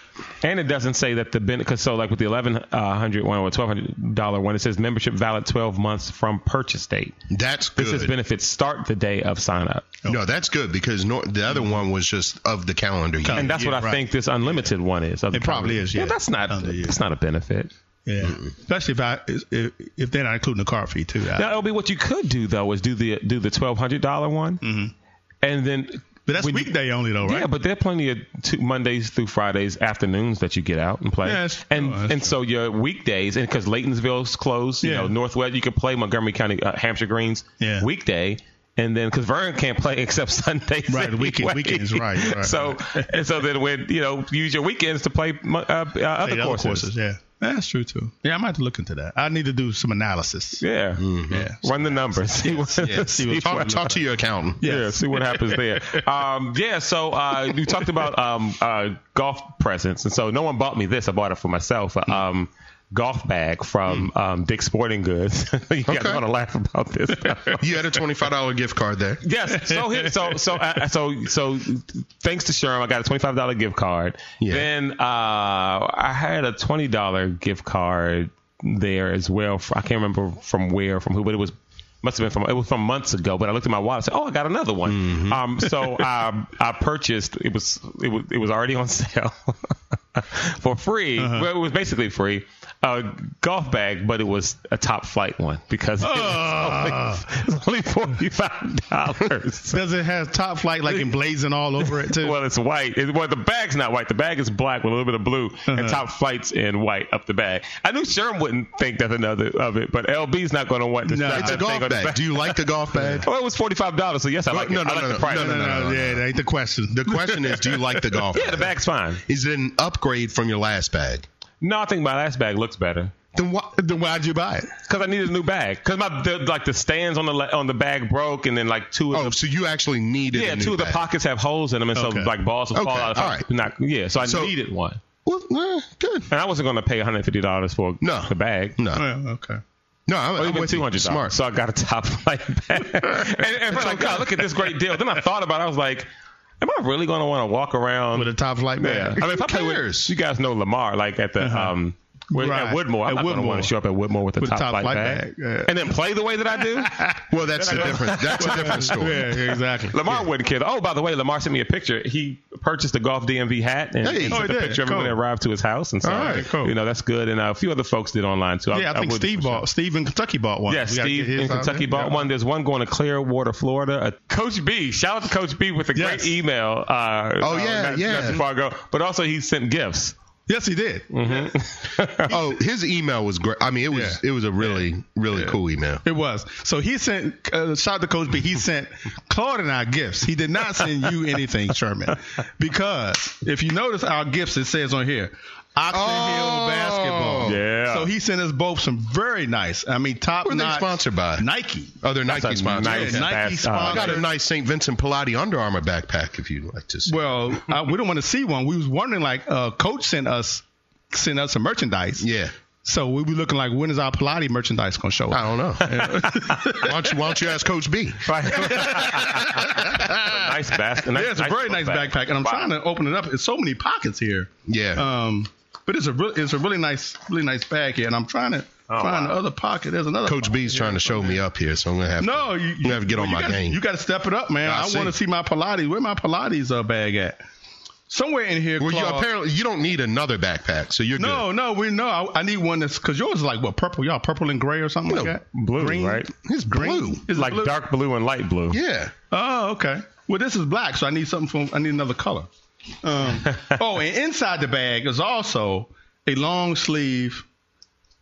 [SPEAKER 1] And it doesn't say that the benefit. So like with the 1100 one or $1,200 one, it says membership valid 12 months from purchase date.
[SPEAKER 2] That's good.
[SPEAKER 1] It says benefits start the day of sign up.
[SPEAKER 2] No, that's good because nor- the other one was just of the calendar year.
[SPEAKER 1] And that's
[SPEAKER 3] Yeah,
[SPEAKER 1] what I
[SPEAKER 3] right.
[SPEAKER 1] think this unlimited one is. It
[SPEAKER 3] probably is, yeah.
[SPEAKER 1] Well, that's not,
[SPEAKER 3] Under, yeah.
[SPEAKER 1] that's not a benefit.
[SPEAKER 3] Yeah, especially if I if, if they're not including the card fee too. I-
[SPEAKER 1] Now, LB, what you could do though is do the do the twelve hundred dollar one, and then
[SPEAKER 3] But that's weekday only though, Mm-hmm. right?
[SPEAKER 1] Yeah, but there are plenty of two, Mondays through Fridays afternoons that you get out and play.
[SPEAKER 3] Yeah, that's-
[SPEAKER 1] and
[SPEAKER 3] oh, that's
[SPEAKER 1] and so your weekdays, and because Laytonsville's closed, you
[SPEAKER 3] Yeah.
[SPEAKER 1] know, Northwest, you can play Montgomery County, uh, Hampshire Greens
[SPEAKER 3] Yeah.
[SPEAKER 1] weekday. And then, because Vern can't play except Sundays,
[SPEAKER 3] Right, weekend-
[SPEAKER 1] anyway.
[SPEAKER 3] weekends, right, right,
[SPEAKER 1] so, and so then when you know, use your weekends to play uh, uh, other,
[SPEAKER 3] Other
[SPEAKER 1] courses.
[SPEAKER 3] Yeah, that's true too. Yeah, I might have to look into that. I need to do some analysis.
[SPEAKER 1] Yeah,
[SPEAKER 3] Yeah.
[SPEAKER 1] run the numbers. See what-
[SPEAKER 2] Yeah, talk, talk to your accountant.
[SPEAKER 1] Yeah, see what happens there. Um, yeah, so uh, you talked about um, uh, golf presents, and so no one bought me this. I bought it for myself.
[SPEAKER 2] Mm.
[SPEAKER 1] a, Um, golf bag from um, Dick's Sporting Goods. you guys
[SPEAKER 2] Okay.
[SPEAKER 1] are gonna laugh about this. stuff.
[SPEAKER 2] You had a twenty-five dollar gift card there.
[SPEAKER 1] yes. So here, so so uh, so so thanks to Sherm, I got a twenty five dollar gift card.
[SPEAKER 2] Yeah.
[SPEAKER 1] Then uh, I had a twenty dollar gift card there as well. I can't remember from where, from who, but it was must have been from it was from months ago. But I looked at my wallet, and said, "Oh, I got another one." Um, so I I purchased it was it was it was already on sale for free. Well, it was basically free. A golf bag, but it was a top flight one because it
[SPEAKER 3] Oh.
[SPEAKER 1] was only, it was only forty five dollars.
[SPEAKER 3] Uh, Does it have top flight like emblazoned all over it too?
[SPEAKER 1] Well, it's white. It, well, the bag's not white. The bag is black with a little bit of blue,
[SPEAKER 2] Uh-huh.
[SPEAKER 1] and top flights in white up the bag. I knew Sherm wouldn't think nothing of it, of it but LB's not going to want to.
[SPEAKER 3] No,
[SPEAKER 1] slap
[SPEAKER 2] It's
[SPEAKER 3] it's
[SPEAKER 2] a
[SPEAKER 1] that thing
[SPEAKER 2] golf
[SPEAKER 1] on the
[SPEAKER 2] bag.
[SPEAKER 1] back.
[SPEAKER 2] Do you like the golf bag?
[SPEAKER 1] Well, it was forty five dollars, so yes, I like
[SPEAKER 2] no,
[SPEAKER 1] it.
[SPEAKER 2] no,
[SPEAKER 1] I like
[SPEAKER 2] no,
[SPEAKER 1] the price.
[SPEAKER 3] no, no, no,
[SPEAKER 2] no, no,
[SPEAKER 3] Yeah, that ain't the question.
[SPEAKER 2] The question is, do you like the golf?
[SPEAKER 1] Yeah, the bag's fine.
[SPEAKER 2] Is it an upgrade from your last bag?
[SPEAKER 1] No, I think my last bag looks better
[SPEAKER 3] Then, why, then why'd you buy it?
[SPEAKER 1] because I needed a new bag. Because my the, like the stands on the le- on the bag broke, and then like two of
[SPEAKER 2] Oh,
[SPEAKER 1] the
[SPEAKER 2] so you actually needed
[SPEAKER 1] yeah
[SPEAKER 2] a new
[SPEAKER 1] two of the
[SPEAKER 2] bag.
[SPEAKER 1] pockets have holes in them, and
[SPEAKER 3] Okay.
[SPEAKER 1] so like balls will fall
[SPEAKER 2] Okay,
[SPEAKER 1] out. If
[SPEAKER 2] all
[SPEAKER 1] I
[SPEAKER 2] right.
[SPEAKER 1] knock- yeah, so I
[SPEAKER 2] So-
[SPEAKER 1] needed one,
[SPEAKER 2] Well, nah, good.
[SPEAKER 1] and I wasn't going to pay one hundred fifty dollars for
[SPEAKER 2] No.
[SPEAKER 1] the bag.
[SPEAKER 2] No,
[SPEAKER 3] Well, okay.
[SPEAKER 2] no, I'm,
[SPEAKER 1] Or
[SPEAKER 2] I'm
[SPEAKER 1] even
[SPEAKER 2] with you.
[SPEAKER 1] two hundred
[SPEAKER 2] Smart.
[SPEAKER 1] dollars. So I got a top flight bag. and and I'm like, God, look at this great deal. Then I thought about, it. I was like, Am I really going to want to walk around
[SPEAKER 3] With a top flight
[SPEAKER 1] Yeah.
[SPEAKER 3] man.
[SPEAKER 1] I mean, if
[SPEAKER 2] Who
[SPEAKER 1] I play with
[SPEAKER 2] cares?
[SPEAKER 1] you guys know Lamar, like at the um, where,
[SPEAKER 3] Uh-huh. Right.
[SPEAKER 1] at Woodmore, I'm
[SPEAKER 3] At
[SPEAKER 1] not going to
[SPEAKER 3] Woodmore.
[SPEAKER 1] want to show up at Woodmore with a
[SPEAKER 3] With a
[SPEAKER 1] top,
[SPEAKER 3] top
[SPEAKER 1] flight
[SPEAKER 3] flight
[SPEAKER 1] bag,
[SPEAKER 3] bag, yeah.
[SPEAKER 1] and then play the way that I do.
[SPEAKER 2] Well, that's a different. That's a different story.
[SPEAKER 3] Yeah, exactly.
[SPEAKER 1] Lamar wouldn't care. Oh, by the way, Lamar sent me a picture. He purchased a golf DMV hat and,
[SPEAKER 2] Hey.
[SPEAKER 1] and
[SPEAKER 2] Oh,
[SPEAKER 1] took
[SPEAKER 3] he
[SPEAKER 1] a
[SPEAKER 3] did.
[SPEAKER 1] picture of
[SPEAKER 3] Cool.
[SPEAKER 1] him when it arrived to his house. And so,
[SPEAKER 3] All right, cool.
[SPEAKER 1] you know, that's good. And uh, a few other folks did online too.
[SPEAKER 3] Yeah, I think
[SPEAKER 1] would-
[SPEAKER 3] Steve bought Steve in Kentucky bought one.
[SPEAKER 1] Yeah,
[SPEAKER 3] We gotta get
[SPEAKER 1] Steve in
[SPEAKER 3] his out
[SPEAKER 1] Kentucky
[SPEAKER 3] there.
[SPEAKER 1] bought one. There's one going to Clearwater, Florida. Uh, Coach B, shout out to Coach B with a
[SPEAKER 3] Yes.
[SPEAKER 1] great email. Uh,
[SPEAKER 2] Oh,
[SPEAKER 1] uh,
[SPEAKER 2] yeah,
[SPEAKER 1] not,
[SPEAKER 2] yeah.
[SPEAKER 1] Not too far ago, but also he sent gifts.
[SPEAKER 3] Yes, he did.
[SPEAKER 2] Oh, his email was great. I mean, it was
[SPEAKER 3] Yeah.
[SPEAKER 2] it was a really really cool email.
[SPEAKER 3] It was. So he sent, uh, shout out to Coach B, he sent Claude and I gifts. He did not send you anything, Sherman. Because if you notice our gifts, it says on here, Oxon
[SPEAKER 2] Oh.
[SPEAKER 3] Hill basketball.
[SPEAKER 1] Yeah.
[SPEAKER 3] So he sent us both some very nice, I mean, top
[SPEAKER 2] Who are they
[SPEAKER 3] notch-
[SPEAKER 2] sponsored by?
[SPEAKER 3] Nike. Uh,
[SPEAKER 2] Oh, they're Nike
[SPEAKER 1] a
[SPEAKER 2] sponsors.
[SPEAKER 1] nice-
[SPEAKER 3] Yeah,
[SPEAKER 2] Yeah.
[SPEAKER 3] Nike
[SPEAKER 1] that's, uh,
[SPEAKER 2] I got a
[SPEAKER 3] sponsored.
[SPEAKER 2] nice St. Vincent Pilate Under Armour backpack if you'd like to see.
[SPEAKER 3] Well, I, we don't want to see one. We was wondering, like, uh, Coach sent us sent us some merchandise.
[SPEAKER 2] yeah.
[SPEAKER 3] So we be looking like, when is our Pilates merchandise going to show
[SPEAKER 2] I
[SPEAKER 3] up?
[SPEAKER 2] don't know. why, don't you, why don't you ask Coach B?
[SPEAKER 1] nice basket. Nice,
[SPEAKER 3] Yeah, it's a very nice backpack, and I'm trying to open it up. It's so many pockets here.
[SPEAKER 2] Yeah.
[SPEAKER 3] Um, but it's a real, it's a really nice, really nice bag here, and I'm trying to find the other pocket. There's another
[SPEAKER 2] Coach
[SPEAKER 3] pocket.
[SPEAKER 2] B's trying to show me up here, so I'm gonna have
[SPEAKER 3] No,
[SPEAKER 2] to,
[SPEAKER 3] you,
[SPEAKER 2] I'm gonna have to get
[SPEAKER 3] well,
[SPEAKER 2] on
[SPEAKER 3] you
[SPEAKER 2] my
[SPEAKER 3] gotta,
[SPEAKER 2] game.
[SPEAKER 3] You got to step it up, man.
[SPEAKER 2] I
[SPEAKER 3] I,
[SPEAKER 2] see.
[SPEAKER 3] want to see my Pilates. Where my Pilates uh, bag at? Somewhere in here.
[SPEAKER 2] well, you
[SPEAKER 3] Claude.
[SPEAKER 2] apparently you don't need another backpack, so you're
[SPEAKER 3] No, no, we no. I, I need one that's because yours is like what purple, y'all purple and gray or something
[SPEAKER 2] No,
[SPEAKER 3] like that.
[SPEAKER 1] blue, right?
[SPEAKER 2] good. It's blue.
[SPEAKER 3] Is it
[SPEAKER 1] like
[SPEAKER 3] blue?
[SPEAKER 1] dark blue and light blue.
[SPEAKER 2] Yeah.
[SPEAKER 3] Oh, okay. Well, this is black, so I need something from. I need another color. Um, oh, and inside the bag is also a long sleeve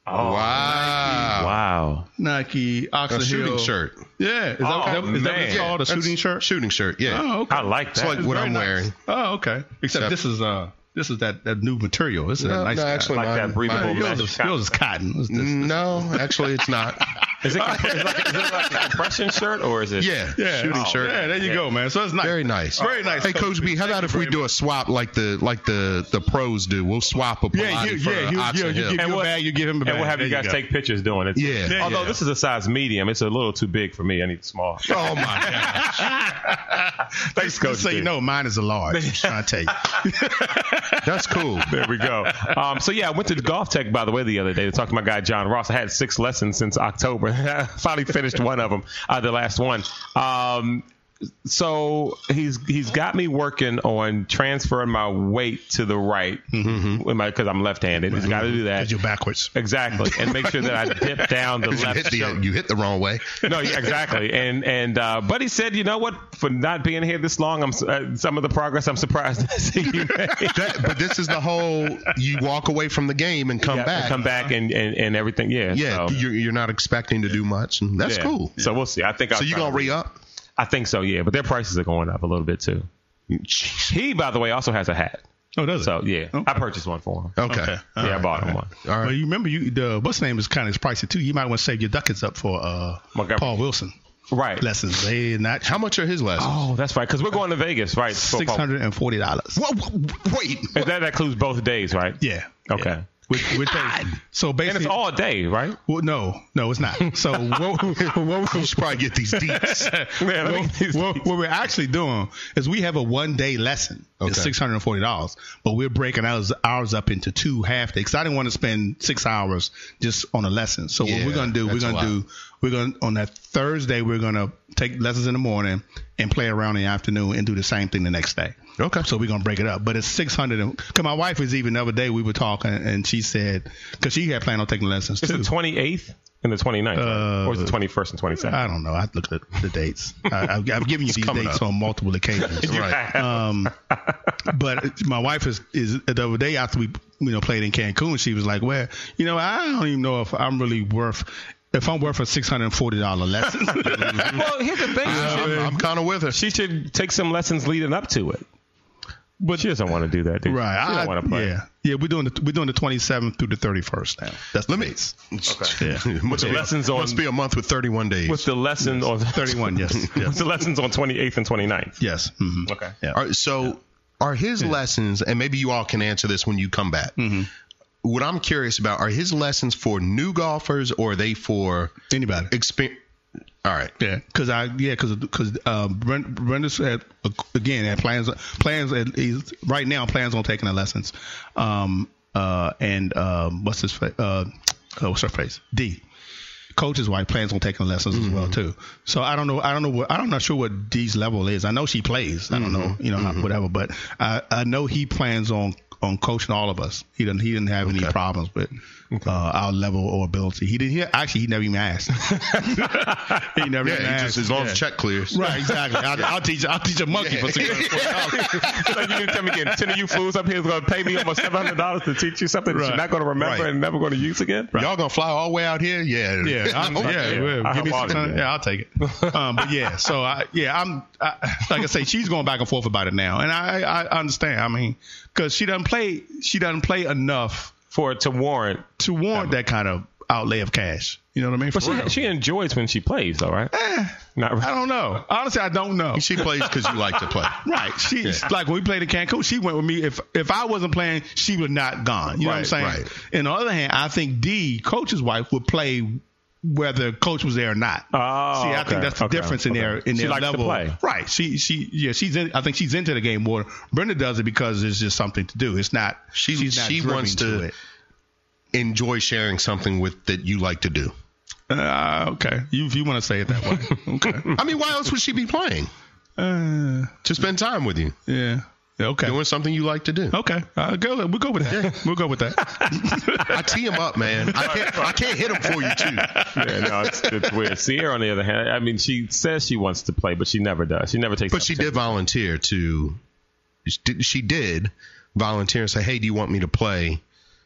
[SPEAKER 1] Oh,
[SPEAKER 2] wow.
[SPEAKER 1] wow.
[SPEAKER 3] Nike Oxford
[SPEAKER 2] A shooting
[SPEAKER 3] Hill
[SPEAKER 2] shirt.
[SPEAKER 3] Yeah, is,
[SPEAKER 1] Oh,
[SPEAKER 3] that, is that what
[SPEAKER 1] man.
[SPEAKER 3] it's called? A
[SPEAKER 2] That's-
[SPEAKER 3] shooting shirt?
[SPEAKER 2] Shooting shirt. Yeah.
[SPEAKER 3] Oh, okay.
[SPEAKER 1] I like
[SPEAKER 2] It's
[SPEAKER 1] that.
[SPEAKER 2] like what
[SPEAKER 3] Very
[SPEAKER 2] I'm
[SPEAKER 3] nice.
[SPEAKER 2] wearing.
[SPEAKER 3] Oh, okay. Except
[SPEAKER 2] Except-
[SPEAKER 3] this is uh this is that, that new material. This is
[SPEAKER 2] No,
[SPEAKER 3] a nice.
[SPEAKER 2] no, actually,
[SPEAKER 1] Like that
[SPEAKER 2] mine-
[SPEAKER 1] breathable
[SPEAKER 2] mine-
[SPEAKER 1] mask.
[SPEAKER 3] yours, is, yours is cotton. Mm. What's this?
[SPEAKER 2] No, actually, it's not.
[SPEAKER 1] is, it, is, it like, is it like a compression shirt or is it?
[SPEAKER 2] Yeah,
[SPEAKER 3] Yeah,
[SPEAKER 2] shooting
[SPEAKER 3] oh,
[SPEAKER 2] shirt.
[SPEAKER 3] Yeah, there you go, man. So it's nice.
[SPEAKER 2] Very nice.
[SPEAKER 3] Very nice.
[SPEAKER 2] Hey, Coach B, how about if we do a swap like the like the the pros do? We'll swap a Pilates
[SPEAKER 3] Yeah, you,
[SPEAKER 2] for
[SPEAKER 3] yeah,
[SPEAKER 2] an
[SPEAKER 3] you, yeah,
[SPEAKER 2] Oxon
[SPEAKER 3] you
[SPEAKER 2] Hill.
[SPEAKER 3] give
[SPEAKER 1] And
[SPEAKER 3] him a
[SPEAKER 1] what-
[SPEAKER 3] bag, you give him a bag.
[SPEAKER 1] And we'll have
[SPEAKER 3] There
[SPEAKER 1] you guys
[SPEAKER 3] go.
[SPEAKER 1] take pictures doing it.
[SPEAKER 2] Yeah. There you
[SPEAKER 1] Although
[SPEAKER 3] go.
[SPEAKER 1] this is a size medium, it's a little too big for me. I need small.
[SPEAKER 2] oh my god!
[SPEAKER 1] Thanks, Coach.
[SPEAKER 3] Just so
[SPEAKER 1] D.
[SPEAKER 3] you know, mine is a large. I'm trying to tell you.
[SPEAKER 2] That's cool.
[SPEAKER 1] There we go. Um, so yeah, I went to Golf Tech by the way the other day to talk to my guy John Ross. I had six lessons since October. I finally finished one of them, uh, the last one. Um, so he's he's got me working on transferring my weight to the right
[SPEAKER 2] Mm-hmm.
[SPEAKER 1] because I'm left-handed. He's got to do that.
[SPEAKER 2] You're backwards.
[SPEAKER 1] Exactly, and make sure that I dip down the
[SPEAKER 2] You hit
[SPEAKER 1] left
[SPEAKER 2] the,
[SPEAKER 1] shoulder.
[SPEAKER 2] you hit the wrong way.
[SPEAKER 1] No, yeah, exactly, and and uh, but he said, you know what? For not being here this long, I'm su- uh, some of the progress I'm surprised to see you made.
[SPEAKER 2] That- but this is the whole you walk away from the game and come
[SPEAKER 1] Yeah,
[SPEAKER 2] back.
[SPEAKER 1] come back, and, and, and everything. Yeah,
[SPEAKER 2] Yeah,
[SPEAKER 1] so,
[SPEAKER 2] you're, you're not expecting to do much, and that's
[SPEAKER 1] yeah.
[SPEAKER 2] cool. So,
[SPEAKER 1] So we'll see. I think I'll
[SPEAKER 2] you
[SPEAKER 1] try to
[SPEAKER 2] gonna re up?
[SPEAKER 1] I think so. Yeah, but their prices are going up a little bit too. He, by the way, also has a hat.
[SPEAKER 3] Oh, does it?
[SPEAKER 1] So yeah,
[SPEAKER 3] Okay.
[SPEAKER 1] I purchased one for him.
[SPEAKER 2] Okay.
[SPEAKER 3] Okay.
[SPEAKER 1] Yeah, I bought him one.
[SPEAKER 2] All
[SPEAKER 3] Well,
[SPEAKER 2] right.
[SPEAKER 3] you remember you the what's the name is kind of pricey too. You might want to save your ducats up for uh,
[SPEAKER 1] Montgomery.
[SPEAKER 3] Paul Wilson
[SPEAKER 1] Right.
[SPEAKER 3] lessons. They not
[SPEAKER 2] How much are his lessons?
[SPEAKER 1] Oh, that's right. Because we're going to Vegas, right? for-
[SPEAKER 3] six hundred and forty dollars.
[SPEAKER 2] Wha- wha- wait.
[SPEAKER 1] And That, that includes both days, right?
[SPEAKER 3] Yeah.
[SPEAKER 1] Okay.
[SPEAKER 3] Yeah. With, with those- so
[SPEAKER 1] And
[SPEAKER 3] basically,
[SPEAKER 1] it's all day, right?
[SPEAKER 3] well, no, no, it's not. So what, what,
[SPEAKER 2] You should probably get these deets.
[SPEAKER 1] Man, let me-
[SPEAKER 3] what, what- what we're actually doing is we have a one day lesson. It's
[SPEAKER 2] Okay.
[SPEAKER 3] six hundred and forty dollars, but we're breaking ours ours up into two half days. Cause I didn't want to spend six hours just on a lesson. So what
[SPEAKER 2] Yeah,
[SPEAKER 3] we're gonna do, we're
[SPEAKER 2] that's a
[SPEAKER 3] gonna
[SPEAKER 2] lot.
[SPEAKER 3] do, we're gonna on that Thursday we're gonna take lessons in the morning and play around in the afternoon and do the same thing the next day.
[SPEAKER 2] Okay.
[SPEAKER 3] So we're gonna break it up. But it's six hundred. Cause my wife was even the other day we were talking and she said because she had planned on taking lessons
[SPEAKER 1] It's
[SPEAKER 3] too.
[SPEAKER 1] the 28th and the 29th, ninth,
[SPEAKER 3] Uh,
[SPEAKER 1] or is it 21st and 27th?
[SPEAKER 3] I don't know. I looked at the dates. I, I've, I've given you these
[SPEAKER 2] coming
[SPEAKER 3] dates
[SPEAKER 2] up.
[SPEAKER 3] on multiple occasions.
[SPEAKER 2] right.
[SPEAKER 3] Um, but my wife is is the other day after we you know played in Cancun, she was like, "Well, you know, I don't even know if I'm really worth if I'm worth a six hundred and forty dollar lesson."
[SPEAKER 1] well, here's the thing.
[SPEAKER 2] I'm, I'm kind of with her.
[SPEAKER 1] she should take some lessons leading up to it. But she doesn't want to do that, dude.
[SPEAKER 3] right?
[SPEAKER 1] She
[SPEAKER 3] I-
[SPEAKER 1] don't want to play.
[SPEAKER 3] Yeah, yeah. We're doing the, we're doing the twenty seventh through the thirty first now. That's
[SPEAKER 2] Let me.
[SPEAKER 3] Yeah.
[SPEAKER 2] must, be,
[SPEAKER 1] lessons on-
[SPEAKER 2] must be a month with 31 days.
[SPEAKER 1] What's the lesson on
[SPEAKER 3] thirty one. Yes, yes,
[SPEAKER 1] What's the lessons on 28th and 29th?
[SPEAKER 3] yes. hmm
[SPEAKER 1] Okay.
[SPEAKER 3] Yeah.
[SPEAKER 2] All right, so are his lessons, and maybe you all can answer this when you come back. What I'm curious about are his lessons for new golfers or are they for
[SPEAKER 3] Anybody?
[SPEAKER 2] experience? All right.
[SPEAKER 3] Yeah, because I yeah because because uh, Brenda, Brenda had again had plans plans at, he's right now plans on taking the lessons, um uh and um what's his fa- uh oh, what's her face D. Coach's wife plans on taking lessons as
[SPEAKER 2] Mm-hmm.
[SPEAKER 3] well too. So I don't know. I don't know. What, I'm not sure what D's level is. I know she plays. I don't know.
[SPEAKER 2] Mm-hmm.
[SPEAKER 3] You know, whatever. But I, I know he plans on on coaching all of us. He didn't. He didn't have any problems with uh, our level or ability. He didn't. He, actually, he never even asked. he never even
[SPEAKER 2] Yeah, he
[SPEAKER 3] asked.
[SPEAKER 2] just, as long
[SPEAKER 3] Yeah.
[SPEAKER 2] as check clears.
[SPEAKER 3] Right, exactly. I'll, I'll teach. I'll teach a monkey for six hundred forty dollars.
[SPEAKER 1] so you mean to tell me again, ten of you fools up here is going to pay me almost seven hundred dollars to teach you something that you're
[SPEAKER 3] Right.
[SPEAKER 1] not going to remember
[SPEAKER 2] Right.
[SPEAKER 1] and never going to use again?
[SPEAKER 2] Y'all going to fly all the way out here? Yeah.
[SPEAKER 3] Yeah, I,
[SPEAKER 2] Okay.
[SPEAKER 3] yeah,
[SPEAKER 1] yeah.
[SPEAKER 3] well,
[SPEAKER 1] I
[SPEAKER 3] give me
[SPEAKER 1] have all of
[SPEAKER 3] six hundred.
[SPEAKER 1] that.
[SPEAKER 3] Yeah, I'll take it. Um, but yeah, so I, yeah, I'm I, like I say, she's going back and forth about it now, and I, I understand. I mean, because she doesn't play, she doesn't play enough
[SPEAKER 1] For it to warrant.
[SPEAKER 3] to warrant that kind of outlay of cash. You know what I mean? For
[SPEAKER 1] But she,
[SPEAKER 3] real.
[SPEAKER 1] she enjoys when she plays, though, right? Not
[SPEAKER 3] I
[SPEAKER 1] really.
[SPEAKER 3] don't know. Honestly, I don't know.
[SPEAKER 2] She plays because you like to play.
[SPEAKER 3] Right. She's like when we played in Cancun, she went with me. If if I wasn't playing, she would not gone. You know what I'm
[SPEAKER 2] Right,
[SPEAKER 3] saying?
[SPEAKER 2] right.
[SPEAKER 3] And on the other hand, I think D, coach's wife, would play whether coach was there or not.
[SPEAKER 1] Oh,
[SPEAKER 3] See, I
[SPEAKER 1] okay,
[SPEAKER 3] think that's the
[SPEAKER 1] okay,
[SPEAKER 3] difference in their
[SPEAKER 1] okay.
[SPEAKER 3] in
[SPEAKER 1] She
[SPEAKER 3] their
[SPEAKER 1] likes to
[SPEAKER 3] level.
[SPEAKER 1] play.
[SPEAKER 3] Right. She she yeah, she's in I think she's into the game more. Brenda does it because it's just something to do. It's not
[SPEAKER 2] She-
[SPEAKER 3] she's not
[SPEAKER 2] she
[SPEAKER 3] driven
[SPEAKER 2] wants to-
[SPEAKER 3] it.
[SPEAKER 2] Enjoy sharing something with that you like to do.
[SPEAKER 3] Uh, okay. You if you want to say it that way. okay.
[SPEAKER 2] I mean, why else would she be playing?
[SPEAKER 3] Uh,
[SPEAKER 2] To spend time with you,
[SPEAKER 3] yeah. Okay.
[SPEAKER 2] doing something you like to do.
[SPEAKER 3] Okay. Uh, go we'll go with that. We'll go with that.
[SPEAKER 2] I tee him up, man. I can't, I can't hit him for you, too.
[SPEAKER 1] Yeah, no, it's, it's weird. Sierra, on the other hand, I mean, she says she wants to play, but she never does. She never takes.
[SPEAKER 2] But she did volunteer to. she did- She did volunteer and say, "Hey, do you want me to play?"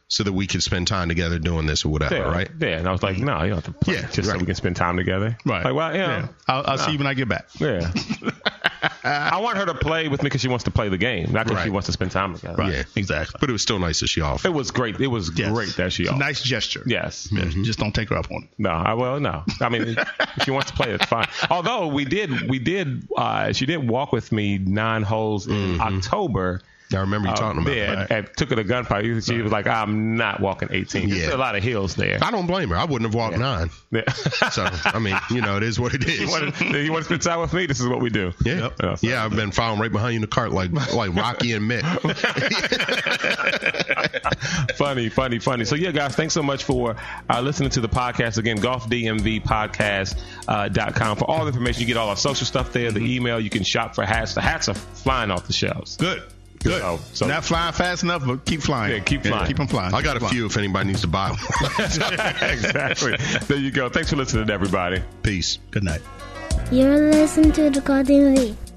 [SPEAKER 2] So that we could spend time together doing this or whatever,
[SPEAKER 1] yeah,
[SPEAKER 2] right?
[SPEAKER 1] Yeah, and I was like, no, you don't have to play,
[SPEAKER 2] Yeah,
[SPEAKER 1] just so
[SPEAKER 2] right.
[SPEAKER 1] we can spend time together.
[SPEAKER 3] Right.
[SPEAKER 1] Like, well, you know,
[SPEAKER 3] Yeah. I'll, I'll see you when I get back.
[SPEAKER 1] Yeah. I want her to play with me because she wants to play the game, not because she
[SPEAKER 2] Right.
[SPEAKER 1] wants to spend time together.
[SPEAKER 2] Yeah.
[SPEAKER 3] Exactly.
[SPEAKER 2] But it was still nice that she offered.
[SPEAKER 1] It was great. It was
[SPEAKER 3] Yes.
[SPEAKER 1] great that she
[SPEAKER 3] It's a
[SPEAKER 1] offered.
[SPEAKER 3] nice gesture. Mm-hmm.
[SPEAKER 1] Yes.
[SPEAKER 3] Just don't take her up on it.
[SPEAKER 1] No, I well no. I mean, if she wants to play, it's fine. Although we did, we did. Uh, she did walk with me nine holes in October.
[SPEAKER 2] I remember you
[SPEAKER 1] Uh,
[SPEAKER 2] Mm-hmm. talking about
[SPEAKER 1] yeah,
[SPEAKER 2] that.
[SPEAKER 1] and, and took her to gunfire. She was like, "I'm not walking 18."
[SPEAKER 2] Yeah.
[SPEAKER 1] There's a lot of hills there.
[SPEAKER 2] I don't blame her. I wouldn't have walked nine.
[SPEAKER 1] Yeah.
[SPEAKER 2] So I mean, you know, it is what it
[SPEAKER 1] you
[SPEAKER 2] is.
[SPEAKER 1] want to spend time with me? This is what we do.
[SPEAKER 2] Yeah,
[SPEAKER 1] Yeah, so-
[SPEAKER 2] yeah. I've been following right behind you in the cart, like like Rocky and Mick.
[SPEAKER 1] funny, funny, funny. So yeah, guys, thanks so much for uh, listening to the podcast again. GolfDMVpodcast.com uh, for all the information. You get all our social stuff there. The
[SPEAKER 2] Mm-hmm.
[SPEAKER 1] email you can shop for hats. The hats are flying off the shelves.
[SPEAKER 3] Good. Good.
[SPEAKER 2] Oh,
[SPEAKER 1] So- so-
[SPEAKER 3] Not flying fast enough, but keep flying.
[SPEAKER 1] Yeah, keep flying.
[SPEAKER 3] keep them flying.
[SPEAKER 2] I got a few if anybody needs to buy one.
[SPEAKER 1] exactly. There you go. Thanks for listening, everybody.
[SPEAKER 3] Peace. Good night.
[SPEAKER 4] You're listening to the Golden Leaf.